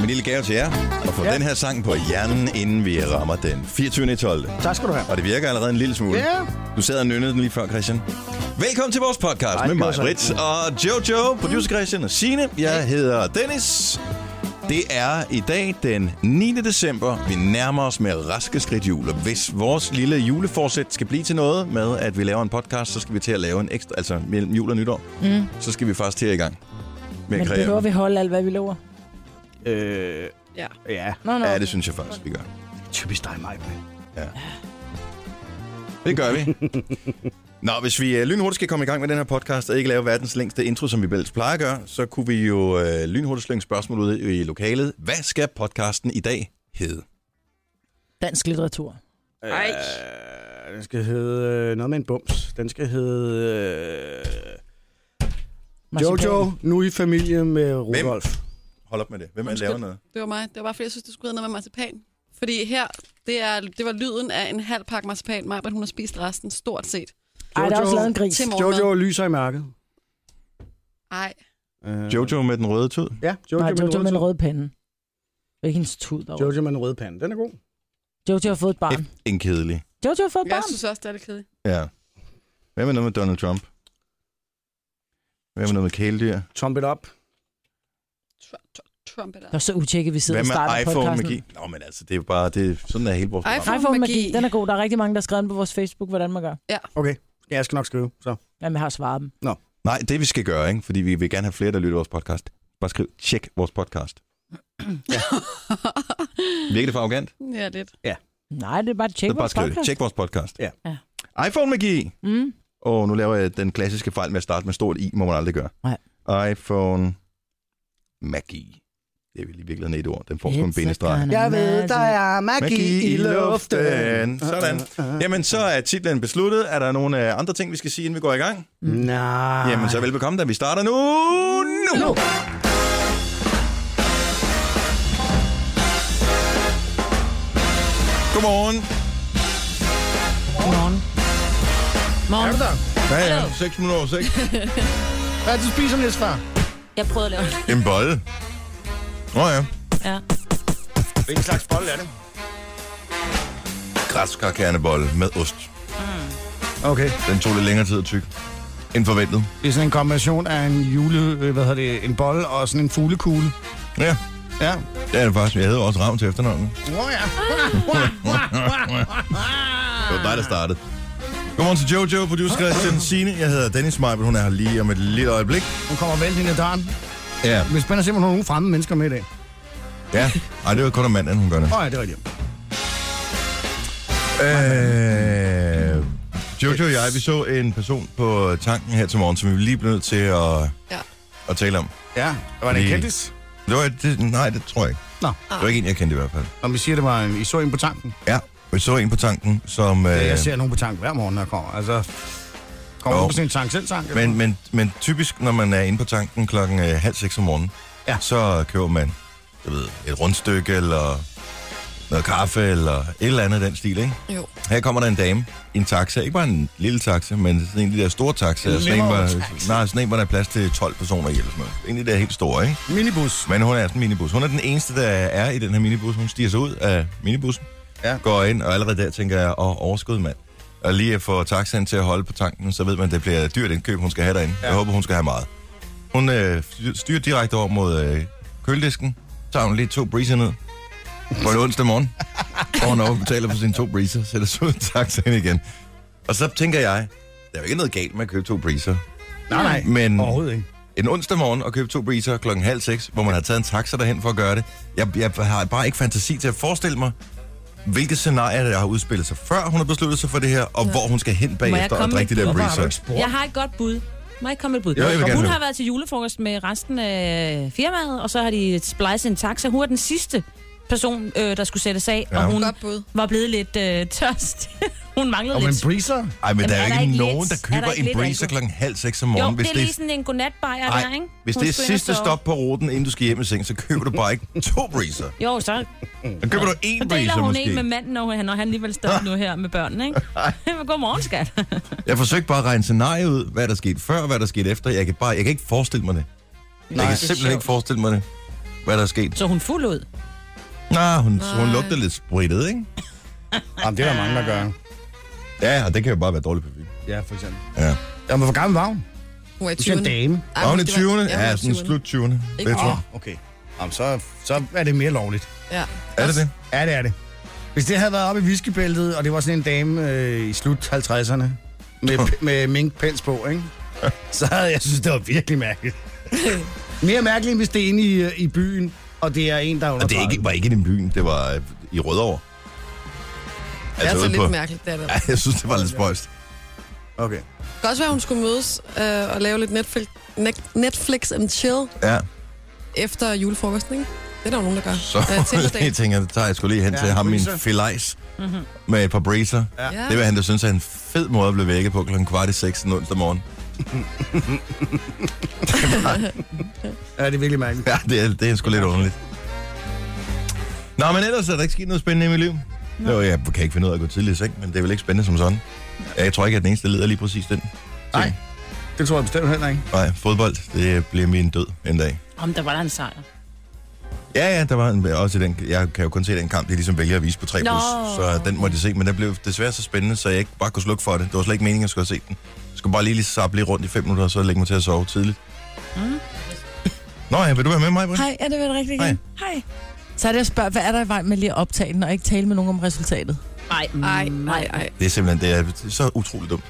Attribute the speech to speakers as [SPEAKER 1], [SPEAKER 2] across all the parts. [SPEAKER 1] min lille gave til jer. Og få ja. den her sang på hjernen, inden vi rammer den 24. 12.
[SPEAKER 2] Tak skal du have.
[SPEAKER 1] Og det virker allerede en lille smule.
[SPEAKER 2] Ja.
[SPEAKER 1] Du sad og nynnede den lige før, Christian. Velkommen til vores podcast
[SPEAKER 2] Ej,
[SPEAKER 1] med
[SPEAKER 2] det
[SPEAKER 1] mig,
[SPEAKER 2] gjorde Mm.
[SPEAKER 1] Britt og Jojo, producer Christian og Signe. Jeg hedder Dennis. Det er i dag den 9. december. Vi nærmer os med raske skridt jul. Og hvis vores lille juleforsæt skal blive til noget med, at vi laver en podcast, så skal vi til at lave en ekstra, altså mellem jul og nytår. Mm. Så skal vi faktisk til i gang med
[SPEAKER 3] Men
[SPEAKER 1] at
[SPEAKER 3] behøver
[SPEAKER 1] kreere.
[SPEAKER 3] vi holde alt, hvad vi lover?
[SPEAKER 2] Øh,
[SPEAKER 4] Ja.
[SPEAKER 2] ja,
[SPEAKER 3] Nå, nå.
[SPEAKER 1] Ja, det synes jeg faktisk, vi gør.
[SPEAKER 2] typisk dig, mig.
[SPEAKER 1] Det gør vi. Nå, hvis vi øh, lynhurtigt skal komme i gang med den her podcast og ikke lave verdens længste intro, som vi ellers plejer at gøre, så kunne vi jo øh, lynhurtigt slynge spørgsmål ud i lokalet. Hvad skal podcasten i dag hedde?
[SPEAKER 3] Dansk litteratur.
[SPEAKER 4] Ej.
[SPEAKER 2] Øh, den skal hedde øh, noget med en bums. Den skal hedde øh,
[SPEAKER 3] Marcipan.
[SPEAKER 2] Jojo, nu i familie med Rudolf.
[SPEAKER 1] Hold op med det. Hvem er
[SPEAKER 4] Undskyld.
[SPEAKER 1] laver noget?
[SPEAKER 4] Det var mig. Det var bare, fordi jeg synes, du skulle have noget med marcipan. Fordi her, det, er, det var lyden af en halv pakke marcipan. Maja, hun har spist resten, stort set.
[SPEAKER 3] Ej, der er også
[SPEAKER 2] Jojo.
[SPEAKER 3] lavet en gris.
[SPEAKER 4] Til morgenmad.
[SPEAKER 2] Jojo lyser i mørket.
[SPEAKER 4] Ej,
[SPEAKER 2] Øh,
[SPEAKER 1] Jojo med den røde tud.
[SPEAKER 2] Ja, Jojo,
[SPEAKER 3] Nej,
[SPEAKER 2] med
[SPEAKER 3] Jojo med
[SPEAKER 2] den
[SPEAKER 3] en
[SPEAKER 2] røde
[SPEAKER 3] rød pande. Det er ikke hendes tud
[SPEAKER 2] tand.
[SPEAKER 3] derovre.
[SPEAKER 2] Jojo med den røde pande. Den er god.
[SPEAKER 3] Jojo har fået et barn.
[SPEAKER 1] En kedelig.
[SPEAKER 3] Jojo har fået et
[SPEAKER 4] jeg
[SPEAKER 3] barn.
[SPEAKER 4] synes også, det er lidt kedeligt.
[SPEAKER 1] Ja. Hvem er noget med Donald Trump? Hvem er noget med kæledyr?
[SPEAKER 2] Trump it up.
[SPEAKER 4] Tr- tr- Trump er der.
[SPEAKER 3] Det er så utjekket, vi sidder
[SPEAKER 1] Hvem
[SPEAKER 3] og starter
[SPEAKER 1] er
[SPEAKER 3] podcasten.
[SPEAKER 1] iPhone-magi? Nå, men altså, det er jo bare, det er, sådan er hele vores program.
[SPEAKER 4] iPhone-
[SPEAKER 3] iPhone magi.
[SPEAKER 4] Magi.
[SPEAKER 3] Den er god. Der er rigtig mange, der har skrevet den på vores Facebook, hvordan man gør.
[SPEAKER 2] Okay, ja, jeg skal nok skrive. Så.
[SPEAKER 3] Jamen, jeg har svaret dem.
[SPEAKER 1] Nej, det vi skal gøre, ikke? fordi vi vil gerne have flere, der lytter vores podcast. Bare skriv, tjek vores podcast. Virker det for arrogant?
[SPEAKER 4] ja, lidt.
[SPEAKER 3] Nej, det er bare et tjek
[SPEAKER 1] Så bare
[SPEAKER 3] vores
[SPEAKER 1] skriv det.
[SPEAKER 3] podcast.
[SPEAKER 1] Tjek vores podcast.
[SPEAKER 2] Ja.
[SPEAKER 3] Ja.
[SPEAKER 1] iPhone-magi.
[SPEAKER 3] Mm.
[SPEAKER 1] Og nu laver jeg den klassiske fejl med at starte med stort i, må man aldrig gøre. iPhone magi. Det er vel i virkeligheden et ord. Den får kun en
[SPEAKER 3] It's a
[SPEAKER 1] benestreg.
[SPEAKER 3] kind of magic.
[SPEAKER 2] er
[SPEAKER 1] Magi i luften. Øh,
[SPEAKER 2] Øh,
[SPEAKER 1] Sådan. Jamen, så er titlen besluttet. Er der nogle øh, andre ting, vi skal sige, inden vi går i gang?
[SPEAKER 2] Nej.
[SPEAKER 1] Jamen, så velbekomme, da vi starter nu. Nu!
[SPEAKER 3] Nu.
[SPEAKER 1] Godmorgen.
[SPEAKER 3] Godmorgen.
[SPEAKER 2] Er
[SPEAKER 3] Morgen.
[SPEAKER 2] du der?
[SPEAKER 1] Hvad er 6 minutter over 6.
[SPEAKER 2] Hvad er det, du spiser, Niels far?
[SPEAKER 3] Jeg prøvede at lave
[SPEAKER 1] En bolle. Nå oh, ja.
[SPEAKER 3] Ja.
[SPEAKER 1] Hvilken slags bolle er det? Græskarkernebolle med ost. Mm.
[SPEAKER 2] Okay.
[SPEAKER 1] Den tog lidt længere tid at tykke. End forventet.
[SPEAKER 2] Det er sådan en kombination af en jule, øh, hvad hedder det, en bolle og sådan en fuglekugle.
[SPEAKER 1] Ja,
[SPEAKER 2] Ja.
[SPEAKER 1] det er det faktisk. Jeg hedder også Ravn til efternavnet.
[SPEAKER 2] Åh ja.
[SPEAKER 1] Det
[SPEAKER 2] Ah.
[SPEAKER 1] var dig, der startede. Godmorgen til Jojo, producer Christian Signe. Jeg hedder Dennis Meibel, hun er her lige om et lille øjeblik.
[SPEAKER 2] Hun kommer vel ind i døren.
[SPEAKER 1] Ja.
[SPEAKER 2] Vi spænder simpelthen nogle fremmede mennesker med i dag.
[SPEAKER 1] Ja. Ej, det var kun om mandagen, hun gør det.
[SPEAKER 2] Åh ja, det er rigtigt.
[SPEAKER 1] Øh, Jojo og jeg, vi så en person på tanken her til morgen, som vi lige blev nødt til at,
[SPEAKER 4] Ja.
[SPEAKER 1] at tale om.
[SPEAKER 2] Ja, var det en
[SPEAKER 1] Lige.
[SPEAKER 2] kendis?
[SPEAKER 1] Det var, det, nej, det tror jeg ikke.
[SPEAKER 2] Nå.
[SPEAKER 1] Det var ikke en, jeg kendte i hvert fald.
[SPEAKER 2] Om vi siger, det var en, I så en på tanken.
[SPEAKER 1] Ja, vi så en på tanken, som...
[SPEAKER 2] Øh.
[SPEAKER 1] Øh,
[SPEAKER 2] Jeg ser nogen på tanken hver morgen, når jeg kommer. Altså, kommer
[SPEAKER 1] Jo.
[SPEAKER 2] oh. på sin tank selv tank?
[SPEAKER 1] men, men, men typisk, når man er inde på tanken klokken øh, halv seks om morgenen,
[SPEAKER 2] Ja.
[SPEAKER 1] så køber man jeg ved, et rundstykke eller noget kaffe eller et eller andet af den stil, ikke?
[SPEAKER 4] Jo.
[SPEAKER 1] Her kommer der en dame i en taxa. Ikke bare en lille taxa, men sådan en af de der store taxaer.
[SPEAKER 2] En
[SPEAKER 1] Sådan en,
[SPEAKER 2] lille
[SPEAKER 1] hvor,
[SPEAKER 2] taxa.
[SPEAKER 1] nej, sådan en, hvor der er plads til 12 personer i eller sådan noget. En af de der helt store, ikke?
[SPEAKER 2] Minibus.
[SPEAKER 1] Men hun er sådan en minibus. Hun er den eneste, der er i den her minibus. Hun stiger sig ud af minibussen,
[SPEAKER 2] Ja.
[SPEAKER 1] går ind, og allerede der tænker jeg, åh, overskud, mand. Og lige at få taxaen til at holde på tanken, så ved man, at det bliver et dyrt indkøb, hun skal have derinde. Ja. Jeg håber, hun skal have meget. Hun øh, styrer direkte over mod øh, køledisken, tager hun lige to breezer ned på en onsdag morgen, og hun over betaler for sine to breezer, sætter sig ud af taxaen igen. Og så tænker jeg, der er jo ikke noget galt med at købe to breezer.
[SPEAKER 2] Nej, nej.
[SPEAKER 1] Men-
[SPEAKER 2] Overhovedet ikke.
[SPEAKER 1] en onsdag morgen og købe to breezer klokken halv seks, hvor man har taget en taxa derhen for at gøre det. Jeg, jeg har bare ikke fantasi til at forestille mig, hvilke scenarier, der har udspillet sig, før hun har besluttet sig for det her, og hvor hun skal hen bagefter og drikke
[SPEAKER 5] komme med-
[SPEAKER 1] det der
[SPEAKER 5] Hvorfor
[SPEAKER 2] Har du
[SPEAKER 1] breezer.
[SPEAKER 2] ikke spurgt?
[SPEAKER 5] Jeg har et godt bud. Må jeg ikke komme med et bud?
[SPEAKER 1] Jo, jeg vil gerne
[SPEAKER 5] hun
[SPEAKER 1] høre.
[SPEAKER 5] har været til julefrokost med resten af firmaet, og så har de splejset en taxa. Hun var den sidste person, øh, der skulle sættes af,
[SPEAKER 1] Ja.
[SPEAKER 5] ja. og hun
[SPEAKER 4] Godt bud.
[SPEAKER 5] var blevet lidt øh, tørst. hun manglede
[SPEAKER 2] Om en
[SPEAKER 5] lidt.
[SPEAKER 2] breezer?
[SPEAKER 1] Ej, men
[SPEAKER 5] Jamen,
[SPEAKER 1] der er jo
[SPEAKER 5] er der
[SPEAKER 1] ikke
[SPEAKER 5] ikke
[SPEAKER 1] nogen,
[SPEAKER 5] lidt-
[SPEAKER 1] der
[SPEAKER 5] er der
[SPEAKER 1] køber
[SPEAKER 5] ikke
[SPEAKER 1] en
[SPEAKER 5] lidt
[SPEAKER 1] breezer
[SPEAKER 5] alkohol?
[SPEAKER 1] klokken halv seks om
[SPEAKER 5] jo,
[SPEAKER 1] morgenen.
[SPEAKER 5] det er lige sådan en godnatbajer
[SPEAKER 1] Ej,
[SPEAKER 5] der, ikke?
[SPEAKER 1] hvis
[SPEAKER 5] Hun
[SPEAKER 1] det er
[SPEAKER 5] skulle ind og
[SPEAKER 1] sidste
[SPEAKER 5] sove.
[SPEAKER 1] stop på ruten, inden du skal hjem i seng, så køber du bare ikke to breezer.
[SPEAKER 5] Jo, så
[SPEAKER 1] Så køber du én
[SPEAKER 5] og
[SPEAKER 1] breezer
[SPEAKER 5] deler hun en
[SPEAKER 1] måske.
[SPEAKER 5] med manden, når han, når han alligevel står nu her med børnene, ikke? Men Godmorgen, skat.
[SPEAKER 1] Jeg forsøgte bare at regne scenariet ud, hvad der skete før, hvad der skete efter. Jeg kan, bare, jeg kan ikke forestille mig det. jeg kan simpelthen ikke forestille mig det. hvad der er sket.
[SPEAKER 5] Så hun fuld ud.
[SPEAKER 1] Nå, hun, hun
[SPEAKER 4] Nej.
[SPEAKER 1] lugter lidt spritet, ikke?
[SPEAKER 2] Jamen, det er der mange, der gør.
[SPEAKER 1] Ja, og det kan jo bare være dårlig parfume.
[SPEAKER 2] Ja, for eksempel.
[SPEAKER 1] Ja.
[SPEAKER 2] Jamen, hvor gammel var hun?
[SPEAKER 4] Hun er i
[SPEAKER 2] Du siger
[SPEAKER 4] 20'erne.
[SPEAKER 2] dame.
[SPEAKER 4] Ej,
[SPEAKER 1] Og hun er
[SPEAKER 4] det var-
[SPEAKER 1] 20'erne?
[SPEAKER 4] hun
[SPEAKER 1] Ja, sådan
[SPEAKER 4] i
[SPEAKER 1] slut 20'erne. Det
[SPEAKER 4] Ikke?
[SPEAKER 1] jeg tror
[SPEAKER 2] Åh, okay. Jamen, så, så er det mere lovligt.
[SPEAKER 4] 20'erne. Ja.
[SPEAKER 1] Er det det?
[SPEAKER 2] Ja, det er det. Hvis det havde været oppe i viskebæltet, og det var sådan en dame øh, i slut 50'erne, med, med minkpels på, ikke? så havde jeg synes, det var virkelig mærkeligt. mere mærkeligt, end hvis det er inde i, øh, i byen, og det er en, der er under
[SPEAKER 1] Og det er
[SPEAKER 2] 30.
[SPEAKER 1] ikke, var ikke i den byen, det var øh, i Rødovre.
[SPEAKER 4] Det er altså
[SPEAKER 1] ude
[SPEAKER 4] lidt
[SPEAKER 1] på-
[SPEAKER 4] mærkeligt, det er det.
[SPEAKER 1] Ja, jeg synes, det var lidt spøjst.
[SPEAKER 2] Okay.
[SPEAKER 4] Det kan også være, hun skulle mødes øh, og lave lidt Netflix, net- Netflix and chill
[SPEAKER 1] Ja,
[SPEAKER 4] efter julefrokosten, ikke? Det er der jo nogen, der gør.
[SPEAKER 1] så
[SPEAKER 4] Øh,
[SPEAKER 1] jeg
[SPEAKER 4] Tinder-date.
[SPEAKER 1] tænker, jeg, der tager jeg skulle lige hen
[SPEAKER 2] Ja,
[SPEAKER 1] til ham min
[SPEAKER 2] breezer.
[SPEAKER 1] filajs med et par bracer.
[SPEAKER 4] Ja.
[SPEAKER 1] Det var han, der synes er en fed måde at blive vækket på klokken kvart i seks den onsdag morgen.
[SPEAKER 2] Ja, det er virkelig mærkeligt.
[SPEAKER 1] Ja, det er, det er sgu lidt underligt. Nå, men ellers er der ikke sket noget spændende i mit liv. Jo, jeg kan ikke finde ud af at gå tidligt i seng, men det er vel ikke spændende som sådan. Jeg tror ikke, at den eneste lider lige præcis den.
[SPEAKER 2] Nej, det tror jeg bestemt heller ikke.
[SPEAKER 1] Nej, fodbold, det bliver min død en dag.
[SPEAKER 5] Om der var der en sejr.
[SPEAKER 1] Ja, ja, der var en, også den, jeg kan jo kun se den kamp, de ligesom vælger at vise på 3+,
[SPEAKER 5] Nå.
[SPEAKER 1] plus, så den måtte jeg se, men den blev desværre så spændende, så jeg ikke bare kunne slukke for det. Det var slet ikke meningen, at jeg skulle have set den. Jeg skulle bare lige lige sappe lige rundt i 5 minutter, og så lægge mig til at sove tidligt. Mm. Nå ja, vil du være med mig, Britt?
[SPEAKER 6] Hej, er det vel rigtigt igen? Hej. Så er det, jeg spørger, hvad er der i vejen med lige at optage den, og ikke tale med nogen om resultatet?
[SPEAKER 5] Nej,
[SPEAKER 4] Ej, nej, nej.
[SPEAKER 1] Det er simpelthen det er så utroligt dumt.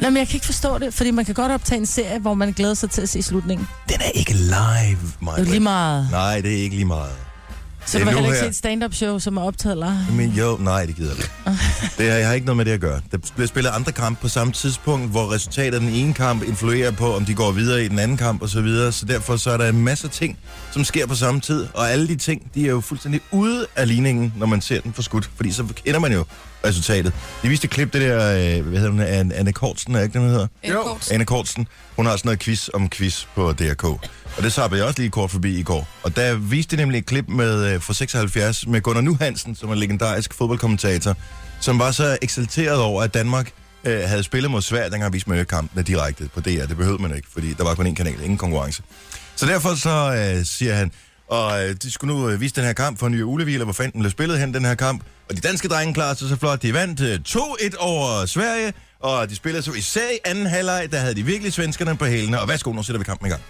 [SPEAKER 6] Nå, men jeg kan ikke forstå det, fordi man kan godt optage en serie, hvor man glæder sig til at se slutningen. Det
[SPEAKER 1] Den er ikke live,
[SPEAKER 6] er jo
[SPEAKER 1] mig.
[SPEAKER 6] lige meget.
[SPEAKER 1] Nej, det er ikke lige meget.
[SPEAKER 6] Så
[SPEAKER 1] det er
[SPEAKER 6] du vil
[SPEAKER 1] nu
[SPEAKER 6] heller ikke
[SPEAKER 1] her.
[SPEAKER 6] se et stand-up show, som er optaget live.
[SPEAKER 1] Men jo, nej, det gider jeg ikke. Det har, jeg har ikke noget med det at gøre. Der bliver spillet andre kampe på samme tidspunkt, hvor resultatet af den ene kamp influerer på, om de går videre i den anden kamp osv. Så, videre. så derfor så er der en masse ting, som sker på samme tid. Og alle de ting, de er jo fuldstændig ude af ligningen, når man ser den for skudt. Fordi så kender man jo resultatet. De viste et klip, det der, øh, hvad hedder hun, Anne- Anne Kortsen, er ikke det, hun hedder?
[SPEAKER 4] En
[SPEAKER 2] Jo.
[SPEAKER 4] kort.
[SPEAKER 1] Anne Kortsen, hun har sådan noget quiz om quiz på DRK. Og det sappede jeg også lige kort forbi i går. Og der viste de nemlig et klip med, øh, fra 76 med Gunnar Nu Hansen, som er en legendarisk fodboldkommentator, som var så eksalteret over, at Danmark øh, havde spillet mod Sverige, dengang viste man jo ikke kampene direkte på DR. Det behøvede man ikke, fordi der var kun én kanal, ingen konkurrence. Så derfor så øh, siger han, og øh, de skulle nu øh, vise den her kamp for Nye Ulevile, hvor fanden den blev spillet hen, den her kamp. Og de danske drenge klarede sig så flot. De vandt øh, 2-1 over Sverige, og de spillede så især i anden halvleg, der havde de virkelig svenskerne på hælene. Og værsgo, nu sætter vi kampen i gang.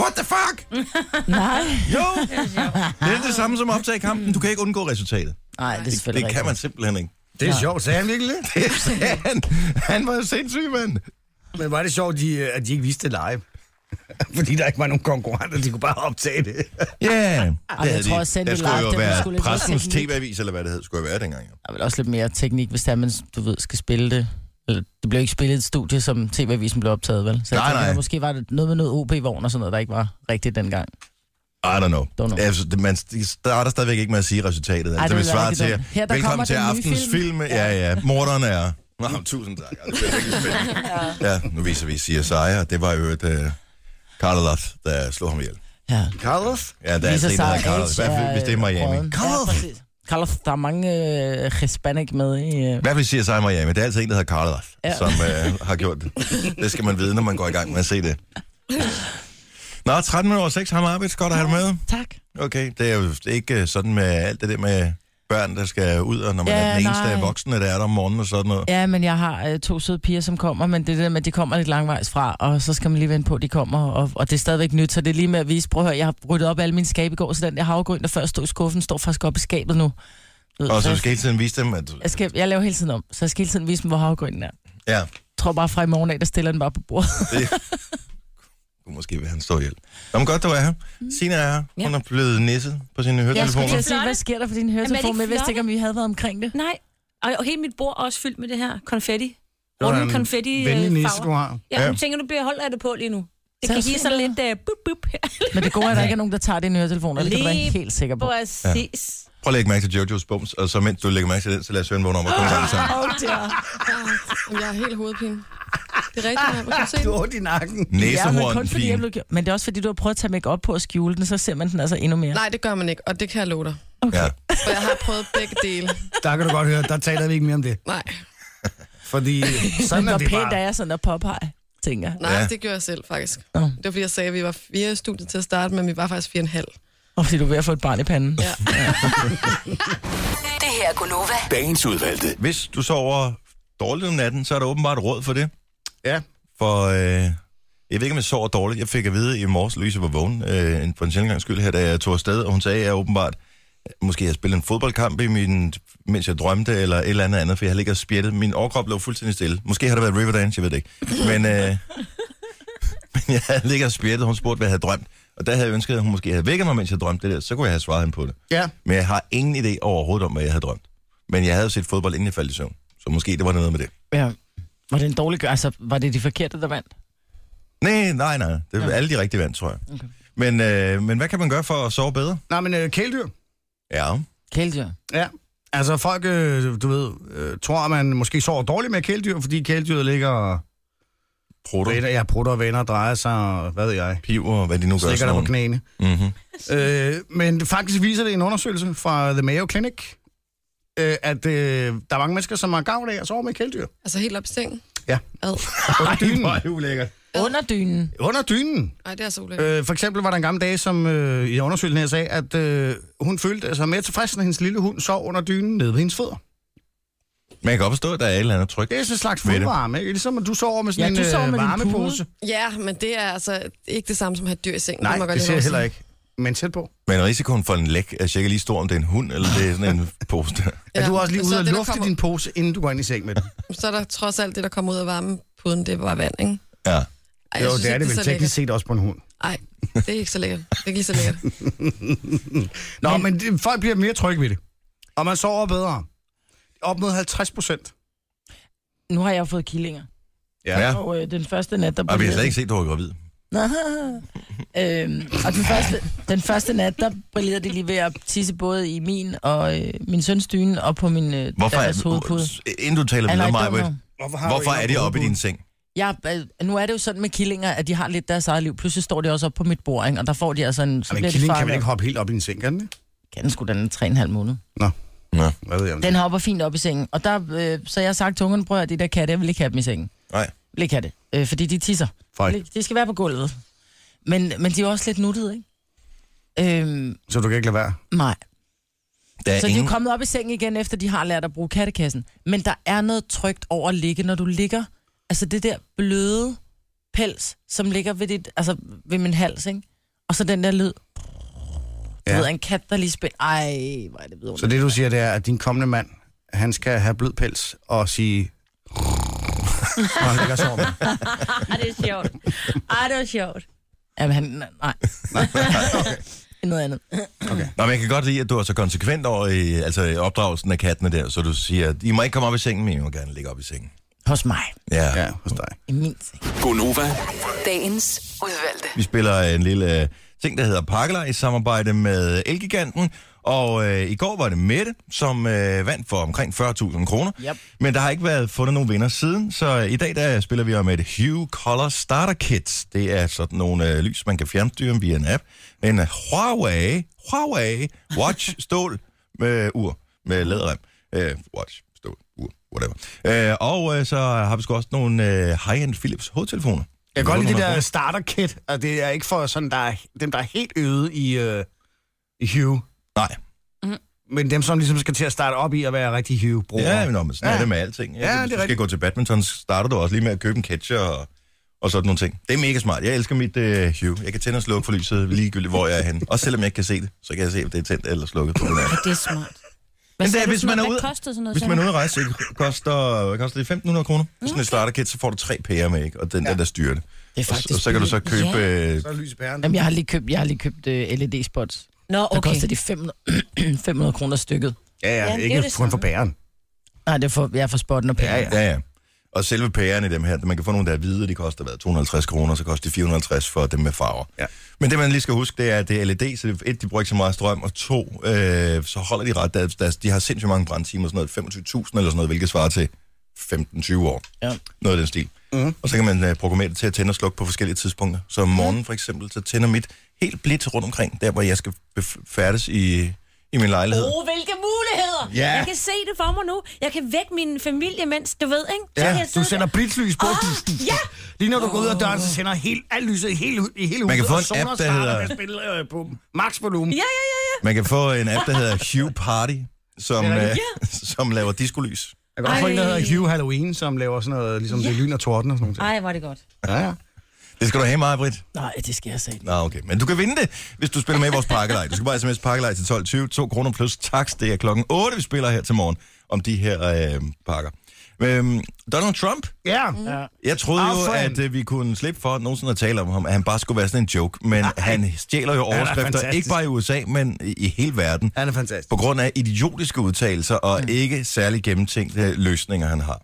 [SPEAKER 1] What the fuck?
[SPEAKER 6] Nej.
[SPEAKER 1] Jo! det er det samme som at optage kampen. Du kan ikke undgå resultatet.
[SPEAKER 6] Nej, det er
[SPEAKER 1] Det,
[SPEAKER 6] selvfølgelig
[SPEAKER 1] det kan man simpelthen ikke.
[SPEAKER 2] Det er sjovt, sagde han virkelig det?
[SPEAKER 1] Det sagde han. Han var jo sindssyg, mand.
[SPEAKER 2] Men var det sjovt, de, øh, at de ikke viste det live? Fordi der ikke var nogen konkurrenter, de kunne bare optage det.
[SPEAKER 1] Ja, yeah. det havde
[SPEAKER 6] jeg tror
[SPEAKER 1] de.
[SPEAKER 6] også, sendte
[SPEAKER 1] Der
[SPEAKER 6] det
[SPEAKER 1] skulle
[SPEAKER 6] live,
[SPEAKER 1] jo
[SPEAKER 6] det var
[SPEAKER 1] være
[SPEAKER 6] sgu lidt
[SPEAKER 1] pressens
[SPEAKER 6] teknik.
[SPEAKER 1] tv-avis, eller hvad det hed, skulle jo være dengang. Jo.
[SPEAKER 6] Der er vel også lidt mere teknik, hvis det er, man du ved, skal spille det. Eller, det blev ikke spillet i et studie, som TV-avisen blev optaget, vel? Så jeg
[SPEAKER 1] Nej,
[SPEAKER 6] tænker,
[SPEAKER 1] nej.
[SPEAKER 6] at måske var det noget med noget OB-vogn og sådan noget, der ikke var rigtigt dengang.
[SPEAKER 1] I don't know.
[SPEAKER 6] Don't know.
[SPEAKER 1] Altså, det- man de starter stadigvæk ikke med at sige resultatet. Altså,
[SPEAKER 6] Ej, det
[SPEAKER 1] det vil
[SPEAKER 6] ville være
[SPEAKER 1] svare
[SPEAKER 6] rigtig
[SPEAKER 1] til,
[SPEAKER 6] dumt. Her, der kommer
[SPEAKER 1] velkommen til
[SPEAKER 6] den nye
[SPEAKER 1] aftens film.
[SPEAKER 6] film."
[SPEAKER 1] film. Ja, ja, morderen er... Nå, men tusind tak. Altså, det er virkelig spændende. ja, nu viser vi CSI, og det var jo et... Uh, Karloff, der slog ham ihjel.
[SPEAKER 6] Ja.
[SPEAKER 2] Carlos?
[SPEAKER 1] Ja, der er altså en, der hedder Karloff. I hvert fald, hvis det er Miami.
[SPEAKER 6] Carlos! Ja, Carlos, der er mange øh, hispanic med i... Øh.
[SPEAKER 1] I hvert fald CSI Miami. Det er altså en, der hedder Karloff, ja.
[SPEAKER 6] Ja.
[SPEAKER 1] som uh, har gjort det. Det skal man vide, når man går i gang med at se det. Nå, 13 minutter over 6 har man arbejdet. Godt at have dig med.
[SPEAKER 6] Tak.
[SPEAKER 1] Okay, det er jo ikke øh, sådan med alt det der med børn, der skal ud, og når man ja,
[SPEAKER 6] Ja,
[SPEAKER 1] er den eneste
[SPEAKER 6] nej.
[SPEAKER 1] af voksne, der er der om morgenen og sådan noget.
[SPEAKER 6] Ja, men jeg har øh, to søde piger, som kommer, men det er det der med, at de kommer lidt langvejs fra, og så skal man lige vente på, at de kommer, og, og det er stadigvæk nyt, så det er lige med at vise, prøv at høre, jeg har ryddet op alle mine skabe i går, så den der havregryn, der før stod i skuffen, står faktisk oppe i skabet nu. Du ved,
[SPEAKER 1] Og så
[SPEAKER 6] jeg-
[SPEAKER 1] du skal hele tiden vise dem, at...
[SPEAKER 6] jeg, skal, jeg laver hele tiden om, så jeg skal hele tiden vise dem, hvor havregrynen er.
[SPEAKER 1] Ja,
[SPEAKER 6] Jeg tror bare fra i morgen af, der stiller den bare på bordet.
[SPEAKER 1] du måske vil han stå ihjel. Nå, men godt, du er her. Signe er her. Hun er blevet nisset på sine
[SPEAKER 6] Jeg skulle til
[SPEAKER 1] høretelefoner.
[SPEAKER 6] at sige, hvad sker der for din
[SPEAKER 5] Jamen, er
[SPEAKER 6] høretelefon,
[SPEAKER 5] det
[SPEAKER 6] men jeg
[SPEAKER 5] ikke
[SPEAKER 6] vidste
[SPEAKER 5] flotte?
[SPEAKER 6] ikke, om vi havde været omkring det.
[SPEAKER 5] Nej. Og, og hele mit bord er også fyldt med det her konfetti.
[SPEAKER 2] var
[SPEAKER 5] Runde
[SPEAKER 2] en
[SPEAKER 5] konfetti
[SPEAKER 2] Venlig
[SPEAKER 5] øh,
[SPEAKER 2] nisse, du
[SPEAKER 5] farver.
[SPEAKER 2] har.
[SPEAKER 5] Ja,
[SPEAKER 1] Ja.
[SPEAKER 5] ja. tænker, du bliver holdt af det på lige nu. Det
[SPEAKER 6] Så
[SPEAKER 5] kan
[SPEAKER 6] fint,
[SPEAKER 5] give sådan lidt uh, bup, bup her.
[SPEAKER 6] Men det gode er, at der ikke er nogen, der tager dine høretelefoner, det kan du være
[SPEAKER 5] Lige
[SPEAKER 6] helt sikker på.
[SPEAKER 5] Præcis.
[SPEAKER 1] Prøv at lægge mærke til Jojos bums, og så mens du lægger mærke til den, så lad os høre en vågne om og komme alle sammen.
[SPEAKER 4] Jamen, Jeg har helt hovedpine. Det er rigtigt, man kan du se
[SPEAKER 2] Du
[SPEAKER 4] det.
[SPEAKER 2] har ondt i nakken.
[SPEAKER 6] Ja, men,
[SPEAKER 1] Næsehorn,
[SPEAKER 6] kun fordi
[SPEAKER 1] pige.
[SPEAKER 6] jeg blev... gjort- men det er også fordi, du har prøvet at tage make op på og skjule den, så ser man den altså endnu mere.
[SPEAKER 4] Nej, det gør man ikke, og det kan jeg love dig.
[SPEAKER 1] Ja.
[SPEAKER 4] For jeg har prøvet begge dele.
[SPEAKER 2] Der kan du godt høre, der taler vi ikke mere om det.
[SPEAKER 4] Nej,
[SPEAKER 2] Fordi sådan
[SPEAKER 6] Men
[SPEAKER 2] er
[SPEAKER 6] hvor
[SPEAKER 2] det
[SPEAKER 6] pænt er
[SPEAKER 2] bare.
[SPEAKER 6] jeg sådan at påpege, tænker jeg.
[SPEAKER 4] nej,
[SPEAKER 1] Ja.
[SPEAKER 4] ja. det gjorde jeg selv faktisk.
[SPEAKER 6] Nå.
[SPEAKER 4] Det var fordi, jeg sagde, at vi var fire i studiet til at starte, men vi var faktisk fire og en halv.
[SPEAKER 6] Og fordi du er ved at få et barn i panden. Ja.
[SPEAKER 7] Det her er Gunova.
[SPEAKER 8] Dagens udvalgte.
[SPEAKER 1] Hvis du sover dårligt om natten, så er der åbenbart råd for det.
[SPEAKER 2] Ja.
[SPEAKER 1] For øh, jeg ved ikke, om jeg sover dårligt. Jeg fik at vide i morges, Louise var vågen øh, en- for en sjældent gang skyld her, da jeg tog afsted, og hun sagde, at jeg åbenbart måske jeg spillede en fodboldkamp, i min, mens jeg drømte, eller et eller andet andet, for jeg havde ligget og spjættet. Min overkrop lå fuldstændig stille. Måske har det været Riverdance, jeg ved det ikke. Men, øh, men jeg havde ligget og spjættet, hun spurgte, hvad jeg havde drømt. Og der havde jeg ønsket, at hun måske havde vækket mig, mens jeg drømte det der, så kunne jeg have svaret hende på det.
[SPEAKER 2] Ja.
[SPEAKER 1] Men jeg har ingen idé overhovedet om, hvad jeg havde drømt. Men jeg havde set fodbold, inden jeg faldt i søvn. Så måske det var noget med det.
[SPEAKER 6] ja. Var det en dårlig... gø- Altså, var det de forkerte, der vandt?
[SPEAKER 1] Nej, nej, nej. Det er ja. alle de rigtige vand, tror jeg. Okay. Men, øh, men hvad kan man gøre for at sove bedre?
[SPEAKER 2] Nej, men øh, kæledyr.
[SPEAKER 1] Ja.
[SPEAKER 6] Kæledyr.
[SPEAKER 2] Ja. Altså folk, øh, du ved, øh, tror, at man måske sover dårligt med kæledyr, fordi kæledyret ligger og
[SPEAKER 1] Prutter,
[SPEAKER 2] venner, ja, prutter og vender, drejer sig og hvad ved jeg.
[SPEAKER 1] piver, hvad de nu gør.
[SPEAKER 2] Slikker dig på
[SPEAKER 1] Sådan nogle.
[SPEAKER 2] knæene.
[SPEAKER 1] Mm-hmm.
[SPEAKER 2] Øh, men faktisk viser det en undersøgelse fra The Mayo Clinic, øh, at øh, der er mange mennesker, som har gavn af at sove med kæledyr.
[SPEAKER 9] Altså helt op i sengen?
[SPEAKER 2] Ja.
[SPEAKER 9] Ad.
[SPEAKER 2] Under dynen.
[SPEAKER 6] Under dynen.
[SPEAKER 2] Under dynen.
[SPEAKER 9] Ej, det er så ulækkert.
[SPEAKER 2] Øh, for eksempel var der en gammel dage, som øh, i undersøgelsen her sagde, at øh, hun følte sig mere tilfreds, når hendes lille hund sov under dynen nede ved hendes fødder.
[SPEAKER 1] Men jeg kan godt forstå, at der er et eller andet tryk.
[SPEAKER 2] Det er sådan en slags
[SPEAKER 1] Ved det.
[SPEAKER 2] fodvarme, ikke? Ligesom at du sover med
[SPEAKER 6] Ja,
[SPEAKER 2] sådan
[SPEAKER 6] du
[SPEAKER 2] en
[SPEAKER 6] sover
[SPEAKER 2] øh,
[SPEAKER 6] med din pude.
[SPEAKER 2] varmepose.
[SPEAKER 9] Ja, men det er altså ikke det samme som at have et dyr i sengen.
[SPEAKER 2] Nej,
[SPEAKER 9] må jeg
[SPEAKER 2] det
[SPEAKER 9] lige
[SPEAKER 2] ser jeg
[SPEAKER 9] også
[SPEAKER 2] heller
[SPEAKER 9] sige.
[SPEAKER 2] ikke. Men tæt på.
[SPEAKER 1] Men risikoen for en læk er cirka lige stor, om det er en hund, eller det er sådan en pose der.
[SPEAKER 2] Ja, er du også lige
[SPEAKER 9] men så
[SPEAKER 2] ude
[SPEAKER 9] er
[SPEAKER 2] og
[SPEAKER 9] det, der
[SPEAKER 2] lufte
[SPEAKER 9] kommer-
[SPEAKER 2] din pose, inden du går ind i seng med den?
[SPEAKER 9] Så er der trods alt det, der kommer ud af varmepuden, det var vand, ikke?
[SPEAKER 1] Ja.
[SPEAKER 9] Ej,
[SPEAKER 2] jo,
[SPEAKER 9] jeg synes
[SPEAKER 2] det er
[SPEAKER 9] ikke,
[SPEAKER 2] det vel
[SPEAKER 9] så
[SPEAKER 2] teknisk set også på en hund.
[SPEAKER 9] lækkert. Ej, det er ikke så lækkert. Det er ikke lige så lækkert.
[SPEAKER 2] Nå, men, men det, folk bliver mere trygge ved det. Og man sover bedre. Op mod 50 procent.
[SPEAKER 6] Nu har jeg jo fået killinger.
[SPEAKER 1] ja. ja.
[SPEAKER 6] Og øh, den første nat, der
[SPEAKER 1] Og vi har
[SPEAKER 6] brillerede-
[SPEAKER 1] slet ikke set, at du var gravid.
[SPEAKER 6] øhm, og den første, den første nat, der brillerede det lige ved at tisse både i min og øh, min søns dyne og på min øh,
[SPEAKER 1] Hvorfor er,
[SPEAKER 6] datters hovedpude.
[SPEAKER 2] øh.
[SPEAKER 1] inden du taler
[SPEAKER 6] Eller
[SPEAKER 1] videre,
[SPEAKER 6] i
[SPEAKER 1] Maja,
[SPEAKER 6] dummer.
[SPEAKER 2] Hvorfor,
[SPEAKER 1] hvorfor er det oppe i din seng?
[SPEAKER 6] Jeg, øh, nu er det jo sådan med killinger, at de har lidt deres eget liv. Pludselig står de også op på mit bord, ikke? og der får de altså en... Så
[SPEAKER 2] Men
[SPEAKER 6] bliver de
[SPEAKER 2] en killing kan
[SPEAKER 6] fanget.
[SPEAKER 2] vel ikke hoppe helt op i din seng, kan den det?
[SPEAKER 6] Kan den sgu da den 3,5 måned.
[SPEAKER 1] Ja.
[SPEAKER 2] Hvad ved jeg om det?
[SPEAKER 6] Den hopper fint op i sengen. Og der, øh, så jeg har sagt til ungerne, prøv at høre, de der katte, jeg vil ikke have dem i sengen.
[SPEAKER 1] Nej.
[SPEAKER 6] Jeg vil ikke have det, øh, fordi de tisser.
[SPEAKER 2] Fej.
[SPEAKER 6] De- De skal være på gulvet. Men, men de er jo også lidt nuttede, ikke? Øhm,
[SPEAKER 2] Så du kan ikke lade være?
[SPEAKER 6] nej.
[SPEAKER 1] Der er
[SPEAKER 6] Så de er
[SPEAKER 1] ingen...
[SPEAKER 6] jo kommet op i sengen igen, efter de har lært at bruge kattekassen. Men der er noget trygt over at ligge, når du ligger. Altså det der bløde pels, som ligger ved, dit, altså ved min hals, ikke? Og så den der lyd.
[SPEAKER 2] Ja.
[SPEAKER 6] Ja. Ved, en kat, der lige spiller. Ej, hvor er det vidunderligt.
[SPEAKER 2] Så det, du siger, det er, at din kommende mand, han skal have blød pels og sige... Når han ligger og sover med.
[SPEAKER 5] Ej, det er sjovt. Ej, det var sjovt.
[SPEAKER 6] Jamen, han, nej. nej. Noget andet.
[SPEAKER 1] Nå, men jeg kan godt lide, at du er så konsekvent over i, altså, i opdragelsen af kattene der, så du siger, at I må ikke komme op i sengen, men I må gerne ligge op i sengen.
[SPEAKER 6] Hos mig.
[SPEAKER 1] Ja.
[SPEAKER 2] Ja, hos dig.
[SPEAKER 6] I min seng.
[SPEAKER 8] Gonova.
[SPEAKER 7] Dagens udvalgte.
[SPEAKER 1] Vi spiller en lille øh, ting, der hedder Pakkelej i samarbejde med Elgiganten. Og øh, i går var det Mette, som øh, vandt for omkring 40.000 kroner.
[SPEAKER 6] Yep.
[SPEAKER 1] Men der har ikke været fundet nogen vinder siden, så øh, i dag der spiller vi om et Hue Color Starter Kit. Det er sådan nogle øh, lys, man kan fjernstyre via en app. En øh, Huawei, Huawei Watch Stål med ur, med læderrem. Øh, watch, stål, ur, whatever. Øh, og øh, så har vi sgu også nogle øh, high-end Philips hovedtelefoner.
[SPEAKER 2] Jeg kan godt lide det
[SPEAKER 1] Nogle af
[SPEAKER 2] der starter-kit, og det er ikke for sådan, der er, dem, der er helt øde i, øh, i Hue, Mm-hmm.
[SPEAKER 1] dem. Nej,
[SPEAKER 2] men dem, som ligesom skal til at starte op i at være rigtig Hue-brugere.
[SPEAKER 1] Ja, men nå, men sådan ja. er
[SPEAKER 2] Ja.
[SPEAKER 1] det med alting.
[SPEAKER 2] Ja,
[SPEAKER 1] Ja, Hvis
[SPEAKER 2] det
[SPEAKER 1] du
[SPEAKER 2] er
[SPEAKER 1] skal
[SPEAKER 2] rigtigt.
[SPEAKER 1] gå til badminton, så starter du også lige med at købe en catcher og, og sådan nogle ting. Det er mega smart. Jeg elsker mit øh, Hue. Jeg kan tænde og slukke for lyset ligegyldigt, hvor jeg er henne. Også selvom jeg ikke kan se det, så kan jeg se, om det er tændt eller slukket. Men, øh,
[SPEAKER 5] Det er smart.
[SPEAKER 1] Men det er,
[SPEAKER 5] sagde du,
[SPEAKER 1] hvis
[SPEAKER 5] sådan
[SPEAKER 1] man
[SPEAKER 5] noget?
[SPEAKER 1] er ude-
[SPEAKER 5] Hvad kostede sådan noget?
[SPEAKER 1] Hvis
[SPEAKER 5] sagde
[SPEAKER 1] man er
[SPEAKER 5] han?
[SPEAKER 1] ude at rejse, så koster, hvad koster det 1.500 kroner. Mm. Sådan et starterkit, så får du tre pærer med, ikke? og den ja. der, der styrer det.
[SPEAKER 6] Det er
[SPEAKER 1] Og, så-
[SPEAKER 6] faktisk
[SPEAKER 1] og så kan du så købe...
[SPEAKER 6] Ja.
[SPEAKER 1] Øh,
[SPEAKER 2] Så er det lys i pæren.
[SPEAKER 6] Jamen, jeg har lige købt, jeg har lige købt øh, LED-spots.
[SPEAKER 5] Nå,
[SPEAKER 6] Der
[SPEAKER 5] okay.
[SPEAKER 6] koster de 500, 500 kroner stykket.
[SPEAKER 2] Ja,
[SPEAKER 5] Ja,
[SPEAKER 2] ja,
[SPEAKER 5] det er
[SPEAKER 2] ikke
[SPEAKER 5] jo
[SPEAKER 2] kun
[SPEAKER 5] det
[SPEAKER 2] for
[SPEAKER 5] samme.
[SPEAKER 2] bæren.
[SPEAKER 6] Nej, det er for, jeg er for spotten og pæren.
[SPEAKER 2] Ja,
[SPEAKER 6] Ja,
[SPEAKER 2] ja.
[SPEAKER 6] ja.
[SPEAKER 1] ja, ja. Og selve pærerne i dem her, man kan få nogle, der er hvide, de koster hvad, 250 kroner, så koster de 450 for dem med farver.
[SPEAKER 2] Ja.
[SPEAKER 1] Men det, man lige skal huske, det er, at det er LED, så det, et, de bruger ikke så meget strøm, og to, øh, så holder de ret. Der, der, de har sindssygt mange brandtimer, sådan noget 25.000 eller sådan noget, hvilket svarer til 15-20 år.
[SPEAKER 6] Ja.
[SPEAKER 1] Noget af den stil.
[SPEAKER 2] Mhm.
[SPEAKER 1] Mm. Og så kan man øh, programmere det til at tænde og slukke på forskellige tidspunkter. Så om morgenen for eksempel, så tænder mit helt blidt rundt omkring, der hvor jeg skal bef- færdes i, i min lejlighed.
[SPEAKER 5] Oh, hvilke muligheder! nyheder.
[SPEAKER 2] Ja.
[SPEAKER 5] Jeg kan se det for mig nu. Jeg kan vække min familie, mens du ved, ikke? Så kan
[SPEAKER 2] Ja,
[SPEAKER 5] jeg
[SPEAKER 2] du
[SPEAKER 5] sidde
[SPEAKER 2] sender blitzlys på.
[SPEAKER 5] Åh, ja!
[SPEAKER 2] Lige når du går ud af døren, så sender helt, alt lyset i hele, hu- i hele huset.
[SPEAKER 1] Man kan få
[SPEAKER 2] og
[SPEAKER 1] en
[SPEAKER 2] Sonos
[SPEAKER 1] app, der
[SPEAKER 2] starter
[SPEAKER 1] hedder-
[SPEAKER 2] med at spille, øh, på max volumen.
[SPEAKER 5] Ja, ja, ja, ja.
[SPEAKER 1] Man kan få en app, der hedder Hue Party, som,
[SPEAKER 2] Det er
[SPEAKER 1] øh,
[SPEAKER 2] rigtigt.
[SPEAKER 1] som laver discolys.
[SPEAKER 2] Jeg kan godt få en, der
[SPEAKER 5] Ej.
[SPEAKER 2] hedder Hugh Halloween, som laver sådan noget, ligesom det lyn og torden og sådan noget.
[SPEAKER 5] Ej, hvor er det godt.
[SPEAKER 2] Ja, ja.
[SPEAKER 1] Det skal du have meget, Britt.
[SPEAKER 6] Nej, det skal jeg sige.
[SPEAKER 1] Nå, okay. Men du kan vinde det, hvis du spiller med i vores pakkelej. Du skal bare sms pakkelej til 12.20. 2 kroner plus tax. Det er klokken 8, vi spiller her til morgen om de her øh, pakker. Øhm, Donald Trump,
[SPEAKER 2] Ja, mm.
[SPEAKER 1] jeg troede
[SPEAKER 2] Ah,
[SPEAKER 1] jo,
[SPEAKER 2] for
[SPEAKER 1] at øh, vi kunne slippe for nogensinde at tale om ham, at han bare skulle være sådan en joke, men Ej. han stjæler jo
[SPEAKER 2] er
[SPEAKER 1] overskrifter,
[SPEAKER 2] fantastisk.
[SPEAKER 1] ikke bare i USA, men i, i hele verden,
[SPEAKER 2] han er fantastisk.
[SPEAKER 1] på grund af idiotiske udtalelser og mm. ikke særlig gennemtænkte øh, løsninger, han har.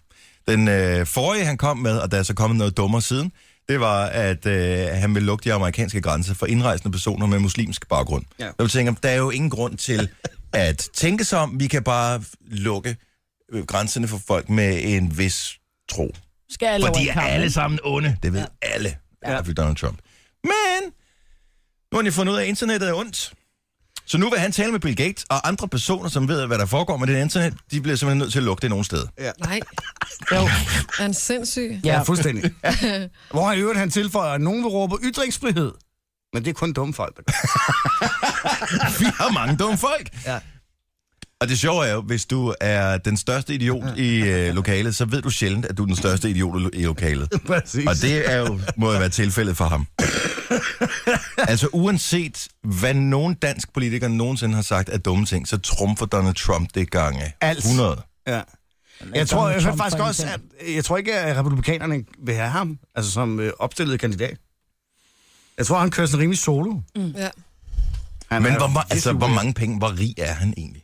[SPEAKER 1] Den øh, forrige, han kom med, og der er så kommet noget dummere siden, det var, at øh, han ville lukke de amerikanske grænser for indrejsende personer med muslimsk baggrund.
[SPEAKER 2] Ja.
[SPEAKER 1] Ja. Der tænker, der er jo ingen grund til at tænke sig om, vi kan bare lukke øh, grænserne for folk med en vis tro.
[SPEAKER 6] Skal jeg
[SPEAKER 1] For
[SPEAKER 6] lave
[SPEAKER 1] de
[SPEAKER 6] en
[SPEAKER 1] er
[SPEAKER 6] kamp?
[SPEAKER 1] alle sammen onde. Det ved ja. alle. Ja. Donald Trump. Men nu har de fundet ud af, at internettet er ondt. Så nu vil han tale med Bill Gates og andre personer, som ved, hvad der foregår med det internet. De bliver simpelthen nødt til at lukke det nogle steder.
[SPEAKER 9] Nej,
[SPEAKER 6] Jo.
[SPEAKER 9] er han sindssyg?
[SPEAKER 2] Ja, fuldstændig. Hvor han i øvrigt han tilføjer, at nogen vil råbe ytringsfrihed. Men det er kun dumme folk, der gør.
[SPEAKER 1] Vi har mange dumme folk.
[SPEAKER 2] Ja.
[SPEAKER 1] Og det sjove er jo, hvis du er den største idiot i øh, lokalet, så ved du sjældent, at du er den største idiot i lokalet.
[SPEAKER 2] Præcis.
[SPEAKER 1] Og det er jo, må jo være tilfældet for ham. altså uanset, hvad nogen dansk politiker nogensinde har sagt af dumme ting, så trumfer Donald Trump det gange
[SPEAKER 2] Alt.
[SPEAKER 1] 100.
[SPEAKER 2] Ja. Jeg tror, jeg
[SPEAKER 6] Trump
[SPEAKER 2] faktisk
[SPEAKER 6] for
[SPEAKER 2] også, at,
[SPEAKER 6] ingenting.
[SPEAKER 2] jeg tror ikke, at republikanerne vil have ham altså som øh, opstillet kandidat. Jeg tror, han kører sådan rimelig solo.
[SPEAKER 9] Ja.
[SPEAKER 2] Han
[SPEAKER 1] Men
[SPEAKER 2] er
[SPEAKER 1] hvor, ma-
[SPEAKER 2] virkelig
[SPEAKER 1] altså, hvor
[SPEAKER 2] ude.
[SPEAKER 1] mange penge, hvor rig er han egentlig?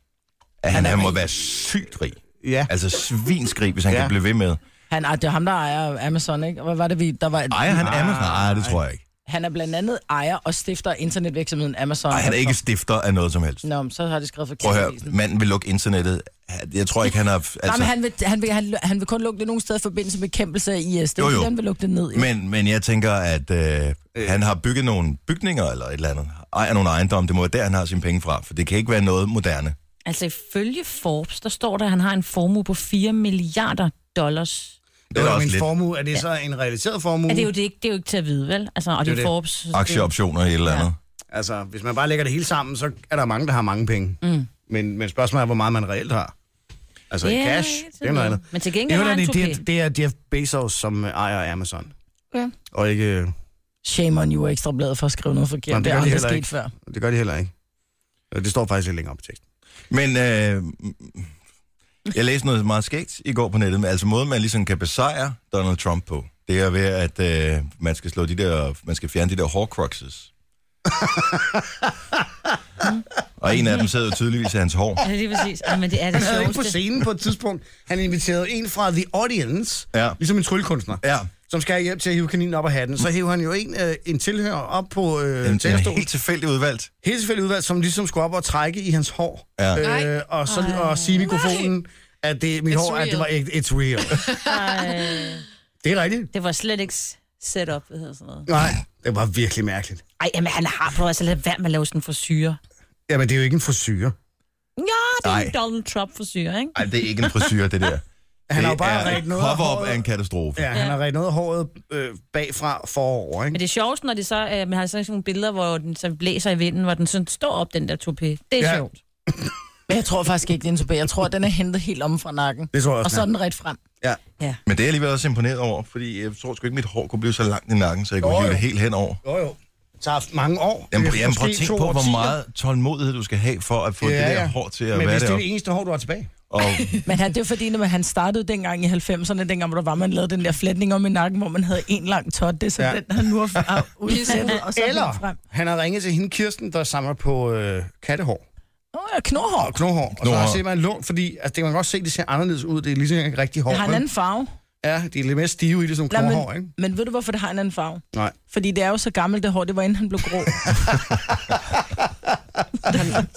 [SPEAKER 1] Er han, han må være sygt rig.
[SPEAKER 2] Ja.
[SPEAKER 1] Altså svinskrig, hvis han
[SPEAKER 2] Ja.
[SPEAKER 1] ja. kan blive ved med.
[SPEAKER 6] Han, ej, det er ham, der ejer Amazon, ikke? Hvad var det, vi... Der var, Ah.
[SPEAKER 1] Ejer han Amazon? Nej, det tror jeg ikke.
[SPEAKER 6] Han er blandt andet ejer og stifter af internetvirksomheden Amazon.
[SPEAKER 1] Ej, han er ikke stifter af noget som helst.
[SPEAKER 6] Nå, men så har de skrevet for
[SPEAKER 1] Prøv at høre, manden vil lukke internettet. Jeg tror ikke, han har... Altså...
[SPEAKER 6] Nej, men han vil, han, vil, han, han vil kun lukke det nogle steder i forbindelse med bekæmpelse af IS. Det er
[SPEAKER 1] Jo,
[SPEAKER 6] jo,
[SPEAKER 1] jo.
[SPEAKER 6] jo. han vil lukke det ned. Jo.
[SPEAKER 1] Men, men jeg tænker, at øh, han har bygget nogle bygninger eller et eller andet. Ejer nogle ejendomme. Det må være der, han har sine penge fra, for det kan ikke være noget moderne.
[SPEAKER 5] Altså, ifølge Forbes, der står der, at han har en formue på 4 milliarder dollars.
[SPEAKER 1] Det er da
[SPEAKER 2] jo
[SPEAKER 1] også
[SPEAKER 2] min
[SPEAKER 1] lidt
[SPEAKER 2] formue. Er det så en realiseret formue?
[SPEAKER 5] Ja, det er jo det ikke, det er jo ikke til at vide, vel? Altså, og det,
[SPEAKER 2] Det er
[SPEAKER 5] er
[SPEAKER 2] jo det.
[SPEAKER 5] Forbes. så det-
[SPEAKER 1] aktieoptioner i et eller andet.
[SPEAKER 2] Altså, hvis man bare lægger det hele sammen, så er der mange, der har mange penge. Mm. Men, men spørgsmålet er, hvor meget man reelt har. Altså i
[SPEAKER 5] Ja,
[SPEAKER 2] cash,
[SPEAKER 5] sådan
[SPEAKER 2] det er noget
[SPEAKER 5] noget.
[SPEAKER 2] andet.
[SPEAKER 5] Men til gengæld har
[SPEAKER 2] Det er, jo,
[SPEAKER 5] han
[SPEAKER 2] det,
[SPEAKER 5] en
[SPEAKER 2] det, er- det er Jeff Bezos, som øh, ejer Amazon.
[SPEAKER 5] Ja.
[SPEAKER 2] Og ikke... øh,
[SPEAKER 6] Shame on you er ekstra bladet for at skrive noget forkert.
[SPEAKER 2] Nå,
[SPEAKER 6] Nå,
[SPEAKER 2] det
[SPEAKER 6] det, det er aldrig
[SPEAKER 2] gør de heller
[SPEAKER 6] sket
[SPEAKER 2] ikke.
[SPEAKER 6] før.
[SPEAKER 2] Det gør de heller ikke. Og Det står faktisk lidt længere op i teksten.
[SPEAKER 1] Men øh, jeg læste noget meget skægt i går på nettet, men altså måden, man ligesom kan besejre Donald Trump på, det er ved, at øh, man skal slå de der, man skal fjerne de der hårcruxes. Og en af dem sidder jo tydeligvis i hans hår.
[SPEAKER 5] Ja, lige præcis. Ja, men det er det
[SPEAKER 2] Han havde ikke på
[SPEAKER 5] sjoveste.
[SPEAKER 2] scenen på et tidspunkt. Han inviterede en fra The Audience,
[SPEAKER 1] Ja.
[SPEAKER 2] ligesom en tryllekunstner,
[SPEAKER 1] Ja,
[SPEAKER 2] som skal have hjælp til at hive kaninen op af hatten. Så hiver han jo en, øh, en tilhører op på øh,
[SPEAKER 1] den er
[SPEAKER 2] talerstolen.
[SPEAKER 1] helt tilfældigt udvalgt.
[SPEAKER 2] helt tilfældigt udvalgt, som ligesom skulle op og trække i hans hår.
[SPEAKER 1] Ja.
[SPEAKER 2] Øh, og så og sige i mikrofonen, at det, mit
[SPEAKER 9] It's
[SPEAKER 2] hår, at det var ikke, it's real.
[SPEAKER 5] Ej,
[SPEAKER 2] det er rigtigt.
[SPEAKER 5] det var slet ikke s- setup, det hedder sådan noget.
[SPEAKER 2] Nej, det var virkelig mærkeligt.
[SPEAKER 5] Ej, jamen, han har prøvet altså lade være med at lave sådan en forsyre.
[SPEAKER 2] Jamen, det er jo ikke en frisyre.
[SPEAKER 5] Ja, det er
[SPEAKER 1] Ej.
[SPEAKER 5] en Donald Trump forsyre, ikke?
[SPEAKER 1] Ej, det er ikke en frisyr, det der.
[SPEAKER 2] Han har jo
[SPEAKER 1] det
[SPEAKER 2] bare
[SPEAKER 1] er
[SPEAKER 2] ret noget af
[SPEAKER 1] pop-up
[SPEAKER 2] håret.
[SPEAKER 1] af en katastrofe.
[SPEAKER 2] Ja, han har ret noget af håret øh, bagfra forover, ikke?
[SPEAKER 5] Men det er sjovt, når det så, øh, man har sådan nogle billeder, hvor den så blæser i vinden, hvor den sådan står op, den der topé. Det er
[SPEAKER 2] Ja.
[SPEAKER 5] ja. sjovt.
[SPEAKER 6] Men jeg tror faktisk ikke, det er en tobe. Jeg tror, den er hentet helt om fra nakken.
[SPEAKER 2] Det tror jeg
[SPEAKER 6] Og
[SPEAKER 2] også.
[SPEAKER 6] så er den ret frem.
[SPEAKER 1] Men det er jeg alligevel også imponeret over, fordi jeg tror sgu ikke, mit hår kunne blive så langt i nakken, så jeg kunne
[SPEAKER 2] Jo,
[SPEAKER 1] hive
[SPEAKER 2] jo.
[SPEAKER 1] det helt hen over.
[SPEAKER 2] Jo, jo. Det tager haft mange år.
[SPEAKER 1] Jamen,
[SPEAKER 2] Det
[SPEAKER 1] pr-
[SPEAKER 2] er
[SPEAKER 1] jamen prøv at
[SPEAKER 2] måske
[SPEAKER 1] tænke
[SPEAKER 2] to
[SPEAKER 1] på, hvor
[SPEAKER 2] årtier.
[SPEAKER 1] meget tålmodighed du skal have for at få ja, det der hår til at
[SPEAKER 2] Men
[SPEAKER 1] være
[SPEAKER 2] hvis det er
[SPEAKER 1] deroppe.
[SPEAKER 2] det eneste hår, du har tilbage.
[SPEAKER 1] Og
[SPEAKER 6] Men han, det er jo fordi, når man- han startede dengang i 90'erne, dengang hvor der var, man lavede den der flætning om i nakken, hvor man havde en lang tot. Det er så
[SPEAKER 2] Ja.
[SPEAKER 6] ja. den, han nu har har udflettet, og så Eller...
[SPEAKER 2] Eller
[SPEAKER 6] frem.
[SPEAKER 2] han har ringet til hende Kirsten, der samler på øh, kattehår
[SPEAKER 6] Åh, oh, knorhår.
[SPEAKER 2] og knohår. Og så
[SPEAKER 1] Knurhår.
[SPEAKER 2] har set man lån, fordi altså, det kan man godt se, det ser anderledes ud. Det er ligesom ikke rigtig hår.
[SPEAKER 6] Det har en
[SPEAKER 2] vel?
[SPEAKER 6] anden farve.
[SPEAKER 2] Ja, de er lidt mere stive i det som
[SPEAKER 6] Nej,
[SPEAKER 2] knohår, ikke?
[SPEAKER 6] men, men ved du, hvorfor det har en anden farve?
[SPEAKER 2] Nej.
[SPEAKER 6] Fordi det er jo så gammelt, det hår, det var inden han blev grå.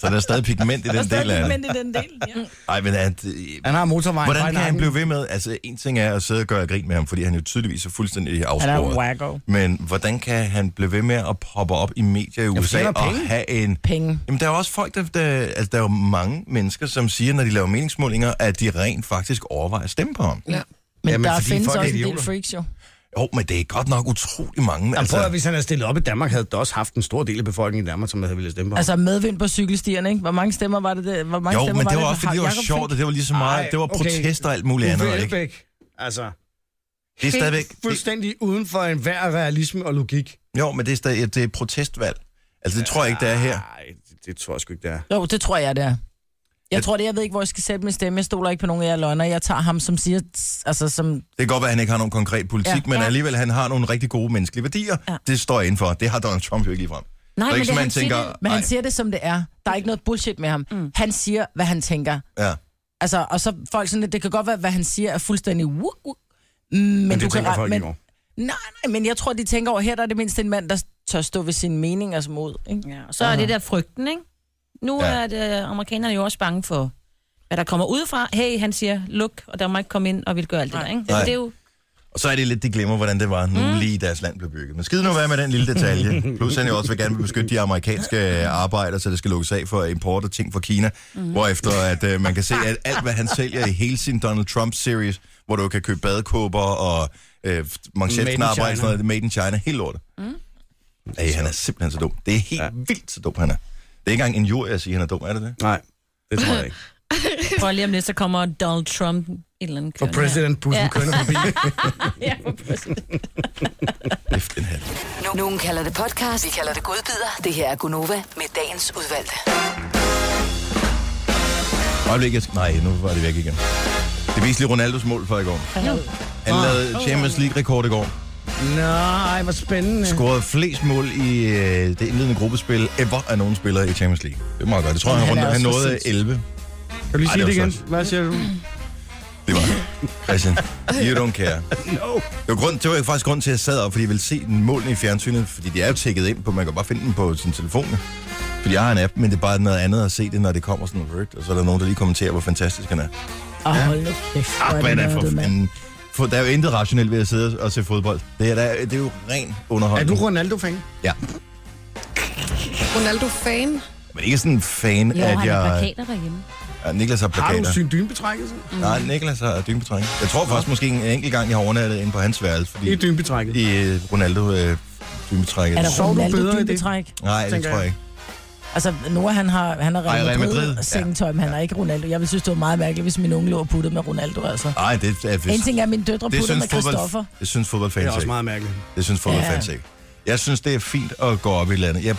[SPEAKER 1] Så der er stadig pigment i den del af det.
[SPEAKER 5] Men det er den del, ja.
[SPEAKER 1] Ej, men at, øh,
[SPEAKER 2] Han har motorvejen.
[SPEAKER 1] hvordan
[SPEAKER 2] bare i
[SPEAKER 1] kan han
[SPEAKER 2] nakken.
[SPEAKER 1] blive ved med? Altså, en ting er at sidde og gøre grin med ham, fordi han jo tydeligvis er fuldstændig afsporet.
[SPEAKER 6] wacko.
[SPEAKER 1] Men hvordan kan han blive ved med at poppe op i medier i USA
[SPEAKER 2] tjener
[SPEAKER 1] og
[SPEAKER 2] penge.
[SPEAKER 1] have en...
[SPEAKER 6] Penge.
[SPEAKER 1] Jamen, der er jo også folk, der, der, altså, der er jo mange mennesker, som siger, når de laver meningsmålinger, at de rent faktisk overvejer at stemme på ham.
[SPEAKER 9] Ja.
[SPEAKER 6] Men
[SPEAKER 2] Jamen,
[SPEAKER 6] Jamen, der
[SPEAKER 2] fordi
[SPEAKER 6] findes
[SPEAKER 2] folk er
[SPEAKER 6] også en del
[SPEAKER 2] idioter.
[SPEAKER 6] freaks, jo.
[SPEAKER 1] Jo, men det er godt nok utrolig mange. altså-
[SPEAKER 2] Jamen, prøv at, høre, hvis han havde stillet op i Danmark, havde der også haft en stor del af befolkningen i Danmark, som havde ville stemme på. Altså,
[SPEAKER 6] Altså medvind på cykelstierne, ikke? Hvor mange stemmer var det der? Hvor mange
[SPEAKER 1] jo,
[SPEAKER 6] stemmer
[SPEAKER 1] men det var
[SPEAKER 6] der?
[SPEAKER 1] også, fordi det var
[SPEAKER 6] Jakob
[SPEAKER 1] sjovt, og det var lige så meget,
[SPEAKER 2] Ej,
[SPEAKER 1] det var
[SPEAKER 2] okay.
[SPEAKER 1] protester og alt muligt
[SPEAKER 2] Uffe
[SPEAKER 1] andet, ikke?
[SPEAKER 2] Elbæk. Altså,
[SPEAKER 1] Det er stadigvæk,
[SPEAKER 2] helt
[SPEAKER 1] det,
[SPEAKER 2] fuldstændig uden for enhver realisme og logik.
[SPEAKER 1] jo, men det er stadig, det er protestvalg. Altså, det tror jeg ikke, det er her.
[SPEAKER 2] Nej, det, det tror jeg sgu ikke, det er.
[SPEAKER 6] Jo, det tror jeg, det er.
[SPEAKER 1] Jeg-
[SPEAKER 6] Jeg tror det, jeg ved ikke, hvor jeg skal sætte min stemme. Jeg stoler ikke på nogen af jer løgner. Jeg tager ham, som siger, tss, altså som...
[SPEAKER 1] Det kan godt være, at han ikke har nogen konkret politik, ja.
[SPEAKER 6] Ja.
[SPEAKER 1] men
[SPEAKER 6] Ja.
[SPEAKER 1] alligevel, han har nogle rigtig gode menneskelige værdier. Ja.
[SPEAKER 6] Ja.
[SPEAKER 1] Det står jeg indenfor. Det har Donald Trump jo ikke ligefrem.
[SPEAKER 6] Nej,
[SPEAKER 1] ikke
[SPEAKER 6] men,
[SPEAKER 1] sådan,
[SPEAKER 6] det,
[SPEAKER 1] man
[SPEAKER 6] han,
[SPEAKER 1] tænker,
[SPEAKER 6] siger det, men han
[SPEAKER 1] "Ej."
[SPEAKER 6] siger det, som det er. Der er ikke noget bullshit med ham. Mm. Han siger, hvad han tænker.
[SPEAKER 1] Ja.
[SPEAKER 6] Altså, og så folk sådan, lidt, det kan godt være, hvad han siger er fuldstændig... Wuk, wuk. Mm, Men,
[SPEAKER 2] Men
[SPEAKER 6] du
[SPEAKER 2] det tænker
[SPEAKER 6] kan, ret-
[SPEAKER 2] folk
[SPEAKER 6] men,
[SPEAKER 2] ikke over.
[SPEAKER 6] Nej, nej, men jeg tror, de tænker over, her der er det mindst en mand, der tør stå ved sine meninger som mod. Ikke?
[SPEAKER 5] ja. Og så er det der frygten, ikke? Nu
[SPEAKER 1] Ja.
[SPEAKER 5] ja. er det, øh, amerikanerne jo også bange for, hvad der kommer udefra. Hey, han siger, luk, og der må ikke komme ind og vil gøre alt det der, ikke?
[SPEAKER 1] Nej.
[SPEAKER 5] Det er jo
[SPEAKER 1] Og så er det lidt, de glemmer, hvordan det var nu mm. lige deres land blev bygget. Men skid nu være med den lille detalje. Plus han jo også vil gerne beskytte de amerikanske øh, arbejdere, så det skal lukkes af for import af ting fra Kina. Mm. Hvorefter at, øh, man kan se, at alt, hvad han sælger i hele sin Donald Trump-series, hvor du kan købe badekåber og øh, manchetknapper og
[SPEAKER 2] China.
[SPEAKER 1] sådan noget, made in China, helt lortet. Mm. Ej, han er simpelthen så dum. Det er helt ja. vildt så dum, han er. Det er ikke engang en jord, jeg siger, han er dum, er det det?
[SPEAKER 2] Nej, det tror jeg ikke.
[SPEAKER 5] Prøv lige om lidt, så kommer Donald Trump et eller andet
[SPEAKER 2] For
[SPEAKER 5] kørende her.
[SPEAKER 2] president Putin ja.
[SPEAKER 5] Ja.
[SPEAKER 2] kønner forbi.
[SPEAKER 5] Ja, for præsident.
[SPEAKER 1] Lift en hat.
[SPEAKER 7] Nu- Nogen kalder det podcast, vi kalder det godbider. Det her er Gunova med dagens udvalgte.
[SPEAKER 1] Øjeblik, jeg skal... Nej, nu var det væk igen. Det viste lige Ronaldos mål for i går. Han lavede Champions League-rekord i går.
[SPEAKER 2] Nej, hvor spændende.
[SPEAKER 1] Scorede flest mål i øh, det indledende gruppespil ever af nogen spillere i Champions League. Det er meget godt. Det tror jeg, han,
[SPEAKER 6] Han er
[SPEAKER 1] rundt, han
[SPEAKER 6] også
[SPEAKER 1] nåede
[SPEAKER 6] præcis.
[SPEAKER 1] 11.
[SPEAKER 2] Kan du lige
[SPEAKER 1] Ej,
[SPEAKER 2] sige
[SPEAKER 1] det
[SPEAKER 2] det
[SPEAKER 1] var
[SPEAKER 2] igen?
[SPEAKER 1] flot.
[SPEAKER 2] Hvad siger du?
[SPEAKER 1] Det var Christian, you don't care.
[SPEAKER 2] No.
[SPEAKER 1] Det var, grund, det var faktisk grund til, at jeg sad op, fordi jeg ville se målene i fjernsynet, fordi de er jo tækket ind på, man kan bare finde dem på sin telefon. jo. Fordi jeg har en app, men det er bare noget andet at se det, når det kommer sådan noget, og så er der nogen, der lige kommenterer, hvor fantastisk han er.
[SPEAKER 6] Og hold nu kæft, hvor
[SPEAKER 1] Ah, hvad er det
[SPEAKER 6] nørdet,
[SPEAKER 1] for
[SPEAKER 6] mand.
[SPEAKER 1] fanden? For der er jo intet rationelt ved at sidde og se fodbold. Det er, der, det er jo ren
[SPEAKER 2] Er
[SPEAKER 1] underholdning.
[SPEAKER 2] du Ronaldo-fan?
[SPEAKER 1] Ja.
[SPEAKER 9] Ronaldo-fan?
[SPEAKER 1] Men ikke sådan en fan,
[SPEAKER 5] Jo,
[SPEAKER 1] at
[SPEAKER 5] han har
[SPEAKER 1] jeg...
[SPEAKER 5] plakater derhjemme.
[SPEAKER 1] Ja, Niklas har
[SPEAKER 2] Har du
[SPEAKER 1] plakater.
[SPEAKER 2] syn dynbetrækket?
[SPEAKER 1] Nej, Niklas har dynbetrækning. Jeg tror faktisk måske en enkelt gang, jeg har overnattet inde på hans værelse. Fordi
[SPEAKER 2] I dynbetrækket.
[SPEAKER 1] I øh, Ronaldo øh, dynbetrækket.
[SPEAKER 6] Er der
[SPEAKER 2] Sov du
[SPEAKER 6] Ronaldo
[SPEAKER 2] bedre i det?
[SPEAKER 6] dybetræk?
[SPEAKER 1] Nej, det
[SPEAKER 2] tænker
[SPEAKER 1] tror jeg
[SPEAKER 2] jeg.
[SPEAKER 1] ikke.
[SPEAKER 6] Altså, Nora, han har, han har
[SPEAKER 1] Ej, Real
[SPEAKER 6] Real
[SPEAKER 1] Madrid, ja.
[SPEAKER 6] Madrid sengetøj, men han er ikke Ronaldo. Jeg ville synes, det var meget mærkeligt, hvis min unge lå og puttede med Ronaldo, altså.
[SPEAKER 1] Nej, det er
[SPEAKER 6] En
[SPEAKER 1] vist.
[SPEAKER 6] ting er, at mine døtre
[SPEAKER 1] Det
[SPEAKER 6] putter med
[SPEAKER 1] synes,
[SPEAKER 6] Christoffer.
[SPEAKER 1] fodbold, det synes
[SPEAKER 2] Det
[SPEAKER 1] fodboldfans
[SPEAKER 2] er også
[SPEAKER 1] ikke.
[SPEAKER 2] meget mærkeligt.
[SPEAKER 1] Det synes fodboldfans
[SPEAKER 6] Ja.
[SPEAKER 1] ikke. Jeg synes, det er fint at gå op i landet. Jeg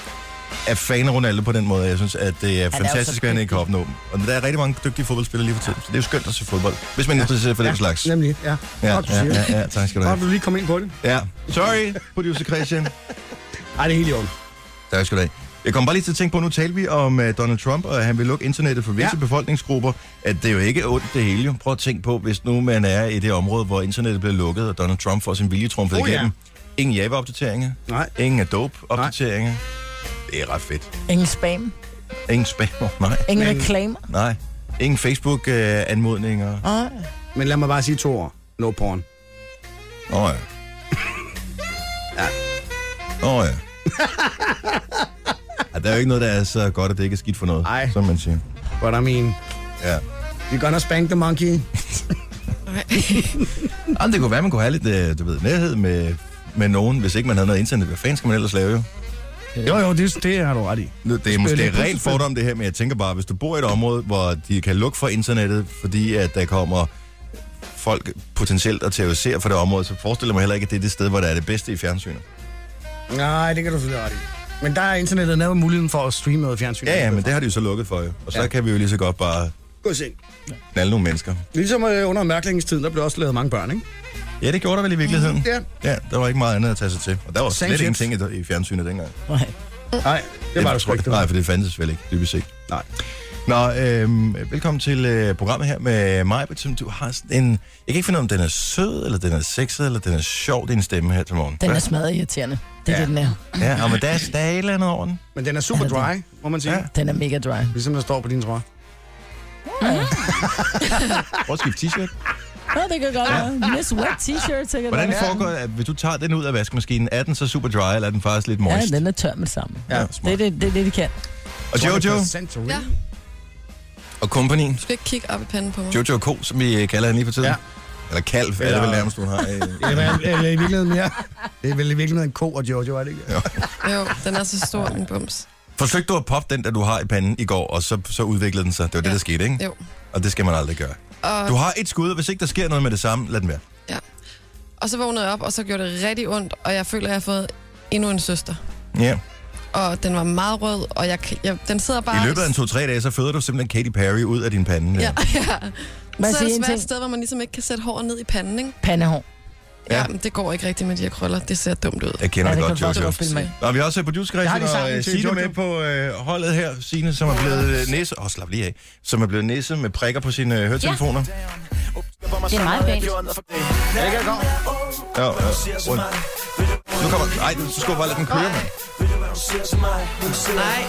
[SPEAKER 1] er fan af Ronaldo på den måde. Jeg synes, at det er
[SPEAKER 6] så
[SPEAKER 1] fantastisk, at han ikke kan opnå dem. Og der er rigtig mange dygtige fodboldspillere lige for tiden. Så det er jo skønt at se fodbold, hvis man er interesseret for den slags.
[SPEAKER 2] Nemlig, ja.
[SPEAKER 1] Ja,
[SPEAKER 2] Godt, du
[SPEAKER 1] ja,
[SPEAKER 2] siger det.
[SPEAKER 1] ja, ja, tak skal du
[SPEAKER 2] Godt,
[SPEAKER 1] have.
[SPEAKER 2] du lige kom ind på det.
[SPEAKER 1] Ja. Sorry, producer Christian.
[SPEAKER 2] Ej, det er helt i orden.
[SPEAKER 1] Tak skal du have. Jeg kom bare lige til at tænke på, nu talte vi om uh, Donald Trump, og at han vil lukke internettet for visse ja.
[SPEAKER 2] Ja.
[SPEAKER 1] befolkningsgrupper, at det er jo ikke ondt det hele. jo. Prøv at tænke på, hvis nu man er i det område, hvor internettet bliver lukket, og Donald Trump får sin viljetrumpet
[SPEAKER 2] Oh,
[SPEAKER 1] oh,
[SPEAKER 2] ja.
[SPEAKER 1] igennem. Ingen Java-opdateringer,
[SPEAKER 2] Nej.
[SPEAKER 1] ingen Adobe-opdateringer. Det er ret fedt.
[SPEAKER 6] Ingen spam.
[SPEAKER 1] Ingen spammer, nej.
[SPEAKER 6] Ingen
[SPEAKER 2] Men-
[SPEAKER 6] reklamer.
[SPEAKER 1] Nej. Ingen Facebook-anmodninger. Åh
[SPEAKER 6] Ah.
[SPEAKER 2] Men lad mig bare sige to ord. No porn.
[SPEAKER 1] oh. oh, ja. Åh oh, ja. Ej, Der er jo ikke noget, der er så godt, at det ikke er skidt for noget,
[SPEAKER 2] Ej.
[SPEAKER 1] som man siger.
[SPEAKER 2] What I mean.
[SPEAKER 1] Ja.
[SPEAKER 2] We gonna spank the monkey.
[SPEAKER 1] Jamen, det kunne være, man kunne have lidt øh, du ved, nærhed med, med nogen, hvis ikke man havde noget internet. Hvad fanden skal man ellers lave jo?
[SPEAKER 2] Jo, jo, det, det har du ret i.
[SPEAKER 1] Nu, Det er måske
[SPEAKER 2] lidt
[SPEAKER 1] rent
[SPEAKER 2] puslespil.
[SPEAKER 1] fordom det her, men jeg tænker bare, hvis du bor i et område, hvor de kan lukke for internettet, fordi at der kommer folk potentielt og terroriserer for det område, så forestiller jeg mig heller ikke, at det er det sted, hvor der er det bedste i fjernsynet.
[SPEAKER 2] Nej, det kan du selvfølgelig ret i. Men der er internettet nærmere muligheden for at streame noget fjernsyn.
[SPEAKER 1] Ja, ja, men det har de jo så lukket for jo. Og så
[SPEAKER 2] Ja.
[SPEAKER 1] kan vi jo lige så godt bare
[SPEAKER 2] Gå i seng.
[SPEAKER 1] knalde nogle mennesker.
[SPEAKER 2] Ligesom øh, under mørklængningstiden, der blev også lavet mange børn, ikke?
[SPEAKER 1] Ja, det gjorde der vel i virkeligheden.
[SPEAKER 2] Ja.
[SPEAKER 1] Ja, der var ikke meget andet at tage sig til. Og der var
[SPEAKER 2] Same
[SPEAKER 1] slet
[SPEAKER 2] shit.
[SPEAKER 1] ingenting i- i fjernsynet dengang.
[SPEAKER 2] Nej, det var der sgu ikke. det var.
[SPEAKER 1] Nej, for det fandtes vel ikke, dybest set.
[SPEAKER 2] Nej.
[SPEAKER 1] Nå, øh, velkommen til øh, programmet her med mig, som du har sådan en... Jeg kan ikke finde ud af, om den er sød, eller den er sexet, eller den er sjov, din stemme her til morgen.
[SPEAKER 6] Den er smadret irriterende. Det er
[SPEAKER 2] Ja.
[SPEAKER 6] ja. den er.
[SPEAKER 1] Ja, og men der er, der er et eller andet over den.
[SPEAKER 2] Men den er super dry, må man sige.
[SPEAKER 1] Ja.
[SPEAKER 2] Ja.
[SPEAKER 6] Den er mega dry.
[SPEAKER 2] Ligesom der står på din trøje.
[SPEAKER 1] Prøv at skifte t-shirt.
[SPEAKER 6] Nå, det kan godt være. Miss Wet T-shirt, så kan det
[SPEAKER 1] Ah. Hvordan
[SPEAKER 6] godt
[SPEAKER 1] foregår det, at hvis du tager den ud af vaskemaskinen, er den så super dry, eller er den faktisk lidt
[SPEAKER 6] være.
[SPEAKER 1] moist?
[SPEAKER 6] Ja, den er tør med sammen.
[SPEAKER 1] Ja,
[SPEAKER 6] Det er
[SPEAKER 1] smart.
[SPEAKER 6] det, det, er det de kan.
[SPEAKER 1] Og Jojo
[SPEAKER 2] 20% to
[SPEAKER 9] Ja.
[SPEAKER 2] real.
[SPEAKER 1] og kompagni,
[SPEAKER 9] Du skal ikke kigge op i panden på mig.
[SPEAKER 1] Jojo Ko, som vi øh, kalder hende lige for tiden.
[SPEAKER 2] Ja.
[SPEAKER 1] Ja. Eller kalv, er det vel
[SPEAKER 2] Eller-
[SPEAKER 1] nærmest, hun har. øh.
[SPEAKER 2] Eller, eller i virkeligheden mere. Det er vel i virkeligheden en ko og Jojo, er det ikke?
[SPEAKER 9] Jo, den er så stor, en bums.
[SPEAKER 1] Forsøgte du at poppe den, der du har i panden i går, og så, så udviklede den sig. Det var det,
[SPEAKER 9] Ja.
[SPEAKER 1] der skete, ikke?
[SPEAKER 9] Jo.
[SPEAKER 1] Og det skal man aldrig gøre.
[SPEAKER 9] Og,
[SPEAKER 1] Du har et skud, og hvis ikke der sker noget med det samme, lad den være.
[SPEAKER 9] og så vågnede jeg op, og så gjorde det rigtig ondt, og jeg føler, at jeg har fået endnu en søster.
[SPEAKER 1] Ja.
[SPEAKER 9] Og den var meget rød, og jeg, kan- jeg, den sidder bare...
[SPEAKER 1] I løbet af en to-tre dage, så føder du simpelthen Katy Perry ud af din
[SPEAKER 9] Ja,
[SPEAKER 1] pande.
[SPEAKER 9] ja.
[SPEAKER 6] Må jeg
[SPEAKER 9] så er
[SPEAKER 6] sige
[SPEAKER 9] det
[SPEAKER 6] en
[SPEAKER 9] svært et
[SPEAKER 6] ting?
[SPEAKER 9] sted, hvor man ligesom ikke kan sætte håret ned i panden, ikke?
[SPEAKER 6] Pandehår.
[SPEAKER 1] Ja.
[SPEAKER 9] Ja. ja men det går ikke rigtigt med de her krøller. Det ser dumt ud.
[SPEAKER 1] Jeg kender
[SPEAKER 6] Ja,
[SPEAKER 1] ja,
[SPEAKER 6] det
[SPEAKER 1] godt,
[SPEAKER 6] kan
[SPEAKER 1] Jojo.
[SPEAKER 6] godt følge mig.
[SPEAKER 1] Nå, vi har også producer
[SPEAKER 2] Jeg har
[SPEAKER 1] Christian og
[SPEAKER 2] lige sangen
[SPEAKER 1] øh,
[SPEAKER 2] til
[SPEAKER 1] Signe med på
[SPEAKER 2] Jojo.
[SPEAKER 1] øh, holdet her. Signe, som er blevet øh, næse... Åh, oh, slap lige af. Som er blevet næse med prikker på sine øh, høretelefoner. Ja.
[SPEAKER 5] Det er meget pænt.
[SPEAKER 1] Ja, ja. Rundt. Nu kommer... Ej, du skal bare lade den køre, mand.
[SPEAKER 9] Nej,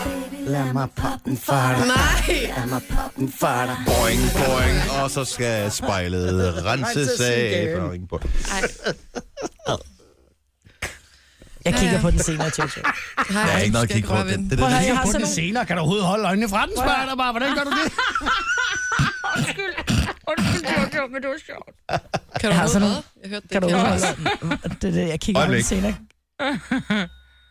[SPEAKER 2] Lad mig poppe den for dig.
[SPEAKER 9] nej.
[SPEAKER 2] Lad mig poppe den for dig.
[SPEAKER 1] Boing, boing. Og så skal spejlet renses
[SPEAKER 2] Renses
[SPEAKER 1] af.
[SPEAKER 2] igen.
[SPEAKER 1] Boing, boing.
[SPEAKER 9] Ej,
[SPEAKER 6] Jeg kigger på den senere, Jojo.
[SPEAKER 9] nej.
[SPEAKER 1] Der er ikke noget at
[SPEAKER 9] skal
[SPEAKER 1] kigge på.
[SPEAKER 9] røre ved
[SPEAKER 1] Det,
[SPEAKER 9] den.
[SPEAKER 1] det, det, det,
[SPEAKER 6] høre,
[SPEAKER 1] det.
[SPEAKER 6] jeg har
[SPEAKER 2] På
[SPEAKER 6] sådan
[SPEAKER 2] den
[SPEAKER 6] nogle...
[SPEAKER 2] senere, kan du overhovedet holde øjnene fra den, spørger jeg dig bare. Hvordan gør du det?
[SPEAKER 9] Kan du
[SPEAKER 6] Jeg har
[SPEAKER 9] hovedet
[SPEAKER 6] sådan
[SPEAKER 9] bedre? Jeg hørte det.
[SPEAKER 6] Kan du
[SPEAKER 9] ikke.
[SPEAKER 6] overholde den? Det er det, jeg kigger på den
[SPEAKER 1] Øjeblik.
[SPEAKER 6] senere.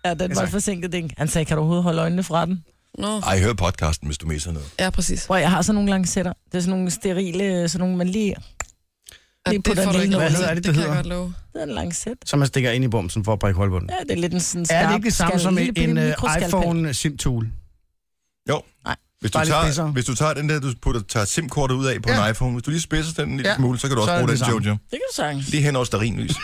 [SPEAKER 6] Ja, den var forsinket, den. Han sagde, kan du overhovedet holde øjnene fra den?
[SPEAKER 9] Nå,
[SPEAKER 1] Ej, hør podcasten, hvis du misser noget.
[SPEAKER 9] ja, præcis.
[SPEAKER 6] Prøv, jeg har sådan nogle langsætter. Det er sådan nogle sterile, sådan nogle, man lige...
[SPEAKER 9] Ja,
[SPEAKER 6] Lige putter
[SPEAKER 9] det får
[SPEAKER 6] den
[SPEAKER 9] du ikke
[SPEAKER 6] lige ned.
[SPEAKER 9] noget.
[SPEAKER 2] Hvad hedder det,
[SPEAKER 9] det,
[SPEAKER 2] det
[SPEAKER 9] kan jeg
[SPEAKER 2] hedder?
[SPEAKER 9] godt love.
[SPEAKER 6] Det er en langsæt.
[SPEAKER 2] Som man stikker ind i bumsen for at brække hulbånden.
[SPEAKER 6] Ja, det er lidt en sådan skarp...
[SPEAKER 2] Er det ikke det samme
[SPEAKER 6] skal-
[SPEAKER 2] som
[SPEAKER 6] lille bitte
[SPEAKER 2] en øh,
[SPEAKER 6] mikroskalpel?
[SPEAKER 2] iPhone SIM-tool?
[SPEAKER 1] Jo.
[SPEAKER 6] Nej.
[SPEAKER 1] Hvis du,
[SPEAKER 2] Bare lidt
[SPEAKER 1] tager,
[SPEAKER 2] spidsere.
[SPEAKER 1] hvis du tager den der, du putter, tager SIM-kortet ud af på
[SPEAKER 2] Ja.
[SPEAKER 1] en iPhone, hvis du lige spidser den en lille
[SPEAKER 2] Ja.
[SPEAKER 1] smule, så kan du
[SPEAKER 2] Så
[SPEAKER 1] også
[SPEAKER 2] er
[SPEAKER 1] bruge den,
[SPEAKER 2] det det samme.
[SPEAKER 1] Jojo.
[SPEAKER 6] Det kan du sagtens.
[SPEAKER 1] Lige hen over starinlys.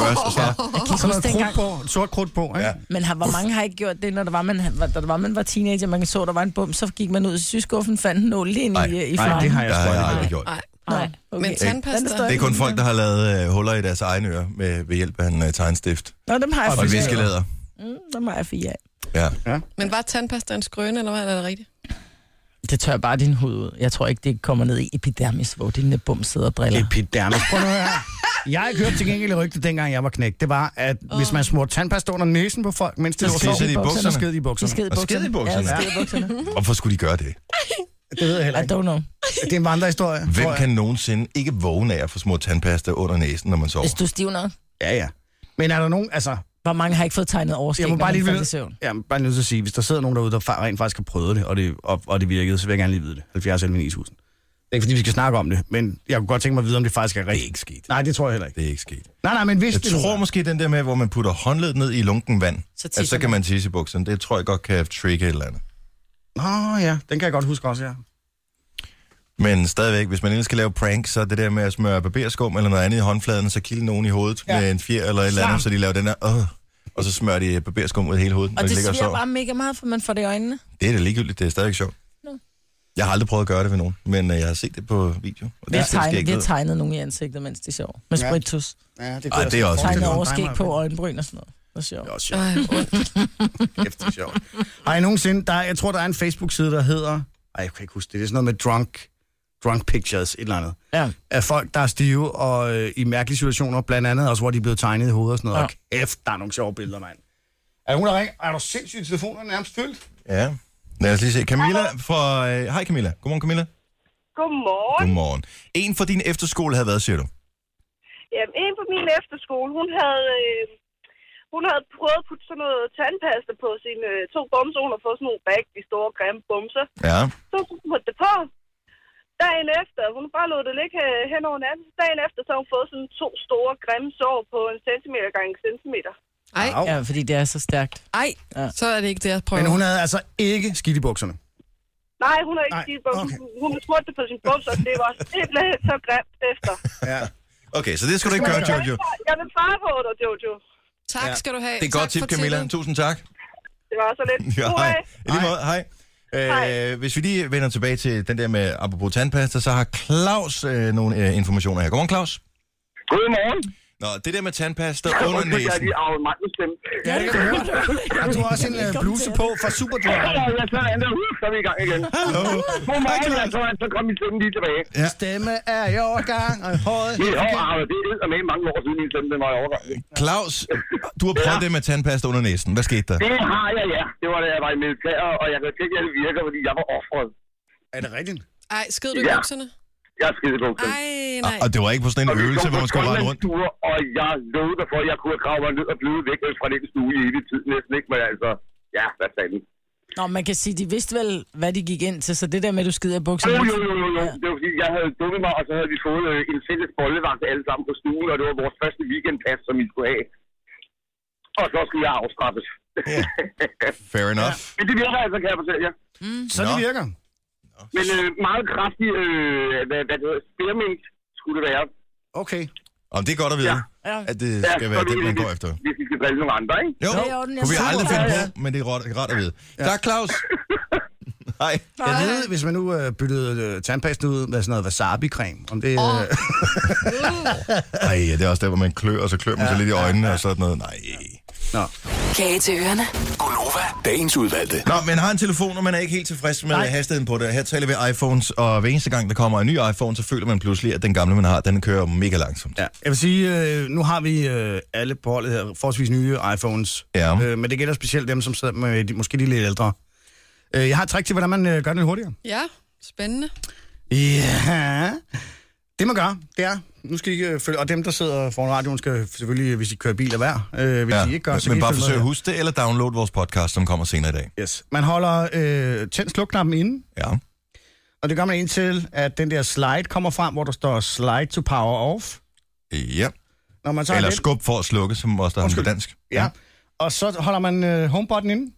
[SPEAKER 1] Først, og så...
[SPEAKER 6] Jeg kan
[SPEAKER 2] Sådan
[SPEAKER 6] ikke
[SPEAKER 2] noget
[SPEAKER 6] huske dengang.
[SPEAKER 2] krudt på, sort krudt på, ikke?
[SPEAKER 1] Ja.
[SPEAKER 2] Ja.
[SPEAKER 6] Men har, hvor mange har ikke gjort det, når der var, man, da der var, man var teenager, man så, der var en bum, så gik man ud i syskuffen, fandt en nål ind i,
[SPEAKER 1] Nej,
[SPEAKER 6] øh, i
[SPEAKER 2] Nej, det har jeg
[SPEAKER 1] Det har
[SPEAKER 2] sgu
[SPEAKER 1] jeg
[SPEAKER 2] aldrig.
[SPEAKER 1] aldrig gjort.
[SPEAKER 9] Nej,
[SPEAKER 6] Nej, okay.
[SPEAKER 9] men tandpasta.
[SPEAKER 6] står
[SPEAKER 1] Det er kun folk, der har lavet øh, huller i deres egne ører med, ved hjælp af en øh, tegnstift
[SPEAKER 6] Nå, dem har jeg
[SPEAKER 1] og et
[SPEAKER 6] fire af.
[SPEAKER 1] viskelæder.
[SPEAKER 6] Mm, dem har jeg fire af.
[SPEAKER 1] Ja.
[SPEAKER 9] Men var tandpasta en skrøne, eller hvad er det rigtigt?
[SPEAKER 6] Det tør bare din hud ud. Jeg tror ikke, det kommer ned i epidermis, hvor din bum sidder og driller.
[SPEAKER 2] Epidermis. Prøv nu at høre her. Jeg har ikke hørt til gengæld i rygte, dengang jeg var knæk. Det var, at oh. hvis man smurte tandpasta under næsen på folk, mens de
[SPEAKER 1] Så
[SPEAKER 2] lå og
[SPEAKER 1] skidser
[SPEAKER 2] sov,
[SPEAKER 1] de i
[SPEAKER 2] så
[SPEAKER 1] bukserne.
[SPEAKER 2] sked de i
[SPEAKER 6] De
[SPEAKER 2] bukserne.
[SPEAKER 6] skede i
[SPEAKER 1] Og skide i bukserne.
[SPEAKER 6] Ja, de skede i bukserne.
[SPEAKER 1] Hvorfor skulle de gøre det?
[SPEAKER 2] Det ved jeg heller
[SPEAKER 6] I
[SPEAKER 2] ikke.
[SPEAKER 6] don't know.
[SPEAKER 2] Det er en vandrehistorie. tror
[SPEAKER 1] Hvem
[SPEAKER 2] jeg.
[SPEAKER 1] kan nogensinde ikke vågne af at få små tandpasta under næsen, når man sover?
[SPEAKER 6] Hvis du er stiv nok,
[SPEAKER 2] Ja, ja. Men er der nogen, altså...
[SPEAKER 6] hvor mange har ikke fået tegnet overskæg,
[SPEAKER 2] Jeg må bare lige
[SPEAKER 6] når man
[SPEAKER 2] vide,
[SPEAKER 6] faldt i søvn?
[SPEAKER 2] jeg er bare nødt til at sige, hvis der sidder nogen derude, der fa- rent faktisk har prøvet det, og det, og, og det virkede, så vil jeg gerne lige vide det. 70 11 9000. Det er ikke, fordi vi skal snakke om det, men jeg kunne godt tænke mig at vide, om det faktisk er rigtigt.
[SPEAKER 1] Det er ikke sket.
[SPEAKER 2] Nej, det tror jeg heller ikke.
[SPEAKER 1] Det er ikke sket.
[SPEAKER 2] Nej, nej, men hvis
[SPEAKER 1] Jeg
[SPEAKER 2] det nu
[SPEAKER 1] tror
[SPEAKER 2] er-
[SPEAKER 1] måske den der med, hvor man putter håndledet ned i lunken vand,
[SPEAKER 6] Så
[SPEAKER 1] at så kan man tisse i bukserne. Det tror jeg godt kan trigge et eller andet.
[SPEAKER 2] Nå ja, den kan jeg godt huske også, ja.
[SPEAKER 1] Men stadigvæk, hvis man endelig skal lave prank, så er det der med at smøre barberskum eller noget andet i håndfladen, så kilde nogen i hovedet ja.
[SPEAKER 2] Ja.
[SPEAKER 1] med en fjer eller et eller andet, så de laver den der, øh, og så smører de barberskum ud i hele hovedet,
[SPEAKER 6] Og
[SPEAKER 1] når de
[SPEAKER 6] det
[SPEAKER 1] ligger og
[SPEAKER 6] sviger
[SPEAKER 1] sover.
[SPEAKER 6] bare mega meget, for man får det i øjnene.
[SPEAKER 1] Det er da ligegyldigt, det er stadigvæk sjovt. Jeg har aldrig prøvet at gøre det ved nogen, men øh, jeg har set det på video. Og
[SPEAKER 6] Vi har
[SPEAKER 1] det, skal
[SPEAKER 6] tegnet,
[SPEAKER 1] ikke
[SPEAKER 6] vi har
[SPEAKER 1] ned.
[SPEAKER 6] tegnet nogen i ansigtet, mens de sover. Med
[SPEAKER 2] Ja.
[SPEAKER 6] spritus.
[SPEAKER 2] ja det,
[SPEAKER 1] Ej, det er også
[SPEAKER 6] Tegnet
[SPEAKER 1] det.
[SPEAKER 6] overskæg på øjenbryn og sådan noget. Det er sjovt.
[SPEAKER 2] også
[SPEAKER 9] Ej, ondt.
[SPEAKER 2] Kæft, det er sjovt. Har I nogensinde, der, er- jeg tror, der er en Facebook-side, der hedder, ej, jeg kan ikke huske det, det er sådan noget med drunk, drunk pictures, et eller andet.
[SPEAKER 6] Ja.
[SPEAKER 2] Af folk, der er stive og øh, i mærkelige situationer, blandt andet også, hvor de er blevet tegnet i hovedet og sådan noget. Ja. Og kæft, der er nogle sjove billeder, mand. Er der nogen, der ringer? Er du sindssygt, telefonen er nærmest fyldt?
[SPEAKER 1] Ja. Lad os lige se. Camilla fra... øh, Hej Camilla. Godmorgen Camilla.
[SPEAKER 8] Godmorgen.
[SPEAKER 1] Godmorgen. En fra din efterskole havde været, siger du.
[SPEAKER 8] Jamen, en på min efterskole, hun havde, øh, hun havde prøvet at putte sådan noget tandpasta på sine øh, to bumser. Hun havde fået sådan nogle bag, de store grimme bumser.
[SPEAKER 1] Ja.
[SPEAKER 8] Så hun putte det på. Dagen efter, hun bare lod det ligge øh, hen over natten. Dagen efter, så har hun fået sådan to store grimme sår på en centimeter gange en centimeter.
[SPEAKER 9] Ej,
[SPEAKER 2] Au.
[SPEAKER 6] Ja, fordi det er så stærkt.
[SPEAKER 9] ej. Så er det ikke det, jeg prøver.
[SPEAKER 2] Men hun havde altså ikke skidt i bukserne.
[SPEAKER 8] Nej, hun har ikke
[SPEAKER 2] Nej,
[SPEAKER 8] skidt bumser.
[SPEAKER 2] okay.
[SPEAKER 8] Hun- Hun har smurt det på sin bumser, og det var simpelthen så grimt efter.
[SPEAKER 2] Ja.
[SPEAKER 1] Okay, så det skal du ikke gøre, Jojo.
[SPEAKER 8] Jeg vil fare på dig, Jojo.
[SPEAKER 9] Tak skal du have.
[SPEAKER 1] Det er et godt
[SPEAKER 9] tak for
[SPEAKER 1] tip, Camilla.
[SPEAKER 9] tippet.
[SPEAKER 1] Tusind tak.
[SPEAKER 8] Det var så lidt.
[SPEAKER 1] Ja,
[SPEAKER 8] Goddag.
[SPEAKER 1] hej. I lige måde. Hej.
[SPEAKER 8] Hej.
[SPEAKER 1] Øh, hvis vi lige vender tilbage til den der med apropos tandpasta, så har Claus øh, nogle øh, informationer her. Godmorgen, Claus.
[SPEAKER 10] Godmorgen.
[SPEAKER 1] Nå, det der med tandpasta under
[SPEAKER 10] Undskyld, jeg er
[SPEAKER 1] næsen.
[SPEAKER 10] lige arvet mange stemme.
[SPEAKER 2] Ja, det kan jeg høre. Har du også en øh, bluse på fra
[SPEAKER 10] Ja,
[SPEAKER 2] Superdry?
[SPEAKER 10] ja, ja, sådan er det. Uh, Så er vi i gang igen.
[SPEAKER 1] Hallo. Hej,
[SPEAKER 10] Godmorgen,
[SPEAKER 1] Claus.
[SPEAKER 10] jeg tror, altså, at så kom min stemme lige tilbage.
[SPEAKER 1] Ja.
[SPEAKER 2] Stemme er i overgang, og håret...
[SPEAKER 10] Mit hår arvet, det er med mange år siden, min stemme den var i overgang.
[SPEAKER 1] Claus, du har prøvet
[SPEAKER 10] Ja.
[SPEAKER 1] det med tandpasta under næsen. Hvad skete der?
[SPEAKER 10] Det har jeg, ja. Det var da jeg var i militæret, og jeg kan tænke, at det virker, fordi jeg var offret.
[SPEAKER 2] Er det rigtigt?
[SPEAKER 9] Ej, skød du i
[SPEAKER 10] Ja.
[SPEAKER 9] bukserne?
[SPEAKER 10] Jeg er skide god til.
[SPEAKER 9] Ej, nej.
[SPEAKER 1] Og det var ikke på sådan en øvelse, hvor man skulle rende rundt.
[SPEAKER 10] Tur, og jeg lovede dig for, at jeg kunne have gravet mig ned og blive væk fra den stue i evig tid næsten, ikke? Men altså, ja, hvad fanden.
[SPEAKER 6] Nå, man kan sige, de vidste vel, hvad de gik ind til, så det der med, at du skider i
[SPEAKER 10] Jo,
[SPEAKER 6] bukserne...
[SPEAKER 10] jo, jo, jo, jo. Det var fordi, jeg havde dummet mig, og så havde vi fået øh, en fælles bollevagt alle sammen på stuen, og det var vores første weekendpas, som vi skulle have. Og så skulle jeg afstraffes.
[SPEAKER 1] Ja. Fair enough.
[SPEAKER 10] Men det virker altså, kan jeg fortælle jer.
[SPEAKER 6] Mm.
[SPEAKER 2] Så det
[SPEAKER 1] Nå.
[SPEAKER 2] virker.
[SPEAKER 10] Men øh, meget kraftig, øh, hvad, hvad det hedder, spearmint skulle det være.
[SPEAKER 2] Okay.
[SPEAKER 1] Om det er godt at vide,
[SPEAKER 6] Ja.
[SPEAKER 1] at det skal være
[SPEAKER 10] så vi-
[SPEAKER 1] det, man
[SPEAKER 10] hvis-
[SPEAKER 1] går efter.
[SPEAKER 10] Hvis vi skal drille nogle andre, ikke?
[SPEAKER 1] Jo,
[SPEAKER 6] Det er i orden, jeg
[SPEAKER 1] kunne vi
[SPEAKER 6] synes,
[SPEAKER 1] aldrig
[SPEAKER 6] det er-
[SPEAKER 1] finde på, men det er rart, rart at vide. Tak, Claus. Hej.
[SPEAKER 2] Jeg ved, hvis man nu øh, byttede øh, tandpasta ud med sådan noget wasabi-creme, om det... Øh,
[SPEAKER 1] Ej, det er også der, hvor man klør, og så klør man sig lidt i øjnene og sådan noget. Nej.
[SPEAKER 2] nå.
[SPEAKER 7] Kage til ørerne.
[SPEAKER 11] Gonova, dagens udvalgte.
[SPEAKER 1] Nå, men har en telefon, og man er ikke helt tilfreds med Nej. hastigheden på det. Her taler vi iPhones, og hver eneste gang, der kommer en ny iPhone, så føler man pludselig, at den gamle, man har, den kører mega langsomt.
[SPEAKER 2] Ja, jeg vil sige, øh, nu har vi øh, alle på holdet her forholdsvis nye iPhones.
[SPEAKER 1] Ja.
[SPEAKER 2] Øh, men det gælder specielt dem, som sidder med de, måske de lidt ældre. Øh, jeg har et trick til, hvordan man øh, gør det lidt hurtigere.
[SPEAKER 9] Ja, spændende.
[SPEAKER 2] Ja. Det man gør, det er, nu skal I øh, følge, og dem, der sidder foran radioen, skal selvfølgelig, hvis de kører bil, lade være. Øh, hvis de ikke gør, så
[SPEAKER 1] men
[SPEAKER 2] kan I
[SPEAKER 1] bare
[SPEAKER 2] følge
[SPEAKER 1] forsøg at
[SPEAKER 2] med her.
[SPEAKER 1] huske det, eller download vores podcast, som kommer senere i dag.
[SPEAKER 2] Yes. Man holder øh, tænd slukknappen inde,
[SPEAKER 1] Ja.
[SPEAKER 2] og det gør man indtil, at den der slide kommer frem, hvor der står slide to power off.
[SPEAKER 1] Ja.
[SPEAKER 2] Når man så
[SPEAKER 1] Eller skub for at slukke, som også der er på
[SPEAKER 2] Undskyld.
[SPEAKER 1] dansk.
[SPEAKER 2] Ja. Og så holder man øh, homebutton inde.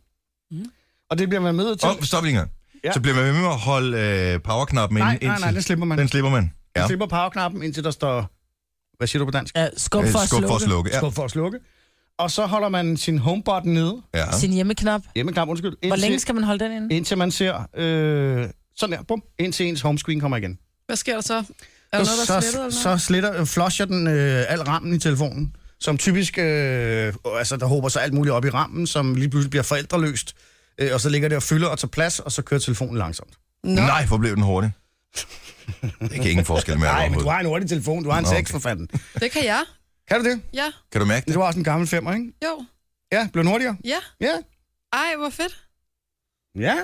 [SPEAKER 6] Mhm.
[SPEAKER 2] Og det bliver man nødt til.
[SPEAKER 1] Åh, oh, stop lige en gang.
[SPEAKER 2] Ja.
[SPEAKER 1] Ja. Så bliver man ved med at holde øh, powerknappen inde
[SPEAKER 2] nej, nej,
[SPEAKER 1] indtil...
[SPEAKER 2] nej, den slipper man.
[SPEAKER 1] den
[SPEAKER 2] Den,
[SPEAKER 1] slipper man.
[SPEAKER 2] ja.
[SPEAKER 1] Ja.
[SPEAKER 2] den slipper powerknappen, indtil der står... Hvad siger du på dansk?
[SPEAKER 6] Ja, skub
[SPEAKER 1] Øh,
[SPEAKER 6] for at
[SPEAKER 1] skub for at
[SPEAKER 6] slukke.
[SPEAKER 1] slukke. Ja.
[SPEAKER 2] Skub for at slukke. Og så holder man sin homebutton nede.
[SPEAKER 1] ja.
[SPEAKER 6] Sin hjemmeknap.
[SPEAKER 2] Hjemmeknap, undskyld. Indtil,
[SPEAKER 6] Hvor længe skal man holde den inde?
[SPEAKER 2] Indtil man ser... Øh, sådan der, bum. Indtil ens homescreen kommer igen.
[SPEAKER 4] Hvad sker der så? Er der noget, der er
[SPEAKER 2] så,
[SPEAKER 4] slettet eller noget?
[SPEAKER 2] så sletter, øh, flusher den øh, al rammen i telefonen, som typisk, øh, altså der håber sig alt muligt op i rammen, som lige pludselig bliver forældreløst, øh, og så ligger det og fylder og tager plads, og så kører telefonen langsomt.
[SPEAKER 1] Nej, hvor blev den hurtig. Det kan ingen forskel med
[SPEAKER 2] Nej, men du
[SPEAKER 1] overhovedet.
[SPEAKER 2] har en hurtig telefon, du har en
[SPEAKER 1] Nå,
[SPEAKER 2] 6
[SPEAKER 1] okay.
[SPEAKER 2] for fanden.
[SPEAKER 9] Det kan jeg.
[SPEAKER 2] Kan du det?
[SPEAKER 9] Ja,
[SPEAKER 1] Kan du mærke det?
[SPEAKER 2] Du har også en gammel femmer, ikke?
[SPEAKER 9] jo,
[SPEAKER 2] Ja, blev den hurtigere?
[SPEAKER 9] ja.
[SPEAKER 2] Ja.
[SPEAKER 9] Ej, hvor fedt.
[SPEAKER 2] Ja.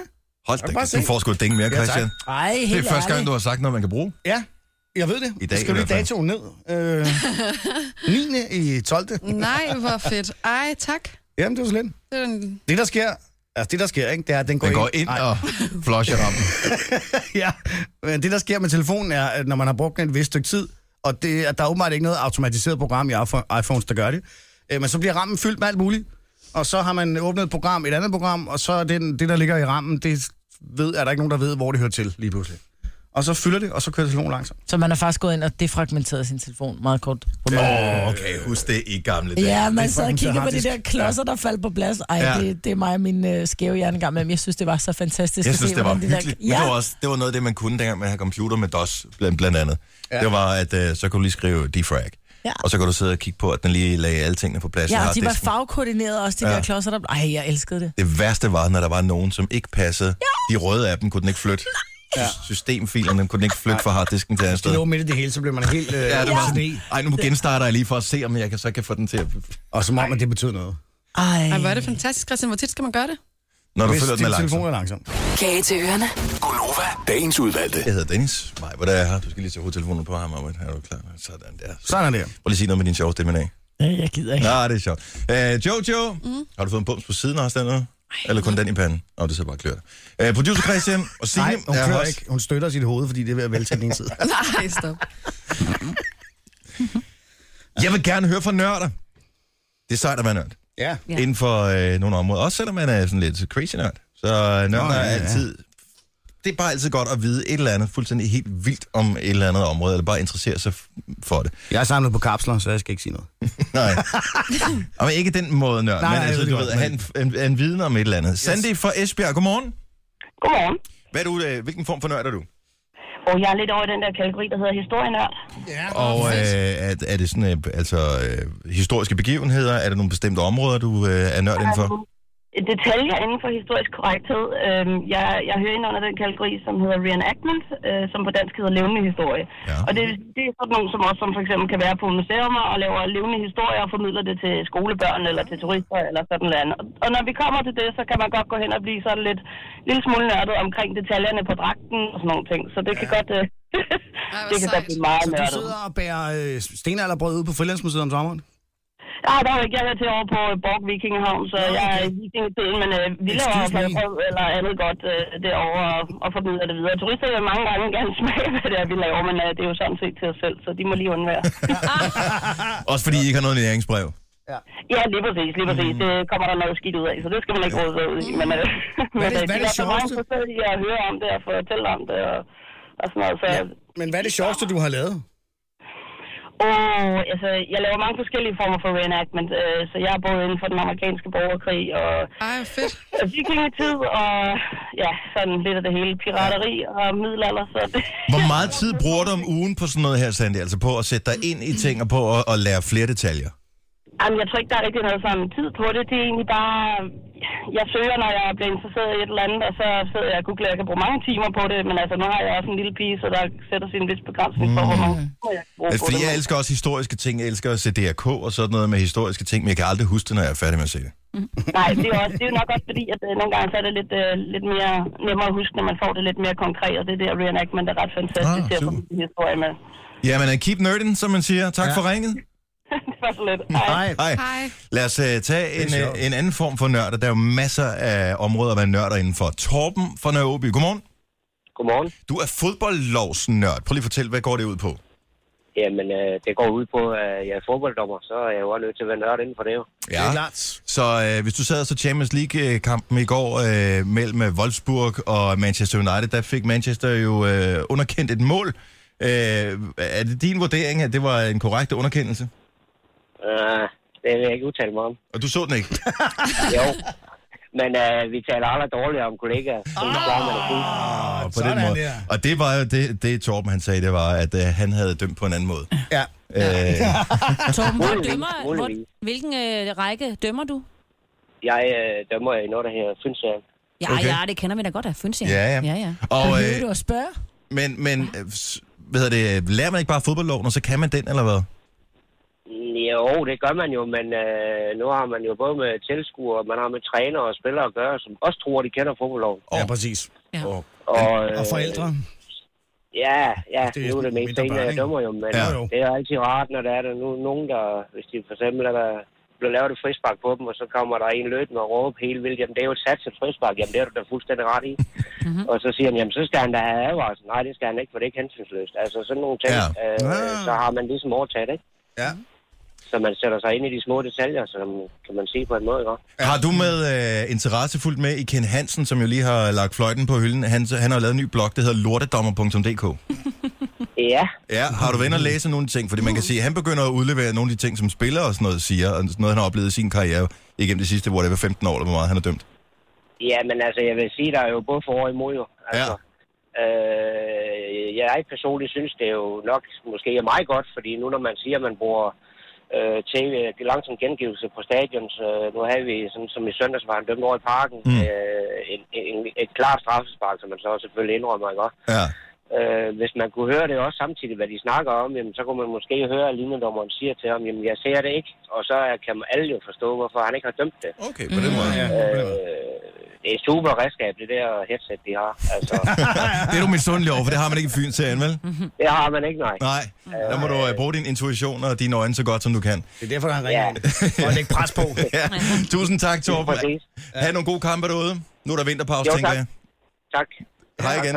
[SPEAKER 1] Hold da,
[SPEAKER 2] kan bare
[SPEAKER 1] kæft, du
[SPEAKER 2] se.
[SPEAKER 1] får sgu et ding mere,
[SPEAKER 2] tak.
[SPEAKER 1] Christian.
[SPEAKER 6] Ej, helt
[SPEAKER 1] det er første gang,
[SPEAKER 6] ærligt.
[SPEAKER 1] du har sagt noget, man kan bruge.
[SPEAKER 2] Ja. Jeg ved det.
[SPEAKER 1] I dag
[SPEAKER 2] Jeg skal
[SPEAKER 1] i
[SPEAKER 2] lige
[SPEAKER 1] hvert fald.
[SPEAKER 2] datoen ned. Øh, 9. i 12.
[SPEAKER 9] Nej, hvor fedt. Ej, tak.
[SPEAKER 2] Jamen, det var så lidt.
[SPEAKER 9] Det er en...
[SPEAKER 2] Det, der sker, altså det, der sker, ikke, det er, at den går,
[SPEAKER 1] Den går ind
[SPEAKER 2] Ej,
[SPEAKER 1] og flusher rammen.
[SPEAKER 2] ja. Men det, der sker med telefonen, er, at når man har brugt den et vist stykke tid, og det, at der er åbenbart ikke noget automatiseret program i iPhone- iPhones, der gør det, øh, men så bliver rammen fyldt med alt muligt, og så har man åbnet et program, et andet program, og så er den, det, der ligger i rammen, det ved, er der ikke nogen, der ved, hvor det hører til lige pludselig. Og så fylder det, og så kører telefonen langsomt.
[SPEAKER 6] Så man har faktisk gået ind og defragmenteret sin telefon meget kort.
[SPEAKER 1] Åh,
[SPEAKER 6] På ja.
[SPEAKER 1] oh, okay, husk det i gamle dage.
[SPEAKER 6] ja, man sad og
[SPEAKER 2] Defragmenteret
[SPEAKER 6] kiggede på de
[SPEAKER 2] harddisk.
[SPEAKER 6] der klodser, der faldt på plads. Ej,
[SPEAKER 1] Ja.
[SPEAKER 6] ja. det, det er mig og min øh, skæve hjerne gang med. Jeg synes, det var så fantastisk
[SPEAKER 1] Jeg
[SPEAKER 6] at
[SPEAKER 1] synes,
[SPEAKER 6] se,
[SPEAKER 1] det var
[SPEAKER 6] hvordan de der-
[SPEAKER 1] hyggeligt. Men
[SPEAKER 6] Ja,
[SPEAKER 1] det, var også, det var noget af det, man kunne, dengang man havde computer med DOS, blandt, blandt andet. Ja. Det var, at øh, så kunne du lige skrive defrag.
[SPEAKER 6] Ja.
[SPEAKER 1] Og så kan du sidde og kigge på, at den lige lagde alle tingene på plads. i
[SPEAKER 6] ja og de var
[SPEAKER 1] harddisken.
[SPEAKER 6] fagkoordineret også, de
[SPEAKER 1] Ja.
[SPEAKER 6] ja. der klodser. Der... Ej, jeg elskede det.
[SPEAKER 1] Det værste var, når der var nogen, som ikke passede. Ja. De røde af dem kunne den ikke flytte. Ja. Systemfilerne kunne den ikke flytte fra harddisken til andet
[SPEAKER 2] Det
[SPEAKER 1] sted.
[SPEAKER 2] lå midt i det hele, så blev man helt øh,
[SPEAKER 1] Ja, det var sådan,
[SPEAKER 2] sne,
[SPEAKER 1] ej, nu genstarter jeg lige for at se, om jeg kan, så kan få den til at...
[SPEAKER 2] og som om, at det betød noget.
[SPEAKER 6] Ej,
[SPEAKER 4] Ej, hvor er det fantastisk, Christian. Hvor tit skal man gøre det?
[SPEAKER 1] Når du
[SPEAKER 2] Hvis
[SPEAKER 1] føler, den er
[SPEAKER 2] din
[SPEAKER 1] langsom.
[SPEAKER 2] telefon er langsom.
[SPEAKER 7] Kage til ørerne.
[SPEAKER 11] Gonova, dagens udvalgte.
[SPEAKER 1] Jeg hedder Dennis. Nej, hvor der er jeg her. Du skal lige tage hovedtelefonen på ham, Arvind. Er du klar? Sådan der. Prøv
[SPEAKER 2] Sådan der.
[SPEAKER 1] lige at sige noget med din sjove stemme af.
[SPEAKER 6] Ej, jeg gider ikke.
[SPEAKER 1] Nej, det er sjovt. Øh, Jojo, mm. har du fået en bums på siden også dernede? Eller kun den i panden? Åh, oh, det ser bare klør. Øh, producer Christian og Signe.
[SPEAKER 2] Nej, hun
[SPEAKER 1] er
[SPEAKER 2] klør
[SPEAKER 1] også-
[SPEAKER 2] ikke. Hun støtter sit hoved, fordi det er ved at vælte til den ene side.
[SPEAKER 9] Nej, stop.
[SPEAKER 1] Jeg vil gerne høre fra nørder. Det er sejt at være nørd.
[SPEAKER 2] Ja.
[SPEAKER 1] Ja. Inden for øh, nogle områder. Også selvom man er sådan lidt crazy nørd. Så øh, nørder
[SPEAKER 2] Nå,
[SPEAKER 1] oh,
[SPEAKER 2] ja,
[SPEAKER 1] er
[SPEAKER 2] ja.
[SPEAKER 1] altid... Det er bare altid godt at vide et eller andet fuldstændig helt vildt om et eller andet område, eller bare interessere sig f- for det.
[SPEAKER 2] Jeg er samlet på kapsler, så jeg skal ikke sige noget.
[SPEAKER 1] Nej. Og ikke den måde, nørd.
[SPEAKER 2] Nej,
[SPEAKER 1] Nej, men
[SPEAKER 2] jeg
[SPEAKER 1] altså,
[SPEAKER 2] ved
[SPEAKER 1] du
[SPEAKER 2] det
[SPEAKER 1] ved,
[SPEAKER 2] godt,
[SPEAKER 1] han, han, han vidner om et eller andet. Yes. Sandy fra Esbjerg, godmorgen. Godmorgen. Hvad er du, øh, hvilken form for nørd er du?
[SPEAKER 12] Og jeg er lidt over i den der kategori, der hedder historienørd. Ja.
[SPEAKER 1] Og øh, er, er det sådan, øh, altså øh, historiske begivenheder? Er der nogle bestemte områder, du øh, er nørd indenfor?
[SPEAKER 12] Detaljer inden for historisk korrekthed. Øhm, jeg, jeg hører ind under den kategori, som hedder reenactment, øh, som på dansk hedder levende historie. Ja. Og det, det er sådan nogle, som også som for eksempel kan være på museer og laver levende historier og formidler det til skolebørn eller til turister eller sådan noget. andet. Og når vi kommer til det, så kan man godt gå hen og blive sådan lidt lille smule nørdet omkring detaljerne på dragten og sådan nogle ting. Så det ja. kan godt... Øh, det kan godt blive meget
[SPEAKER 2] Så du
[SPEAKER 12] nørdet.
[SPEAKER 2] sidder og bærer øh, stenalderbrød ude på Frilandsmuseet om sommeren?
[SPEAKER 12] Ja, der er ikke. Jeg hører til over på øh, Borg Vikingehavn, så jeg er i vikingetiden, men øh, vi laver
[SPEAKER 2] Excuse me.
[SPEAKER 12] brød eller andet godt øh, derovre og, og formidler det videre. Turister vil mange gange gerne smage, hvad det er, vi laver, men øh, det er jo sådan set til os selv, så de må lige undvære.
[SPEAKER 1] Også fordi I ikke har noget næringsbrev.
[SPEAKER 12] ja, lige præcis, lige præcis. Det kommer der noget skidt ud af, så det skal man ikke råde sig ud i. Men, øh, men
[SPEAKER 2] det-
[SPEAKER 12] øh,
[SPEAKER 2] Mm. hvad er
[SPEAKER 12] de
[SPEAKER 2] det
[SPEAKER 12] er så meget
[SPEAKER 2] sjoveste?
[SPEAKER 12] interesserede i at høre om det og fortælle om det og, og sådan noget. Så ja.
[SPEAKER 2] Men hvad er det sjoveste, du har lavet?
[SPEAKER 12] Og altså, jeg laver mange forskellige former for reenactment, øh, så jeg er både inden for den amerikanske borgerkrig og
[SPEAKER 9] Ej, fedt.
[SPEAKER 12] vikingetid og ja, sådan lidt af det hele. Pirateri og middelalder, så det,
[SPEAKER 1] Hvor meget tid bruger du om ugen på sådan noget her, Sandy? Altså på at sætte dig ind i ting og på at, at lære flere detaljer?
[SPEAKER 12] Jamen, jeg tror ikke, der er rigtig noget sådan tid på det. Det er egentlig bare, jeg søger, når jeg bliver interesseret i et eller andet, og så sidder jeg og googler, jeg kan bruge mange timer på det, men altså, nu har jeg også en lille pige, så der sætter sin vis begrænsning for, hvor mange timer jeg kan bruge
[SPEAKER 1] Mm. Altså,
[SPEAKER 12] på
[SPEAKER 1] fordi
[SPEAKER 12] det.
[SPEAKER 1] jeg elsker også historiske ting. Jeg elsker at se DRK og sådan noget med historiske ting, men jeg kan aldrig huske det, når jeg er færdig med at se det.
[SPEAKER 12] Nej, det er, jo også, det er jo nok også fordi, at øh, nogle gange så er det lidt, øh, lidt mere nemmere at huske, når man får det lidt mere konkret, og det der reenactment er ret fantastisk
[SPEAKER 1] Ah,
[SPEAKER 12] til at få en historie med.
[SPEAKER 1] Jamen, uh, keep nerding, som man siger. Tak ja. for ringet.
[SPEAKER 12] det var så lidt.
[SPEAKER 1] Hej. Hej. Lad os uh, tage en, uh, en anden form for nørder. Der er jo masser af områder at være nørder indenfor. Torben fra Nørreby. Godmorgen.
[SPEAKER 13] Godmorgen.
[SPEAKER 1] Du er fodboldlovsnørd. Prøv lige at fortælle, hvad går det ud på?
[SPEAKER 13] Jamen, øh, det går ud på, at jeg er fodbolddommer, så er jeg jo også nødt til at være nørd inden for det jo.
[SPEAKER 1] Ja. Det er klart. Så øh, hvis du sad og så Champions League-kampen i går øh, mellem øh, Wolfsburg og Manchester United, der fik Manchester jo øh, underkendt et mål. Øh, er det din vurdering, at det var en korrekt underkendelse?
[SPEAKER 13] Øh, det vil jeg ikke udtale mig om.
[SPEAKER 1] Og du så den ikke?
[SPEAKER 13] jo. Men øh, vi taler aldrig dårligt om kollegaer. Oh,
[SPEAKER 1] Oh, på den måde. Der. Og det var jo det, det Torben han sagde, det var, at øh, han havde dømt på en anden måde.
[SPEAKER 2] Ja.
[SPEAKER 1] Øh,
[SPEAKER 5] Torben, hvor
[SPEAKER 13] Muligvis,
[SPEAKER 5] dømmer, hvor,
[SPEAKER 13] muligvis.
[SPEAKER 5] hvilken øh, række dømmer du?
[SPEAKER 13] jeg øh, dømmer i noget, der hedder Fynsjæren.
[SPEAKER 5] Ja,
[SPEAKER 1] Okay.
[SPEAKER 5] okay. ja, det kender vi da godt af Fynsing.
[SPEAKER 1] Ja, ja.
[SPEAKER 5] ja, ja.
[SPEAKER 1] Og,
[SPEAKER 5] Og,
[SPEAKER 1] øh,
[SPEAKER 5] øh, du at spørge?
[SPEAKER 1] men men øh, s- hvad hedder det, lærer man ikke bare fodboldloven, og så kan man den, eller hvad?
[SPEAKER 13] Mm, Jo, det gør man jo, men øh, nu har man jo både med tilskuere, man har med trænere og spillere at gøre, som også tror, de kender fodboldloven.
[SPEAKER 2] Ja, præcis.
[SPEAKER 5] Ja.
[SPEAKER 1] Og,
[SPEAKER 13] Og, øh,
[SPEAKER 2] Og forældre? Altså,
[SPEAKER 13] Ja, ja,
[SPEAKER 2] Det
[SPEAKER 13] det
[SPEAKER 2] er
[SPEAKER 13] er nu er det
[SPEAKER 2] mindre
[SPEAKER 13] mest en,
[SPEAKER 2] børn,
[SPEAKER 13] jeg
[SPEAKER 2] ikke?
[SPEAKER 13] dømmer jo, men
[SPEAKER 2] Ja,
[SPEAKER 13] ja,
[SPEAKER 2] jo.
[SPEAKER 13] det er altid rart, når der er der nu, nogen, der, hvis de for eksempel er der bliver lavet et frispark på dem, og så kommer der en løbende og råber helt vildt, jamen det er jo et satset frispark, jamen det er du da fuldstændig ret i.
[SPEAKER 2] Mhm.
[SPEAKER 13] mm-hmm. Og så siger han, jamen så skal han da have advarsel. Nej, det skal han ikke, for det er ikke hensynsløst. Altså sådan nogle ting,
[SPEAKER 1] Ja.
[SPEAKER 13] ja. øh, så har man ligesom overtaget, ikke?
[SPEAKER 2] Ja.
[SPEAKER 13] Så man sætter sig ind i de små detaljer, som kan man sige på en måde, ikke?
[SPEAKER 1] Har du med øh, interesse fuldt med i Ken Hansen, som jo lige har lagt fløjten på hylden? Han, han har lavet en ny blog, der hedder lortedommer.dk.
[SPEAKER 13] Ja,
[SPEAKER 1] Ja, har du været inde og læse nogle ting? Fordi man kan sige, at han begynder at udlevere nogle af de ting, som spillere og sådan noget siger, og sådan noget, han har oplevet i sin karriere igennem de sidste, hvor det var 15 år, eller hvor meget han er dømt.
[SPEAKER 13] Ja, men altså, jeg vil sige, der er jo både for og imod jo. Altså, ja. øh, jeg personligt synes, det er jo nok måske er meget godt, fordi nu når man siger, at man bruger øh, tv, langsom gengivelse på stadion, så nu havde vi, som, som i søndags var han dømt over i parken,
[SPEAKER 14] Mm.
[SPEAKER 13] mm. øh, en, en, et klart straffespark, som man så selvfølgelig indrømmer, ikke også?
[SPEAKER 1] Ja.
[SPEAKER 13] Øh, hvis man kunne høre det også samtidig, hvad de snakker om, jamen, så kunne man måske høre, at linjedommeren siger til ham, jamen jeg ser det ikke, og så er- kan man alle jo forstå, hvorfor han ikke har dømt det.
[SPEAKER 1] Okay, på den måde.
[SPEAKER 13] Ja, øh, det er et super redskab, det der headset, de har. Altså,
[SPEAKER 1] Det er du misundelig over, for det har man ikke i Fyn-serien, vel?
[SPEAKER 13] det har man ikke, nej.
[SPEAKER 1] Nej, der må du øh, bruge din intuition og dine øjne så godt, som du kan.
[SPEAKER 2] Det er derfor, han ringer ind. For at lægge pres på.
[SPEAKER 1] ja. Tusind tak, Torben.
[SPEAKER 13] Præcis.
[SPEAKER 1] Ha' nogle gode kampe derude. Nu er der vinterpause,
[SPEAKER 13] Jo,
[SPEAKER 1] tænker
[SPEAKER 13] tak.
[SPEAKER 1] jeg.
[SPEAKER 13] Tak.
[SPEAKER 1] Hej igen.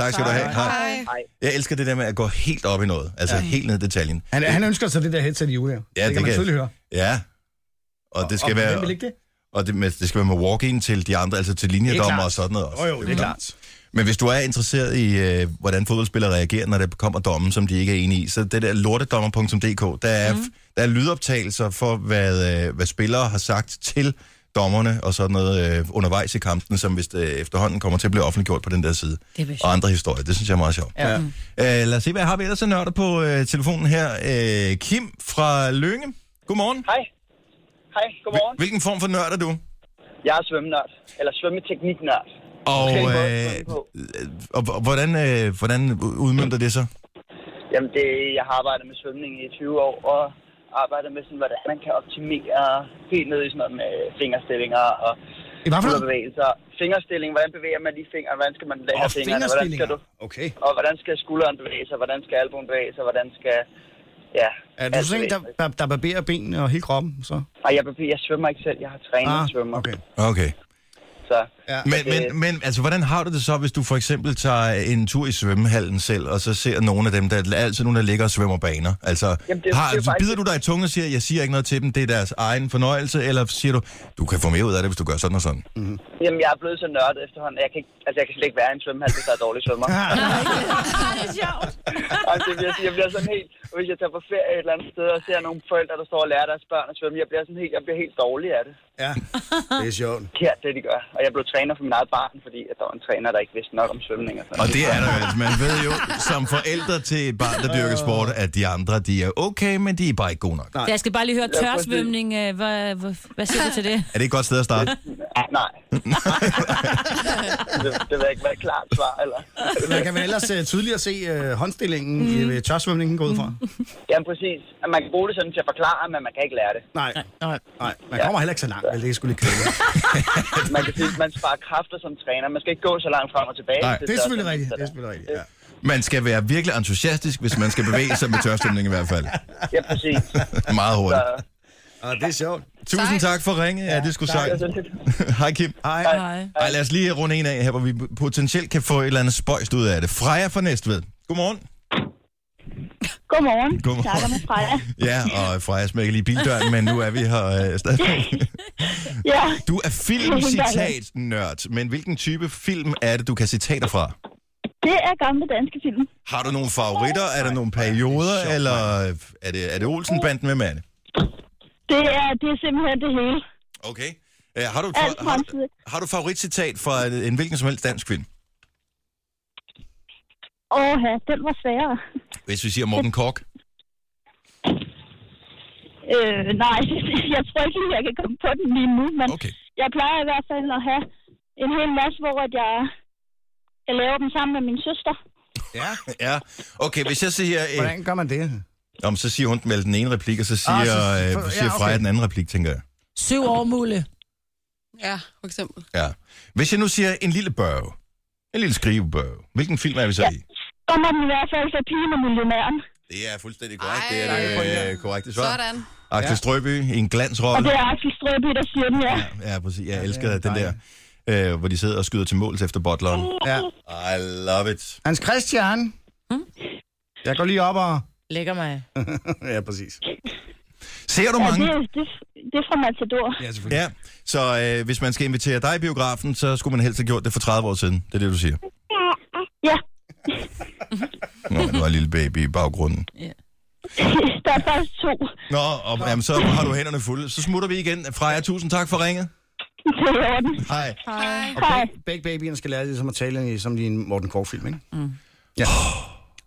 [SPEAKER 1] Tak skal du have. Hej. Jeg elsker det der med at gå helt op i noget. Altså
[SPEAKER 2] Ja.
[SPEAKER 1] helt ned i detaljen.
[SPEAKER 2] Han, han ønsker sig det der headset i jule.
[SPEAKER 1] Ja,
[SPEAKER 2] det kan man tydeligt høre.
[SPEAKER 1] Ja. Og det skal
[SPEAKER 2] og
[SPEAKER 1] være...
[SPEAKER 2] Hvem vil ikke det?
[SPEAKER 1] Og det, men det skal være med walk-in til de andre, altså til linjedommer
[SPEAKER 2] klart.
[SPEAKER 1] og sådan noget også.
[SPEAKER 2] Jo, jo, det er klart.
[SPEAKER 1] Men hvis du er interesseret i, øh, hvordan fodboldspillere reagerer, når der kommer dommen, som de ikke er enige i, så det der
[SPEAKER 2] Mhm.
[SPEAKER 1] lortedommer.dk, der er, mm. der er lydoptagelser for, hvad, øh, hvad spillere har sagt til dommerne og sådan noget øh, undervejs i kampen, som vist øh, efterhånden kommer til at blive offentliggjort på den der side.
[SPEAKER 5] Det er vist.
[SPEAKER 1] og andre historier. Det synes jeg er meget sjovt.
[SPEAKER 5] Ja.
[SPEAKER 1] Øh, lad os se, hvad har vi ellers af nørder på øh, telefonen her. Øh, Kim fra Lønge. Godmorgen.
[SPEAKER 14] Hej. Hej, godmorgen.
[SPEAKER 1] Hvilken form for nørd er du?
[SPEAKER 14] Jeg er svømmenørd, eller svømmetekniknørd.
[SPEAKER 1] Og,
[SPEAKER 14] Måske en måde at
[SPEAKER 1] øh,
[SPEAKER 14] svømme på.
[SPEAKER 1] og h- hvordan, øh, hvordan udmyndter det sig?
[SPEAKER 14] Jamen, det, jeg har arbejdet med svømning i 20 år, og arbejdet med, sådan, hvordan man kan optimere helt ned i sådan noget med fingerstillinger og
[SPEAKER 2] I hvad for noget?
[SPEAKER 14] bevægelser. Fingerstilling, hvordan bevæger man lige fingeren, hvordan skal man lære
[SPEAKER 2] Og
[SPEAKER 14] fingrene, hvordan skal du,
[SPEAKER 2] Okay.
[SPEAKER 14] og hvordan skal skulderen bevæge sig, hvordan skal albuen bevæge sig, hvordan skal... Ja,
[SPEAKER 2] Er du
[SPEAKER 14] alt
[SPEAKER 2] sådan
[SPEAKER 14] bevæge
[SPEAKER 2] en, der,
[SPEAKER 14] sig.
[SPEAKER 2] der, der barberer benene og hele kroppen? Så?
[SPEAKER 14] Ej, jeg, bevæger- jeg svømmer ikke selv, jeg har trænet
[SPEAKER 2] Ah,
[SPEAKER 14] ah, svømmer. Okay.
[SPEAKER 1] Okay.
[SPEAKER 14] Så,
[SPEAKER 2] ja.
[SPEAKER 1] Men,
[SPEAKER 14] det-
[SPEAKER 1] men, men altså, hvordan har du det så, hvis du for eksempel tager en tur i svømmehallen selv, og så ser nogle af dem, der der er altid nogle, der ligger og svømmer baner? Altså, Jamen,
[SPEAKER 14] Jamen,
[SPEAKER 1] det,
[SPEAKER 14] det-
[SPEAKER 1] har,
[SPEAKER 14] det er jo faktisk-
[SPEAKER 1] bider du dig i tungen og siger, jeg siger ikke noget til dem, det er deres egen fornøjelse, eller siger du, du kan få mere ud af det, hvis du gør sådan og sådan? Mm-hmm.
[SPEAKER 14] Øh, Jamen, jeg er blevet så nørdet efterhånden. at Jeg kan, ikke, altså, jeg kan slet ikke være i en svømmehal, hvis der er dårlig svømmer.
[SPEAKER 5] det er sjovt.
[SPEAKER 14] altså, jeg, bliver, jeg bliver sådan helt... og Hvis jeg tager på ferie et eller andet sted og ser nogle forældre, der står og lærer deres børn at svømme, jeg bliver sådan helt, jeg bliver helt dårlig af det.
[SPEAKER 2] Ja, det er sjovt.
[SPEAKER 14] Kært, det de gør. Og jeg blev træner for min eget barn, fordi at der var en træner, der ikke vidste nok om svømning. Og, sådan.
[SPEAKER 1] Og det er der jo, altså. Man ved jo, som forældre til et barn, der dyrker sport, at de andre, de er okay, men de er bare ikke gode nok.
[SPEAKER 5] Så jeg skal bare lige høre
[SPEAKER 14] Ja, præcis.
[SPEAKER 5] tørsvømning. øh, Hvad, hvad, hvad siger du til det?
[SPEAKER 1] Er det et godt sted at starte?
[SPEAKER 14] Nej. det, det vil jeg ikke være et klart svar, eller?
[SPEAKER 2] Man kan vel ellers uh, tydeligere se uh, håndstillingen mm. i ved tørsvømningen gå ud fra.
[SPEAKER 14] Jamen, præcis. At man kan bruge det sådan til at forklare, men man kan ikke lære det.
[SPEAKER 2] Nej. Nej, nej. Man kommer heller ikke så langt, vel? Det er sgu lidt kedeligt.
[SPEAKER 14] Man kan sige, at man sparer kræfter som træner. Man skal ikke gå så langt frem og tilbage.
[SPEAKER 1] Nej,
[SPEAKER 2] Det er
[SPEAKER 14] så-
[SPEAKER 2] selvfølgelig rigtigt.
[SPEAKER 14] så-
[SPEAKER 2] Det er selvfølgelig rigtigt, ja.
[SPEAKER 1] Man skal være virkelig entusiastisk, hvis man skal bevæge sig med tørstemning i hvert fald.
[SPEAKER 14] Ja, præcis.
[SPEAKER 1] Meget hurtigt.
[SPEAKER 14] Så-
[SPEAKER 2] Og Ah, det er sjovt.
[SPEAKER 1] Tusind tak for ringe. Ja, det skulle
[SPEAKER 2] tak.
[SPEAKER 1] sagt. Hej Kim.
[SPEAKER 2] Hej.
[SPEAKER 6] Hej.
[SPEAKER 1] Ej, lad os lige runde en af her, hvor vi potentielt kan få et eller andet spøjst ud af det. Freja fra Næstved. Godmorgen.
[SPEAKER 15] Godmorgen.
[SPEAKER 1] Godmorgen.
[SPEAKER 15] Snakker med Freja.
[SPEAKER 1] Ja, og Freja smækker lige bildøren, men nu er vi her øh, stadig.
[SPEAKER 15] Ja.
[SPEAKER 1] Du er filmcitat-nørd, men hvilken type film er det, du kan citater fra?
[SPEAKER 15] Det er gamle danske film.
[SPEAKER 1] Har du nogle favoritter? Er der nogle perioder? Eller er det, er det Olsenbanden? Hvem er det?
[SPEAKER 15] Det er, det er simpelthen det hele.
[SPEAKER 1] Okay. Øh, har, du, et
[SPEAKER 15] Alt
[SPEAKER 1] fa- har,
[SPEAKER 15] fremtid.
[SPEAKER 1] har du favoritcitat fra en, en hvilken som helst dansk film?
[SPEAKER 15] Åh, ja, den var sværere.
[SPEAKER 1] Hvis vi siger Morten Kork.
[SPEAKER 15] Øh, nej, jeg tror ikke, lige, jeg kan komme på den lige nu, men
[SPEAKER 1] okay.
[SPEAKER 15] jeg plejer i hvert fald at have en hel masse, hvor at jeg, jeg laver dem sammen med min søster.
[SPEAKER 1] Ja. ja. Okay, hvis jeg siger... Øh,
[SPEAKER 2] Hvordan gør man det?
[SPEAKER 1] Om, så siger hun med den ene replik, og så siger,
[SPEAKER 2] Ah,
[SPEAKER 1] ah,
[SPEAKER 2] så-
[SPEAKER 1] så,
[SPEAKER 2] for-
[SPEAKER 1] øh, siger
[SPEAKER 2] ja,
[SPEAKER 1] ja,
[SPEAKER 2] okay.
[SPEAKER 1] okay. Freja den anden replik, tænker jeg.
[SPEAKER 6] Syv år, Mulle.
[SPEAKER 4] Ja, for eksempel.
[SPEAKER 1] Ja. Hvis jeg nu siger en lille børge, en lille skrivebørge, hvilken film er vi så ja. i?
[SPEAKER 15] Så må den i hvert fald være pigen og millionæren.
[SPEAKER 1] Det er fuldstændig korrekt. Det er det øh, korrekte svar.
[SPEAKER 15] Sådan.
[SPEAKER 1] Axel ja. Strøby i en
[SPEAKER 15] Og
[SPEAKER 1] glansrolle.
[SPEAKER 15] det er Axel Strøby, der siger den, ja.
[SPEAKER 1] Ja, præcis. Jeg elsker ja, den der, øh, hvor de sidder og skyder til måls efter bottleren.
[SPEAKER 2] Ja.
[SPEAKER 1] I love it.
[SPEAKER 2] Hans Christian. Jeg går lige op og...
[SPEAKER 6] Lægger mig.
[SPEAKER 2] ja, præcis.
[SPEAKER 1] Ser du
[SPEAKER 15] ja,
[SPEAKER 1] mange?
[SPEAKER 15] Det, er- det, det er fra Matador.
[SPEAKER 2] Ja,
[SPEAKER 1] Ja, så øh, hvis man skal invitere dig i biografen, så skulle man helst have gjort det for 30 år siden. Det er det, du siger.
[SPEAKER 15] Ja,
[SPEAKER 1] Nå, nu er lille baby i baggrunden.
[SPEAKER 15] der er faktisk to.
[SPEAKER 1] Nå, og, jamen, så har du hænderne fulde. Så smutter vi igen. Freja, tusind tak for ringet.
[SPEAKER 15] Det er i orden.
[SPEAKER 1] Hej.
[SPEAKER 2] Og beg- begge babyerne skal lære ligesom at tale i- som i en Morten Kork-film, ikke? Mm. Ja.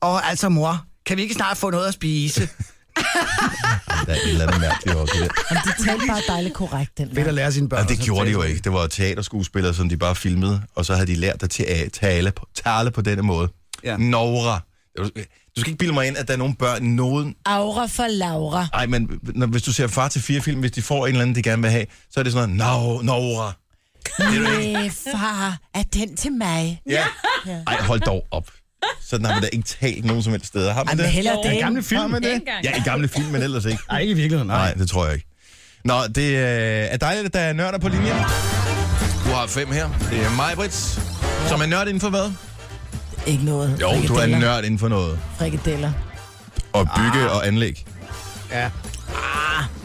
[SPEAKER 2] Og altså, mor, kan vi ikke snart få noget at spise?
[SPEAKER 1] Der er et eller andet mærkeligt over det der.
[SPEAKER 6] Jamen, de talte bare dejligt korrekt, den
[SPEAKER 2] Fedt at lære sine børn.
[SPEAKER 1] Jamen, det gjorde de jo ikke. Det var teaterskuespillere, som de bare filmede, og så havde de lært at ta- tale, på- tale på denne måde. Ja. Nora. Du du skal ikke bilde mig ind, at der er nogle børn, nogen...
[SPEAKER 6] Aura for Laura.
[SPEAKER 1] Ej, men når, hvis du ser far til fire film, hvis de får en eller anden, de gerne vil have, så er det sådan noget, "Nå, Nora.
[SPEAKER 16] Øh, far, er den til mig?
[SPEAKER 1] Ja. Ej, hold dog op. Sådan har man da ikke talt nogen som helst steder. Har
[SPEAKER 16] Ej,
[SPEAKER 1] man
[SPEAKER 16] men
[SPEAKER 1] det?
[SPEAKER 16] hellere det.
[SPEAKER 1] I gamle film.
[SPEAKER 16] Har man det?
[SPEAKER 1] Ja, i gamle film, men ellers ikke.
[SPEAKER 2] Nej, ikke i virkeligheden.
[SPEAKER 1] Nej, det tror jeg ikke. Nå, det øh, er dejligt, at der er nørder på linjen. Du har fem her. Det er mig, Brits, som er nørd inden for hvad?
[SPEAKER 6] Ikke noget.
[SPEAKER 1] Jo, du er en nørd inden for noget.
[SPEAKER 6] Frikadeller.
[SPEAKER 1] Og bygge og anlæg.
[SPEAKER 2] Ja.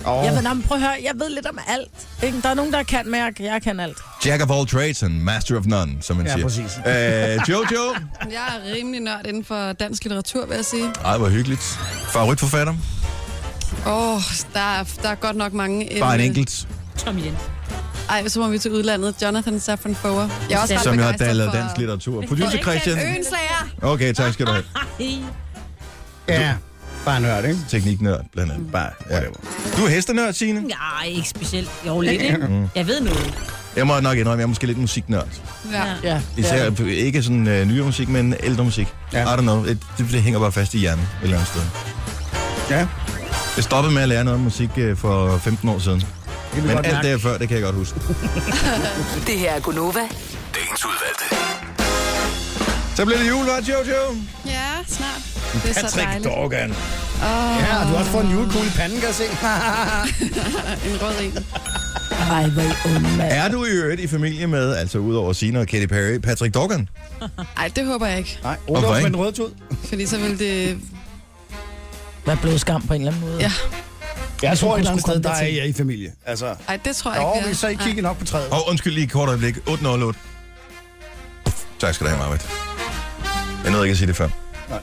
[SPEAKER 6] Oh.
[SPEAKER 1] Åh.
[SPEAKER 6] Jeg, ved, nå, men prøv at høre, jeg ved lidt om alt. Ikke? Der er nogen, der kan mærke, jeg kan alt.
[SPEAKER 1] Jack of all trades and master of none, som man
[SPEAKER 6] Ja,
[SPEAKER 1] siger.
[SPEAKER 6] præcis.
[SPEAKER 1] Øh, Jojo.
[SPEAKER 4] Jeg er rimelig nørd inden for dansk litteratur, vil jeg sige.
[SPEAKER 1] Ej, hvor hyggeligt. Favoritforfatter?
[SPEAKER 4] Åh, oh, der, er, der er godt nok mange...
[SPEAKER 1] Bare en enkelt.
[SPEAKER 4] Tom Jens. Ej, så må vi til udlandet. Jonathan Safran Foer. Jeg er også ret
[SPEAKER 1] Som jeg har
[SPEAKER 4] begejstret
[SPEAKER 1] dallet
[SPEAKER 4] for-
[SPEAKER 1] dansk litteratur. Producer Christian.
[SPEAKER 4] Øenslager.
[SPEAKER 1] Okay, tak skal du have.
[SPEAKER 2] Ja, bare nørd, ikke?
[SPEAKER 1] Tekniknørd, blandt andet. Bare, whatever. Du er hestenørd, Signe?
[SPEAKER 5] Nej, ikke specielt. Jo, lidt, ikke?
[SPEAKER 1] Mm.
[SPEAKER 5] Jeg ved noget.
[SPEAKER 1] Jeg må nok indrømme, jeg er måske lidt musiknørd.
[SPEAKER 5] Ja.
[SPEAKER 6] ja.
[SPEAKER 1] Især ikke sådan øh, nyere musik, men ældre musik. Ja. I don't know. Det, det, det hænger bare fast i hjernen et eller andet sted.
[SPEAKER 2] Ja.
[SPEAKER 1] Jeg stoppede med at lære noget om musik øh, for 15 år siden.
[SPEAKER 2] vi
[SPEAKER 1] Men
[SPEAKER 2] godt
[SPEAKER 1] alt
[SPEAKER 2] mærke.
[SPEAKER 1] det her før, det kan jeg godt huske.
[SPEAKER 7] Det her er Gunova.
[SPEAKER 11] Dagens udvalgte.
[SPEAKER 1] Så bliver det jul, hva' Jojo?
[SPEAKER 4] Ja, snart. Det er så
[SPEAKER 1] Patrick
[SPEAKER 4] dejligt.
[SPEAKER 1] Dorgan.
[SPEAKER 4] Åh.
[SPEAKER 2] Ja, og du har også fået en julekugle i panden, kan jeg se.
[SPEAKER 4] en rød en.
[SPEAKER 5] Ej, hvor
[SPEAKER 1] Er du i øvrigt i familie med, altså udover Sina og Katy Perry, Patrick Dorgan?
[SPEAKER 4] Ej, det håber jeg ikke.
[SPEAKER 2] Nej,
[SPEAKER 1] Rudolf Hvorfor med ikke? den
[SPEAKER 2] røde tud.
[SPEAKER 4] Fordi så vil det...
[SPEAKER 6] Hvad blev skam på en eller anden måde?
[SPEAKER 4] Ja.
[SPEAKER 2] Jeg tror et eller andet
[SPEAKER 6] Hun kunne
[SPEAKER 2] sted, der er
[SPEAKER 6] komme
[SPEAKER 2] I, er i familie. Altså,
[SPEAKER 4] Ej, det tror jeg
[SPEAKER 2] jo,
[SPEAKER 4] ikke.
[SPEAKER 2] vi er så I kigger nok på træet.
[SPEAKER 1] Og undskyld lige et kort øjeblik. 808. Tak skal du have, Marvitt. Jeg nåede ikke at sige det før.
[SPEAKER 2] Nej.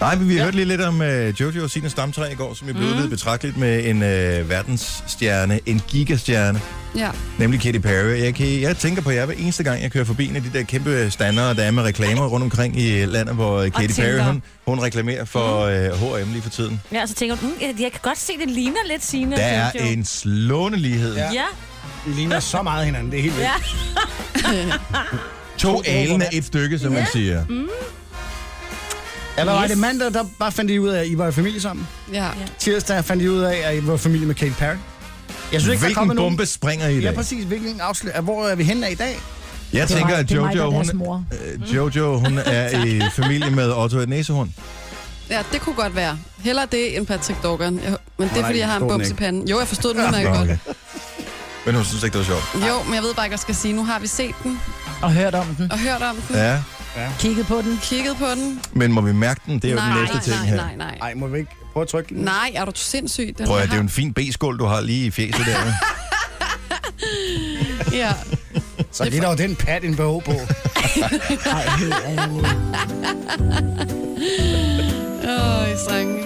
[SPEAKER 1] Nej, men vi har ja. hørt lige lidt om uh, Jojo og Sinas stamtræ i går, som jeg
[SPEAKER 2] Mhm.
[SPEAKER 1] blev mm. betragteligt med en uh, verdensstjerne, en gigastjerne,
[SPEAKER 4] Ja.
[SPEAKER 1] nemlig Katy Perry. Jeg, kan, jeg tænker på jer hver eneste gang, jeg kører forbi en af de der kæmpe standere, der er med reklamer rundt omkring i landet, hvor uh, Katy Perry,
[SPEAKER 5] tænker.
[SPEAKER 1] hun, hun reklamerer
[SPEAKER 2] Mhm.
[SPEAKER 1] for uh, H&M lige for tiden.
[SPEAKER 5] Ja, og så tænker du, mm, jeg- jeg kan godt se, det ligner lidt Signe. og
[SPEAKER 1] Der er
[SPEAKER 5] Jojo."
[SPEAKER 1] en slående lighed.
[SPEAKER 5] Ja. ja.
[SPEAKER 2] Vi ligner så meget hinanden, det er helt vildt.
[SPEAKER 5] ja.
[SPEAKER 1] To alen af et stykke, som man siger.
[SPEAKER 2] Mm. Eller var
[SPEAKER 1] Yes.
[SPEAKER 2] det mandag, der bare fandt I ud af, at I var i familie sammen?
[SPEAKER 4] Ja.
[SPEAKER 2] Tirsdag fandt I ud af, at I var i familie med Katy Perry? Jeg synes ikke, der er
[SPEAKER 1] Hvilken
[SPEAKER 2] kommet nogen-
[SPEAKER 1] bombe springer I i
[SPEAKER 2] Ja,
[SPEAKER 1] dag?
[SPEAKER 2] præcis. Hvilken afsløring? Hvor er vi henne af i dag?
[SPEAKER 1] Jeg
[SPEAKER 2] Det er
[SPEAKER 1] tænker,
[SPEAKER 2] mig-
[SPEAKER 1] at
[SPEAKER 2] det er mig, der
[SPEAKER 1] Jojo,
[SPEAKER 2] er deres
[SPEAKER 1] hun,
[SPEAKER 2] mor.
[SPEAKER 1] øh, Jojo, hun er i familie med Otto et næsehund.
[SPEAKER 4] Ja, det kunne godt være. Heller det end Patrick Dorgan. Jeg, men det
[SPEAKER 1] Nej,
[SPEAKER 4] er, fordi jeg har en
[SPEAKER 1] forstod den
[SPEAKER 4] bums i
[SPEAKER 1] ikke.
[SPEAKER 4] panden. Jo, jeg forstod den udmærket
[SPEAKER 1] Nå,
[SPEAKER 4] godt.
[SPEAKER 1] okay. Men hun synes ikke, det var sjovt.
[SPEAKER 4] Jo, men jeg ved bare ikke, hvad jeg skal sige. Nu har vi set den
[SPEAKER 6] Og hørt om den.
[SPEAKER 4] og hørt om den.
[SPEAKER 1] Ja.
[SPEAKER 6] Kigget på den.
[SPEAKER 4] Kigget på den.
[SPEAKER 1] Men må vi mærke den? Det er jo
[SPEAKER 4] nej,
[SPEAKER 1] den næste
[SPEAKER 4] nej,
[SPEAKER 1] ting
[SPEAKER 4] nej,
[SPEAKER 1] her.
[SPEAKER 4] nej, nej,
[SPEAKER 2] Nej, må vi ikke prøve at trykke den?
[SPEAKER 4] nej. er du sindssyg? Den
[SPEAKER 1] Prøv at,
[SPEAKER 4] jeg
[SPEAKER 1] det er jo en fin B-skål, du har lige i fjeset der.
[SPEAKER 4] har- Ja.
[SPEAKER 2] Så det er dog den pat, en BH på.
[SPEAKER 4] Åh, i sangen.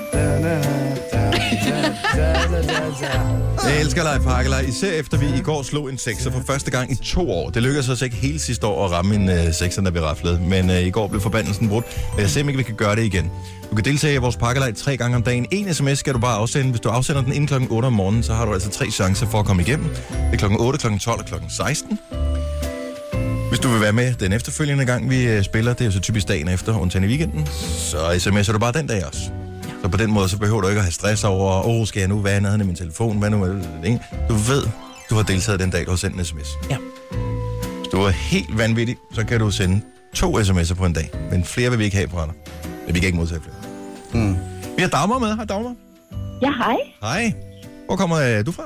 [SPEAKER 1] Jeg elsker Leif Hakkelej, især efter vi i går slog en sekser for første gang i to år. Det lykkedes os ikke hele sidste år at ramme en øh, sekser, der vi raflede, men øh, i går blev forbandelsen brudt. Jeg ser ikke, vi kan gøre det igen. Du kan deltage i vores pakkelej tre gange om dagen. En sms skal du bare afsende. Hvis du afsender den inden klokken 8 om morgenen, så har du altså tre chancer for at komme igennem. Det er klokken 8, klokken 12 og klokken 16. Hvis du vil være med den efterfølgende gang, vi øh, spiller, det er jo så typisk dagen efter, undtagen i weekenden, så sms'er du bare den dag også. Så på den måde, så behøver du ikke at have stress over, åh, oh, skal jeg nu være nede i min telefon? Hvad nu? Ikke? Du ved, du har deltaget den dag, du har sendt en sms.
[SPEAKER 6] Ja.
[SPEAKER 1] Hvis du er helt vanvittig, så kan du sende to sms'er på en dag, men flere vil vi ikke have fra dig. Men vi kan ikke modtage flere. Mm. Vi har Dagmar med. Hej Dagmar.
[SPEAKER 17] Ja, hej.
[SPEAKER 1] Hej. Hvor kommer øh, du fra?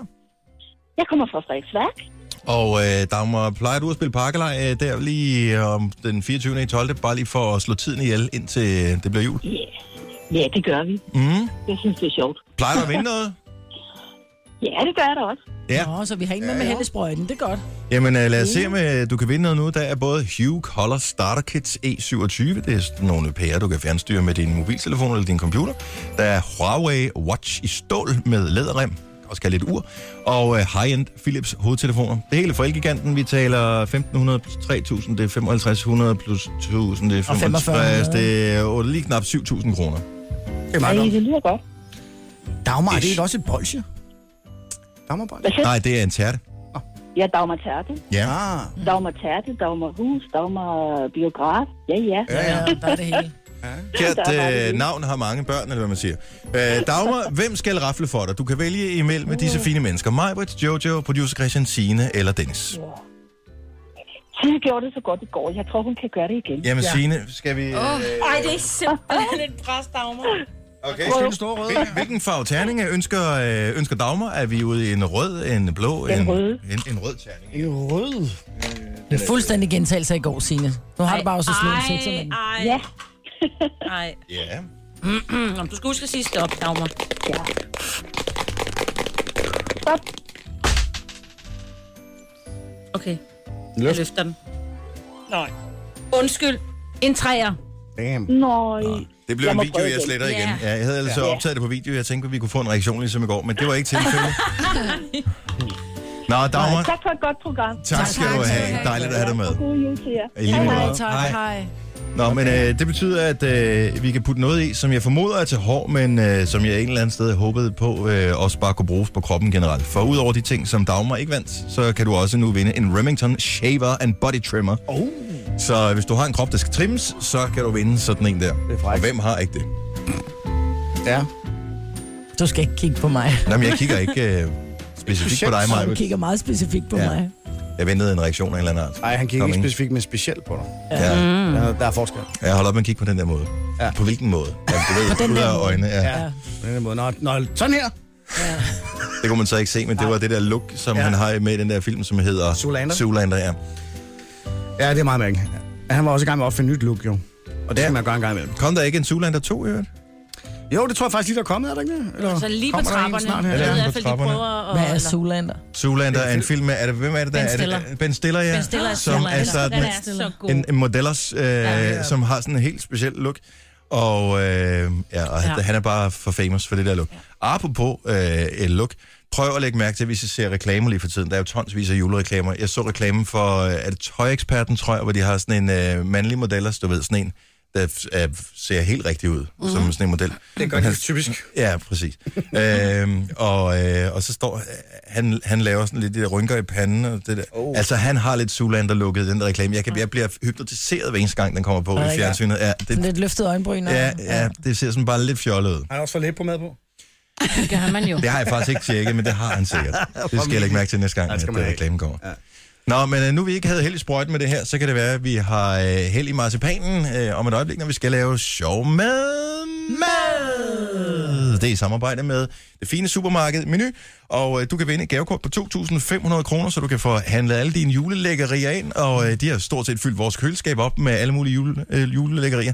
[SPEAKER 17] Jeg kommer fra Frederiksværk.
[SPEAKER 1] Og øh, Dagmar, plejer du at spille pakkelej øh, der lige om den 24. i 12. Bare lige for at slå tiden ihjel, indtil øh, det bliver jul?
[SPEAKER 17] Ja, ja det gør vi.
[SPEAKER 1] Mm.
[SPEAKER 17] Jeg synes, det er sjovt.
[SPEAKER 1] Plejer du at vinde noget?
[SPEAKER 17] Ja, det gør jeg da også.
[SPEAKER 1] Ja.
[SPEAKER 5] Nå, så vi har en med med hættesprøjten, det er godt.
[SPEAKER 1] Jamen øh, lad os se, om øh, du kan vinde noget nu. Der er både Hue Color Starter Kits E27. Det er sådan nogle pærer, du kan fjernstyre med din mobiltelefon eller din computer. Der er Huawei Watch i stål med læderrem. Også kaldt et ur. Og øh, high-end Philips hovedtelefoner. Det hele fra Elgiganten. Vi taler 1500 plus 3000. Det er 5500 plus 1000. Det er
[SPEAKER 6] Og
[SPEAKER 1] 65. Det er øh, lige knap 7000 kroner.
[SPEAKER 2] Det er meget godt.
[SPEAKER 17] det lyder godt.
[SPEAKER 2] Dagmar, er det ikke også et bolsje? Dagmar bolsje?
[SPEAKER 1] Nej, det er en tærte.
[SPEAKER 17] Ja, Dagmar Terte.
[SPEAKER 1] Ja.
[SPEAKER 2] Ah.
[SPEAKER 17] Dagmar Terte, Dagmar Hus, Dagmar Biograf. Ja, ja.
[SPEAKER 1] Ja, ja,
[SPEAKER 17] der er det hele. Der er bare det
[SPEAKER 1] Kært øh,
[SPEAKER 17] hele.
[SPEAKER 1] navn har mange børn, eller hvad man siger. Øh, Dagmar, hvem skal rafle for dig? Du kan vælge imellem med disse fine mennesker. Majbrit, Jojo, producer Christian, Signe eller Dennis.
[SPEAKER 17] Sine gjorde det så godt i går. Jeg tror, hun kan gøre det igen.
[SPEAKER 1] Jamen, Signe, skal vi... Øh,
[SPEAKER 5] Ej, det er simpelthen et pres, Dagmar.
[SPEAKER 1] okay.
[SPEAKER 5] Skal den store røde?
[SPEAKER 1] Hvil- Hvilken farve terning øh, ønsker, øh, ønsker Dagmar? Er vi ude i en rød, en blå,
[SPEAKER 6] Den
[SPEAKER 1] en,
[SPEAKER 6] røde.
[SPEAKER 1] en, en rød terning?
[SPEAKER 2] En rød.
[SPEAKER 6] En fuldstændig gentagelse i går, Signe. Nu har du bare også slået en sekser med den.
[SPEAKER 5] Ej,
[SPEAKER 17] Ja.
[SPEAKER 5] ej.
[SPEAKER 1] Ja.
[SPEAKER 5] Mm-mm. Om du skal huske at sige stop, Dagmar.
[SPEAKER 17] Ja.
[SPEAKER 5] Okay, jeg løfter den. Nej. Undskyld. En træer.
[SPEAKER 2] Damn.
[SPEAKER 17] Nøj.
[SPEAKER 1] Det blev en video, jeg sletter igen. Ja, jeg havde altså
[SPEAKER 5] Ja.
[SPEAKER 1] optaget det på video. Jeg tænkte, at vi kunne få en reaktion ligesom i går, men det var ikke tilfældet. Nå, Dagmar,
[SPEAKER 17] Tak for et godt program.
[SPEAKER 1] tak skal du have. Dejligt at have dig med.
[SPEAKER 17] Og god jul til jer.
[SPEAKER 1] I lige måde. Hej.
[SPEAKER 17] Hej.
[SPEAKER 1] Nå, men øh, det betyder, at øh, vi kan putte noget i, som jeg formoder er til hår, men øh, som jeg et eller andet sted håbede på øh, også bare kunne bruges på kroppen generelt. For udover de ting, som Dagmar ikke vandt, så kan du også nu vinde en Remington Shaver and Body Trimmer. Oh. Så hvis du har en krop, der skal trimmes, så kan du vinde sådan en der. Det er Og hvem har ikke det? Ja.
[SPEAKER 6] Du skal ikke kigge på mig.
[SPEAKER 1] Nå, men jeg kigger ikke øh, specifikt på dig, Maja.
[SPEAKER 3] Du kigger meget specifikt på
[SPEAKER 1] Ja.
[SPEAKER 3] ja. mig.
[SPEAKER 1] Jeg ventede en reaktion af en eller anden art.
[SPEAKER 2] Nej, han kigger
[SPEAKER 1] Kom,
[SPEAKER 2] ikke
[SPEAKER 1] ikke?
[SPEAKER 2] specifikt, men specielt på dig.
[SPEAKER 1] Ja.
[SPEAKER 2] Mm. Der, der er forskel.
[SPEAKER 1] Jeg holder op med at kigge på den der måde. Ja. På hvilken måde? Ja, du ved, ud af øjnene. Ja.
[SPEAKER 2] ja. På den der måde. Nå, nå, sådan her.
[SPEAKER 1] Det kunne man så ikke se, men det var det der look, som
[SPEAKER 2] Ja.
[SPEAKER 1] ja. han har med i den der film, som hedder...
[SPEAKER 2] Zoolander.
[SPEAKER 1] Zoolander, ja.
[SPEAKER 2] Ja, det er meget mærkeligt. Ja, Han var også i gang med at opfinde nyt look, jo. Og det skal man gøre en gang imellem.
[SPEAKER 1] Kom der ikke en Zoolander 2, i øvrigt?
[SPEAKER 2] Jo, det tror jeg faktisk lige, der er kommet, er der ikke det? Eller
[SPEAKER 5] Så lige på
[SPEAKER 2] kommer der en
[SPEAKER 5] trapperne.
[SPEAKER 2] snart her?
[SPEAKER 5] Jeg ved i
[SPEAKER 1] Ja, på
[SPEAKER 5] hvert fald, de
[SPEAKER 1] trapperne.
[SPEAKER 5] prøver at...
[SPEAKER 6] Hvad er Zoolander?
[SPEAKER 1] Zoolander er en film med... Er det, hvem er det der?
[SPEAKER 5] Ben
[SPEAKER 1] Er
[SPEAKER 5] Stiller.
[SPEAKER 1] det, ben Stiller, ja.
[SPEAKER 5] Ben Stiller er
[SPEAKER 1] som
[SPEAKER 5] Zoolander.
[SPEAKER 1] er sådan
[SPEAKER 5] Den er så god.
[SPEAKER 1] en, en modellers, øh, ja, som har sådan en helt speciel look. Og, øh, ja, og ja.
[SPEAKER 5] Ja.
[SPEAKER 1] han er bare for famous for det der look. Ja. Apropos øh, et look, prøv at lægge mærke til, hvis I ser reklamer lige for tiden. Der er jo tonsvis af julereklamer. Jeg så reklamen for, øh, er det tøjeksperten, tror jeg, hvor de har sådan en øh, mandlig modellers, du ved, sådan en, der øh, ser helt rigtig ud mm.
[SPEAKER 5] Mhm.
[SPEAKER 1] som sådan en model.
[SPEAKER 2] Det gør
[SPEAKER 1] Men
[SPEAKER 2] de
[SPEAKER 1] han-
[SPEAKER 2] typisk.
[SPEAKER 1] Ja, præcis. øhm, og, øh, og så står han, han laver sådan lidt de der rynker i panden. Og det der. Oh. Altså, han har lidt Zoolander lukket den der reklame. Jeg, kan, jeg bliver hypnotiseret hver eneste gang, den kommer på
[SPEAKER 6] Ja,
[SPEAKER 1] i
[SPEAKER 6] ikke?
[SPEAKER 1] fjernsynet. Ja,
[SPEAKER 6] Sådan
[SPEAKER 1] det,
[SPEAKER 6] lidt løftet øjenbryn. og-
[SPEAKER 1] ja, ja, det ser sådan bare lidt fjollet ud.
[SPEAKER 2] Har han også fået læb på mad på?
[SPEAKER 5] Det gør man jo.
[SPEAKER 1] Det har jeg faktisk ikke tjekket, men det har han sikkert. Det skal jeg lægge mærke til næste gang,
[SPEAKER 2] Ja,
[SPEAKER 1] at
[SPEAKER 2] det skal
[SPEAKER 1] øh,
[SPEAKER 2] man have.
[SPEAKER 1] reklamen kommer. Ja. Nå, men øh, nu vi ikke havde held i sprøjten med det her, så kan det være, at vi har øh, held i marcipanen øh, om et øjeblik, når vi skal lave sjov med mad. Det er i samarbejde med det fine supermarked Menu, og øh, du kan vinde et gavekort på 2.500 kroner, så du kan få handlet alle dine julelækkerier ind, og øh, de har stort set fyldt vores køleskab op med alle mulige jule, øh, julelækkerier.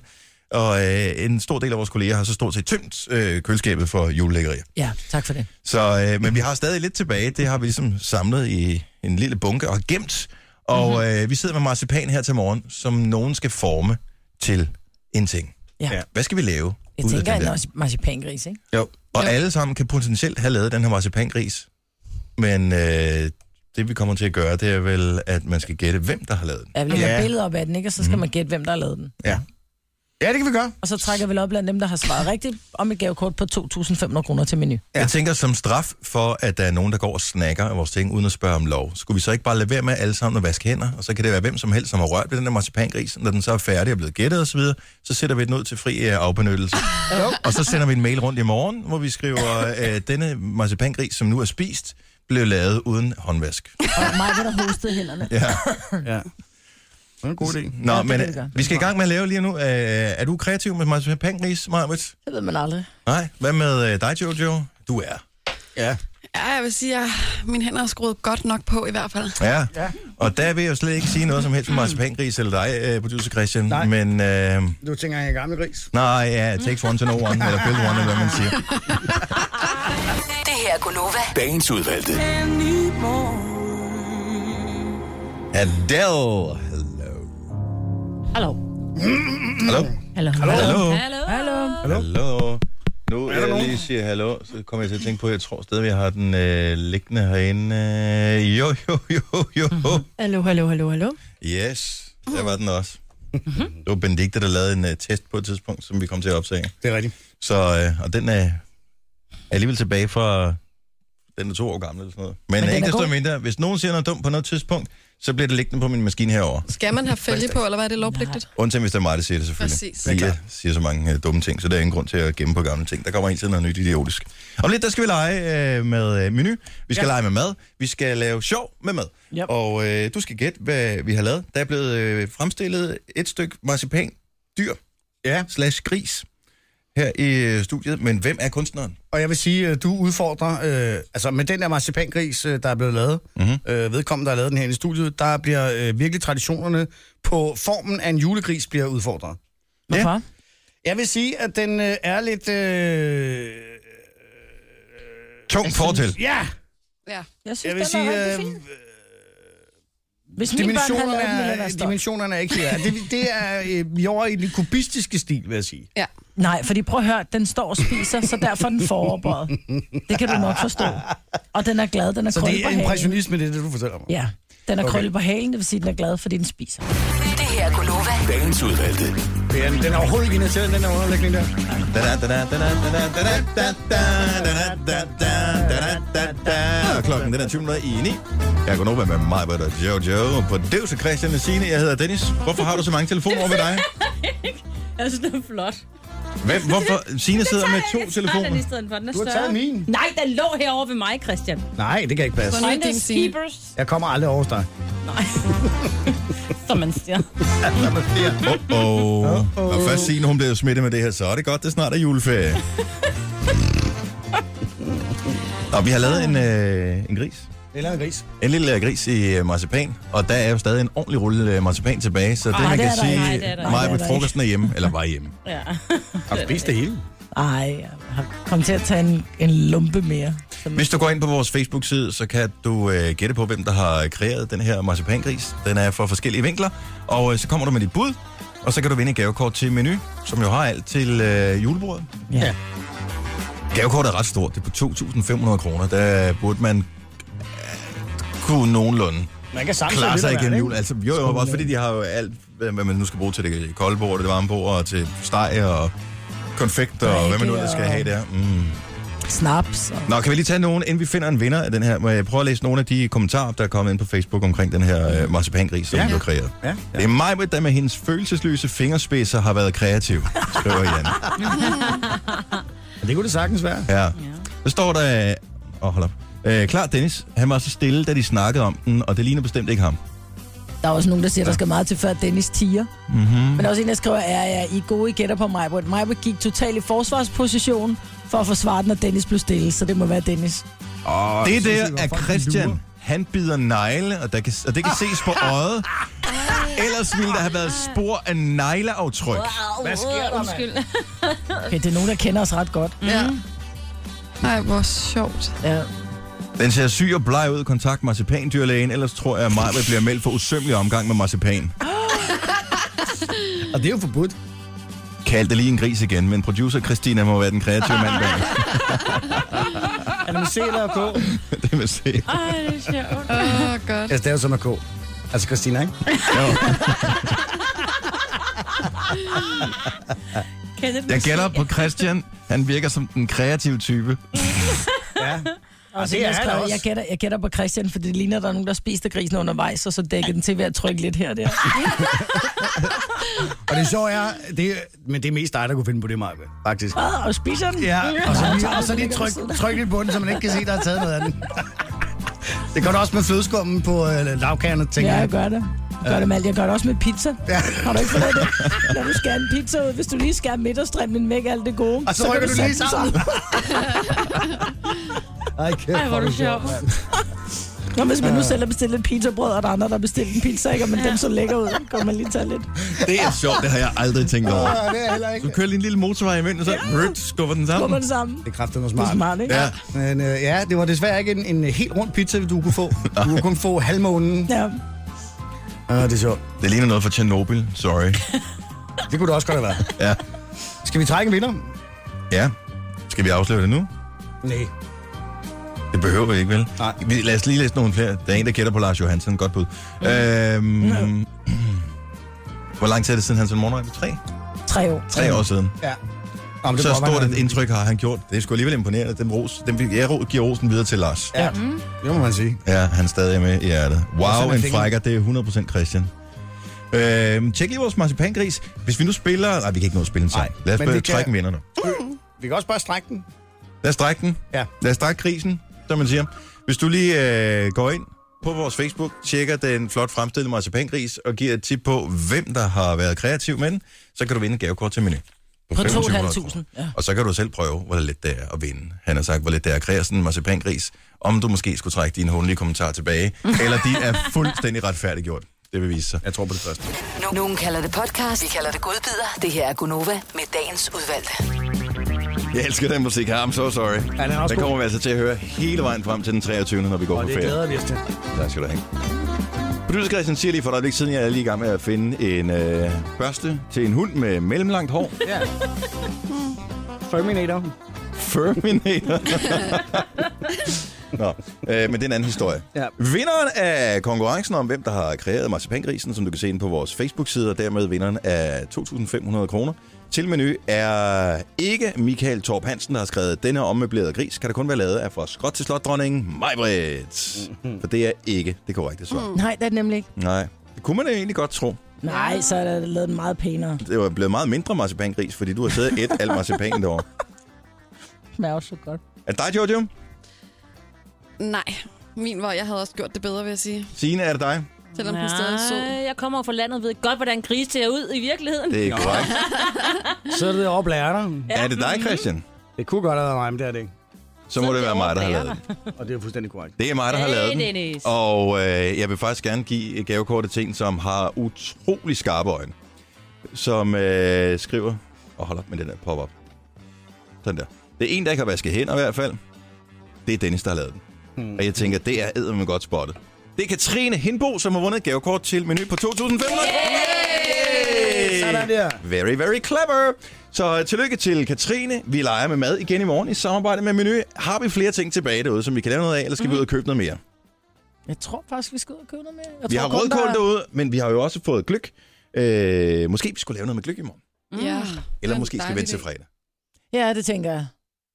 [SPEAKER 1] Og øh, en stor del af vores kolleger har så stort set tømt øh, køleskabet for julelækkerier.
[SPEAKER 6] Ja, tak for det.
[SPEAKER 1] Så, øh, men vi har stadig lidt tilbage. Det har vi ligesom samlet i en lille bunke og gemt. Og
[SPEAKER 6] Mhm.
[SPEAKER 1] mm-hmm. øh, vi sidder med marcipan her til morgen, som nogen skal forme til en ting.
[SPEAKER 6] Ja.
[SPEAKER 1] Hvad skal vi lave?
[SPEAKER 6] Jeg
[SPEAKER 1] ud af
[SPEAKER 6] tænker,
[SPEAKER 1] den
[SPEAKER 6] at
[SPEAKER 1] der?
[SPEAKER 6] en marcipangris, ikke?
[SPEAKER 1] Jo. Og alle sammen kan potentielt have lavet den her marcipangris. Men øh, det vi kommer til at gøre, det er vel, at man skal gætte, hvem der har lavet den.
[SPEAKER 6] Jeg vil lægge billeder op af den, ikke? Og så
[SPEAKER 1] Mm.
[SPEAKER 6] skal man gætte, hvem der har lavet den.
[SPEAKER 1] Ja.
[SPEAKER 2] Ja, det kan vi gøre.
[SPEAKER 6] Og så trækker vi op blandt dem, der har svaret rigtigt, om et gavekort på 2.500 kroner til menu.
[SPEAKER 1] Ja. Jeg tænker, som straf for, at der er nogen, der går og snakker af vores ting, uden at spørge om lov, skulle vi så ikke bare lade være med alle sammen at vaske hænder, og så kan det være hvem som helst, som har rørt ved den der marcipangris, når den så er færdig og blevet gættet osv., så sætter vi den ud til fri øh, afbenyttelse. og så sender vi en mail rundt i morgen, hvor vi skriver, at denne marcipangris, som nu er spist, blev lavet uden håndvask.
[SPEAKER 5] Og mig, der hostede hænderne.
[SPEAKER 1] Ja.
[SPEAKER 2] ja. Det er en god idé.
[SPEAKER 1] Nå,
[SPEAKER 2] ja,
[SPEAKER 1] ja, men øh, vi skal i gang med at lave lige nu. Øh, er du kreativ med marcipangris, Marvitt?
[SPEAKER 6] Det ved man aldrig.
[SPEAKER 1] Nej. Hvad med øh, dig, Jojo? Du er. Ja.
[SPEAKER 4] Ja, jeg vil sige, at mine hænder er skruet godt nok på i hvert fald.
[SPEAKER 1] Ja. ja, og der vil jeg jo slet ikke sige noget som helst om marcipangris eller dig, øh, producer Christian. Nej. Men øh,
[SPEAKER 2] Du tænker, jeg er gammel gris.
[SPEAKER 1] nej, ja, takes one to know one, eller build one, eller hvad man siger.
[SPEAKER 7] Det her er Gunova.
[SPEAKER 11] Dagens udvalgte.
[SPEAKER 1] Adele.
[SPEAKER 5] Hallo.
[SPEAKER 1] Hallo?
[SPEAKER 5] Hallo.
[SPEAKER 1] Hallo.
[SPEAKER 5] Hallo. Hallo.
[SPEAKER 1] Hallo. Nu er jeg lige siger hallo, så kommer jeg til at tænke på, at jeg tror stadig, jeg har den øh, liggende herinde. Øh, jo, jo, jo, jo.
[SPEAKER 9] Hallo, hallo, hallo, hallo.
[SPEAKER 1] Yes, der var den også. Det var Benedikte, der lavede en uh, test på et tidspunkt, som vi kom til at opsage.
[SPEAKER 2] Det er rigtigt.
[SPEAKER 1] Så, uh, og den er alligevel tilbage fra, den er to år gammel eller sådan noget. Men,
[SPEAKER 4] Men
[SPEAKER 1] Men
[SPEAKER 4] den
[SPEAKER 1] ikke
[SPEAKER 4] er
[SPEAKER 1] desto
[SPEAKER 4] god.
[SPEAKER 1] mindre, hvis nogen siger noget dumt på noget tidspunkt, så bliver det liggende på min maskine herover.
[SPEAKER 4] Skal man have fælge på, eller hvad er det lovpligtigt?
[SPEAKER 1] Undtagen hvis det er mig, der siger det selvfølgelig.
[SPEAKER 4] Præcis.
[SPEAKER 1] Fordi
[SPEAKER 4] Det er
[SPEAKER 1] jeg siger så mange uh, dumme ting, så der er ingen grund til at gemme på gamle ting. Der kommer hele tiden noget nyt idiotisk. Om lidt, der skal vi lege uh, med uh, menu. Vi skal
[SPEAKER 11] Ja.
[SPEAKER 1] ja. lege med mad. Vi skal lave sjov med mad.
[SPEAKER 11] Yep.
[SPEAKER 1] Og uh, du skal gætte, hvad vi har lavet. Der er blevet øh, fremstillet et stykke marcipan dyr
[SPEAKER 2] ja.
[SPEAKER 1] slash gris her i øh, studiet. Men hvem er kunstneren?
[SPEAKER 2] Og jeg vil sige, at du udfordrer, øh, altså med den der marcipangris, øh, der er blevet lavet,
[SPEAKER 1] Mhm.
[SPEAKER 2] mm-hmm. øh, vedkommende, der har lavet den her i studiet, der bliver øh, virkelig traditionerne på formen af en julegris bliver udfordret.
[SPEAKER 6] Hvorfor? Ja.
[SPEAKER 2] Jeg vil sige, at den øh, er lidt... Øh,
[SPEAKER 1] Tung fortil.
[SPEAKER 2] ja!
[SPEAKER 4] Ja.
[SPEAKER 2] Jeg vil sige, øh, øh,
[SPEAKER 6] Hvis mine børn havde
[SPEAKER 2] dimensionerne,
[SPEAKER 6] lavet den, ville jeg være
[SPEAKER 2] er,
[SPEAKER 6] stolt.
[SPEAKER 2] dimensionerne er ikke her. Det, det er, øh, vi er over i den kubistiske stil, vil jeg sige.
[SPEAKER 18] Ja.
[SPEAKER 6] Nej, fordi prøv at høre, den står og spiser, så derfor er den foroverbøjet. Det kan du nok forstå. Og den er glad, den er
[SPEAKER 2] Så
[SPEAKER 6] krølle
[SPEAKER 2] det
[SPEAKER 6] på
[SPEAKER 2] er
[SPEAKER 6] halen.
[SPEAKER 2] impressionisme, det er det, du fortæller mig.
[SPEAKER 6] Ja, den er
[SPEAKER 2] Okay.
[SPEAKER 6] okay. krølle på halen, det vil sige, at den er glad, fordi den spiser.
[SPEAKER 19] Det her er Gunova.
[SPEAKER 20] Dagens udvalgte.
[SPEAKER 2] Det er, den er overhovedet ikke initieret, den der underlægning der.
[SPEAKER 1] Og Klokken den er 20 minutter i 9. Jeg går over med mig, Britt og Jojo. Og På Devse Christian og Signe, jeg hedder Dennis. Hvorfor har du så mange telefoner over ved dig?
[SPEAKER 6] jeg synes, det er flot.
[SPEAKER 1] Hvem, hvorfor? Signe sidder med
[SPEAKER 6] Jeg
[SPEAKER 1] to
[SPEAKER 6] tager den i
[SPEAKER 1] telefoner.
[SPEAKER 6] stedet for, den er
[SPEAKER 2] Du har
[SPEAKER 6] større.
[SPEAKER 2] taget min.
[SPEAKER 6] Nej, den lå herovre ved mig, Christian.
[SPEAKER 2] Nej, det kan ikke passe.
[SPEAKER 6] Finders keepers.
[SPEAKER 2] Jeg kommer aldrig over hos dig.
[SPEAKER 6] Som man siger.
[SPEAKER 1] Åh, oh, oh. først Signe, hun blev smittet med det her, så er det godt, det snart er juleferie. Og vi har lavet en, øh, en gris.
[SPEAKER 2] Eller en gris.
[SPEAKER 1] En lille øh, gris i øh, marcipan, og der er jo stadig en ordentlig rulle øh, marcipan tilbage, så det,
[SPEAKER 6] Ej,
[SPEAKER 1] man
[SPEAKER 6] det
[SPEAKER 1] kan
[SPEAKER 6] er der
[SPEAKER 1] sige,
[SPEAKER 6] ikke. Nej, det er der ikke.
[SPEAKER 1] mig
[SPEAKER 6] Nej,
[SPEAKER 1] med
[SPEAKER 6] det er der
[SPEAKER 1] frokosten er hjemme, eller var hjemme.
[SPEAKER 6] Ja.
[SPEAKER 2] Har du spist det hele?
[SPEAKER 6] Ej, jeg har kommet til at tage en, en lumpe mere.
[SPEAKER 1] Hvis du går ind på vores Facebook-side, så kan du øh, gætte på, hvem der har kreeret den her marcipangris. Den er fra forskellige vinkler, og øh, så kommer du med dit bud, og så kan du vinde et gavekort til Menu, som jo har alt til øh, julebordet.
[SPEAKER 6] Ja.
[SPEAKER 1] Gavekortet er ret stort, det er på 2.500 kroner. Der burde man øh, kunne nogenlunde
[SPEAKER 2] Man kan samtidig
[SPEAKER 1] klare
[SPEAKER 2] lidt
[SPEAKER 1] sig
[SPEAKER 2] af hvert,
[SPEAKER 1] igennem
[SPEAKER 2] ikke?
[SPEAKER 1] jul. Altså, jo, jo, også fordi de har jo alt, hvad man nu skal bruge til det kolde bord, og det varme bord, og til steg og konfekt, og hvad man nu ellers skal have der. Mm.
[SPEAKER 6] Snaps. Og...
[SPEAKER 1] Nå, kan vi lige tage nogen, inden vi finder en vinder af den her? Må jeg prøve at læse nogle af de kommentarer, der er kommet ind på Facebook omkring den her øh, marcipangris, som
[SPEAKER 2] Ja.
[SPEAKER 1] ja. blev kreeret.
[SPEAKER 2] Ja.
[SPEAKER 1] Det er mig, der med hendes følelsesløse fingerspidser har været kreativ, skriver Jan.
[SPEAKER 2] Og det kunne det sagtens være.
[SPEAKER 1] Ja. Så står der... Åh, oh, hold op. Øh, klar Dennis, han var så stille, da de snakkede om den, og det ligner bestemt ikke ham.
[SPEAKER 6] Der er også nogen, der siger, der skal meget til, før Dennis tiger.
[SPEAKER 1] Mm-hmm.
[SPEAKER 6] Mm. Men der er også en, der skriver, ja, ja, I er gode, I gætter på Majbert. Majbert gik totalt i forsvarsposition for at forsvare den, og Dennis blev stille, så det må være Dennis.
[SPEAKER 1] Oh, det
[SPEAKER 6] jeg synes,
[SPEAKER 1] der
[SPEAKER 6] det var
[SPEAKER 1] er
[SPEAKER 6] fucking lurer.
[SPEAKER 1] Christian. Han bider negle, og, der kan, og det kan ses på øjet. Ellers ville der have været spor af negleaftryk.
[SPEAKER 6] Hvad sker der, Undskyld. okay, det er nogen, der kender os ret godt. Ja.
[SPEAKER 4] Nej, hvor sjovt.
[SPEAKER 6] Ja.
[SPEAKER 1] Den ser syg og bleg ud. Kontakt marcipandyrlægen, ellers tror jeg, at Majbert bliver meldt for usømmelig omgang med marcipan.
[SPEAKER 2] Og det er jo forbudt.
[SPEAKER 1] Kald det lige en gris igen, men producer Christina må være den kreative mand bag.
[SPEAKER 2] Er det med C eller K?
[SPEAKER 1] det vil se.
[SPEAKER 4] Ej, det er sjovt. Åh, oh, godt.
[SPEAKER 2] Altså, det er jo som at K. Altså Christina, ikke?
[SPEAKER 1] Jeg gælder på Christian. Han virker som den kreative type.
[SPEAKER 2] Ja.
[SPEAKER 6] Og
[SPEAKER 2] det
[SPEAKER 6] det
[SPEAKER 2] er
[SPEAKER 6] er
[SPEAKER 2] han
[SPEAKER 6] skrev,
[SPEAKER 2] også.
[SPEAKER 6] jeg, gætter, jeg gætter på Christian, for det ligner, at der er nogen, der spiste grisen undervejs, og så dækkede den til ved at trykke lidt her og der.
[SPEAKER 2] Og det sjove er, det, er- men det er mest dig, der kunne finde på det, Marve, faktisk.
[SPEAKER 6] Hvad? Og spiser den?
[SPEAKER 2] Ja, og så lige, og så lige tryk, tryk lidt på den, så man ikke kan se, der er taget noget af den. Det gør du også med flødeskummen på øh, lavkagerne, tænker
[SPEAKER 6] Ja,
[SPEAKER 2] jeg.
[SPEAKER 6] jeg gør det. Gør det med alt. Jeg gør det også med pizza. Ja. Har du ikke fået det? Når du skærer en pizza ud, hvis du lige skærer midterstrimlen væk alt det gode.
[SPEAKER 2] Og så
[SPEAKER 6] kan
[SPEAKER 2] rykker du lige
[SPEAKER 6] sætte den
[SPEAKER 2] sammen. Ej, kæft,
[SPEAKER 6] Ej, hvor er du sjov.
[SPEAKER 2] mand.
[SPEAKER 6] Nå, hvis man nu selv har bestilt et pizzabrød, og der er andre, der har bestilt en pizza, ikke? Og man dem så lækker ud, så kan man lige tage lidt.
[SPEAKER 1] Det er sjovt, det har jeg aldrig tænkt over.
[SPEAKER 2] Åh, det er heller ikke.
[SPEAKER 1] Du kører lige en lille motorvej i munden, og så rødt, skubber den sammen.
[SPEAKER 6] Skubber den sammen.
[SPEAKER 2] Det er kraftigt noget smart.
[SPEAKER 6] Det er smart, ikke?
[SPEAKER 1] Ja.
[SPEAKER 2] Men øh, ja, det var desværre ikke en, en helt rund pizza, du kunne få. Du kunne kun få halvmånen.
[SPEAKER 6] Ja.
[SPEAKER 2] Ah, det er sjovt.
[SPEAKER 1] Det ligner noget fra Tjernobyl, sorry.
[SPEAKER 2] Det kunne det også godt have været.
[SPEAKER 1] Ja.
[SPEAKER 2] Skal vi trække en vinder?
[SPEAKER 1] ja. Skal vi afsløre det nu?
[SPEAKER 2] Nej.
[SPEAKER 1] Det behøver vi ikke, vel? Nej. Vi, lad os lige læse nogle flere. Der er en, der gætter på Lars Johansen. Godt bud. Mm. Øhm, hvor lang tid er det siden, han sendte morgenradio? Tre?
[SPEAKER 6] Tre år.
[SPEAKER 1] Tre år siden.
[SPEAKER 2] Ja.
[SPEAKER 1] Om
[SPEAKER 2] Jamen,
[SPEAKER 1] det så
[SPEAKER 2] prøver man
[SPEAKER 1] stort
[SPEAKER 2] at-
[SPEAKER 1] et indtryk har han gjort. Det er sgu alligevel imponerende. Den ros, den, vi- jeg ro- giver rosen videre til Lars.
[SPEAKER 2] Ja, det må man sige.
[SPEAKER 1] Ja, han er stadig med i hjertet.
[SPEAKER 2] sådan
[SPEAKER 1] Wow,
[SPEAKER 2] er
[SPEAKER 1] en
[SPEAKER 2] fingeren.
[SPEAKER 1] frækker, det er 100% Christian. Øhm, tjek lige vores marcipangris. Hvis vi nu spiller... Nej, vi kan ikke nå at spille en sang.
[SPEAKER 2] Nej,
[SPEAKER 1] Lad os
[SPEAKER 2] men
[SPEAKER 1] spille
[SPEAKER 2] vi kan-
[SPEAKER 1] trække en vinder nu.
[SPEAKER 2] Vi kan også bare strække den.
[SPEAKER 1] Lad os strække den.
[SPEAKER 2] Ja.
[SPEAKER 1] Lad os strække krisen, som man siger. Hvis du lige øh, går ind på vores Facebook, tjekker den flot fremstillede marcipangris og giver et tip på, hvem der har været kreativ med den, så kan du vinde et gavekort til menu.
[SPEAKER 6] På
[SPEAKER 1] 2500
[SPEAKER 6] 2.500,
[SPEAKER 1] kroner. Og så kan du selv prøve, hvor let det er at vinde. Han har sagt, hvor let det er at kreere sådan en marcipangris. Om du måske skulle trække dine håndlige kommentarer tilbage, eller de er fuldstændig retfærdiggjort. Det vil vise sig.
[SPEAKER 2] Jeg tror på det første.
[SPEAKER 19] Nu- Nogen kalder det podcast, vi kalder det godbider. Det her er Gunova med dagens udvalgte.
[SPEAKER 1] Jeg elsker den musik her. I'm so sorry. Ja,
[SPEAKER 2] den er også
[SPEAKER 1] den
[SPEAKER 2] god.
[SPEAKER 1] kommer vi altså til at høre hele vejen frem til den 23. når vi går
[SPEAKER 2] Og
[SPEAKER 1] på
[SPEAKER 2] det
[SPEAKER 1] ferie.
[SPEAKER 2] glæder vi os til.
[SPEAKER 1] Tak skal du have. Producer Christian siger lige for et øjeblik siden, jeg er lige i gang med at finde en øh, børste til en hund med mellemlangt hår.
[SPEAKER 2] Ja.
[SPEAKER 1] Mm.
[SPEAKER 2] Terminator.
[SPEAKER 1] Terminator. Nå, øh, men det er en anden historie. Ja. Vinderen af konkurrencen om, hvem der har kreeret marcipangrisen, som du kan se inde på vores Facebook-side, og dermed vinderen af 2.500 kroner, til menu er ikke Michael Torp Hansen, der har skrevet Denne ommøblerede gris kan der kun være lavet af fra skråt til slotdronningen, Majbrit. For det er ikke det korrekte svar. Mm.
[SPEAKER 5] Nej, det er det nemlig ikke.
[SPEAKER 1] Nej, det kunne man egentlig godt tro.
[SPEAKER 5] Nej, så er der lavet den meget pænere.
[SPEAKER 1] Det var blevet meget mindre marcipangris, fordi du har siddet et alt marcipan derovre.
[SPEAKER 5] Smager også så godt.
[SPEAKER 1] Er det dig, Jojo?
[SPEAKER 4] Nej, min var, jeg havde også gjort det bedre, vil jeg sige.
[SPEAKER 1] Signe, er det dig?
[SPEAKER 4] Selvom den stadig er sød.
[SPEAKER 21] jeg kommer over fra landet og ved godt, hvordan grise ser ud i virkeligheden.
[SPEAKER 1] Det er korrekt.
[SPEAKER 2] Så er det op lærerne.
[SPEAKER 1] Ja. Er det dig, Christian?
[SPEAKER 2] Det kunne godt have været mig, men det er det ikke.
[SPEAKER 1] Så må det være mig, der har lavet det.
[SPEAKER 2] Og det er fuldstændig korrekt.
[SPEAKER 1] Det er mig, der har
[SPEAKER 2] Hey,
[SPEAKER 1] lavet den.
[SPEAKER 2] Dennis.
[SPEAKER 1] Og øh, jeg vil faktisk gerne give gavekortet til en, som har utrolig skarpe øjne. Som øh, skriver... Og hold op med den der pop-up. Sådan der. Det er en, der ikke har vasket hænder i hvert fald. Det er Dennis, der har lavet den. Hmm. Og jeg tænker, det er eddermame godt spottet. Det er Katrine Hindbo, som har vundet et gavekort til menu på 2.500
[SPEAKER 2] Hey! Sådan der.
[SPEAKER 1] Very, very clever. Så øh, tillykke til Katrine. Vi leger med mad igen i morgen i samarbejde med Menu. Har vi flere ting tilbage derude, som vi kan lave noget af, eller skal mm. vi ud og købe noget mere?
[SPEAKER 6] Jeg tror faktisk, vi skal ud og købe noget mere. Jeg
[SPEAKER 1] vi
[SPEAKER 6] tror
[SPEAKER 1] har
[SPEAKER 6] kun,
[SPEAKER 1] rødkål
[SPEAKER 6] der-
[SPEAKER 1] derude, men vi har jo også fået gløk. Øh, måske vi skulle lave noget med gløk i morgen.
[SPEAKER 4] Ja.
[SPEAKER 1] Eller
[SPEAKER 6] en
[SPEAKER 1] måske skal vi
[SPEAKER 6] dejlig
[SPEAKER 1] vente til
[SPEAKER 6] idé.
[SPEAKER 1] fredag.
[SPEAKER 5] Mm. Ja, det tænker jeg.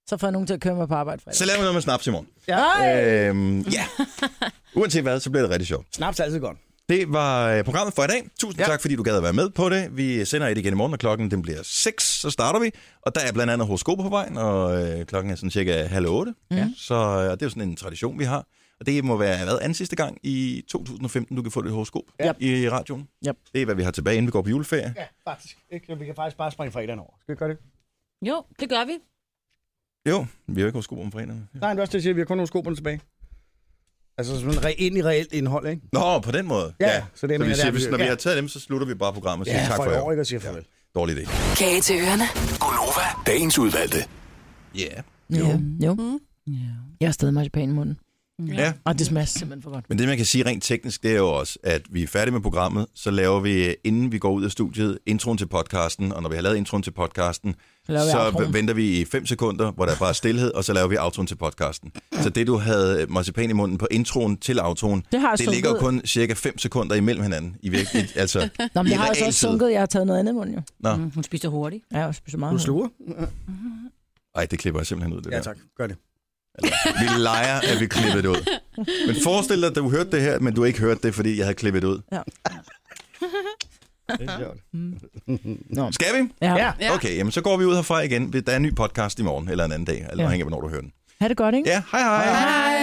[SPEAKER 5] Så får jeg nogen til at køre mig på arbejde fredag.
[SPEAKER 1] Så laver vi noget med snaps i morgen.
[SPEAKER 5] Ja.
[SPEAKER 1] Øhm, ja. Uanset hvad, så bliver det rigtig sjovt.
[SPEAKER 2] Snaps er altid godt.
[SPEAKER 1] Det var øh, programmet for i dag. Tusind ja. tak, fordi du gad at være med på det. Vi sender et igen i morgen, og klokken den bliver 6, så starter vi. Og der er blandt andet horoskop på vejen, og øh, klokken er sådan cirka halv otte. Ja. Så øh, og det er jo sådan en tradition, vi har. Og det må være hvad, anden sidste gang i 2015, du kan få dit horoskop ja. i radioen.
[SPEAKER 5] Ja.
[SPEAKER 1] Det er, hvad vi har tilbage, inden vi går på juleferie.
[SPEAKER 2] Ja, faktisk. Ikke? Vi kan faktisk bare springe fredagen over. Skal vi gøre det?
[SPEAKER 21] Jo, det gør vi.
[SPEAKER 1] Jo, vi har jo ikke horoskop om fredagen.
[SPEAKER 2] Nej, men det er også det, jeg siger. Vi har kun nogle skoberne tilbage. Altså sådan re- egentlig reelt indhold, ikke?
[SPEAKER 1] Nå, på den måde.
[SPEAKER 2] Ja, så
[SPEAKER 1] så
[SPEAKER 2] det er
[SPEAKER 1] det så
[SPEAKER 2] mere
[SPEAKER 1] vi
[SPEAKER 2] der,
[SPEAKER 1] siger,
[SPEAKER 2] vi-
[SPEAKER 1] hvis, når vi
[SPEAKER 2] ja.
[SPEAKER 1] har taget dem, så slutter vi bare programmet og siger
[SPEAKER 2] Ja,
[SPEAKER 1] tak for i år.
[SPEAKER 2] ikke? Og siger farvel.
[SPEAKER 1] Dårlig idé.
[SPEAKER 7] Kage til ørerne.
[SPEAKER 11] Gunova, dagens udvalgte.
[SPEAKER 1] Ja.
[SPEAKER 5] Jo. jo. Mm. Jeg har stadig marcipan i munden.
[SPEAKER 1] Ja.
[SPEAKER 5] Og det smager simpelthen for godt.
[SPEAKER 1] Men det, man kan sige rent teknisk, det er jo også, at vi er færdige med programmet, så laver vi, inden vi går ud af studiet, introen til podcasten, og når vi har lavet introen til podcasten,
[SPEAKER 5] Så laver vi
[SPEAKER 1] så
[SPEAKER 5] outroen.
[SPEAKER 1] venter vi i 5 sekunder, hvor der er bare stillhed, og så laver vi outroen til podcasten. Så det, du havde marcipan i munden på introen til outroen,
[SPEAKER 5] Det har
[SPEAKER 1] det
[SPEAKER 5] sunket.
[SPEAKER 1] ligger jo kun cirka 5 sekunder imellem hinanden. I virkelig, altså,
[SPEAKER 5] Nå, men
[SPEAKER 1] i
[SPEAKER 5] jeg har altså også
[SPEAKER 1] realtid.
[SPEAKER 5] sunket. Jeg har taget noget andet i munden jo.
[SPEAKER 1] Nå.
[SPEAKER 21] Hun spiser hurtigt.
[SPEAKER 5] Ja, jeg spiser meget.
[SPEAKER 2] Du sluger?
[SPEAKER 1] Ej, det klipper jeg simpelthen ud, det
[SPEAKER 2] Ja,
[SPEAKER 1] der.
[SPEAKER 2] tak. Gør det.
[SPEAKER 1] Vi leger, at vi klippede det ud. Men forestil dig, at du hørte det her, men du ikke hørte det, fordi jeg havde klippet det ud.
[SPEAKER 5] Ja.
[SPEAKER 2] Det er sjovt.
[SPEAKER 1] Nå. Skal vi?
[SPEAKER 5] Ja.
[SPEAKER 4] Ja.
[SPEAKER 1] Okay, jamen så går vi ud herfra igen. Der er en ny podcast i morgen, eller en anden dag, eller
[SPEAKER 5] Ja.
[SPEAKER 1] ja. hænger, hvornår du hører den.
[SPEAKER 5] Ha' det godt, ikke?
[SPEAKER 1] Ja, hej hej. hej.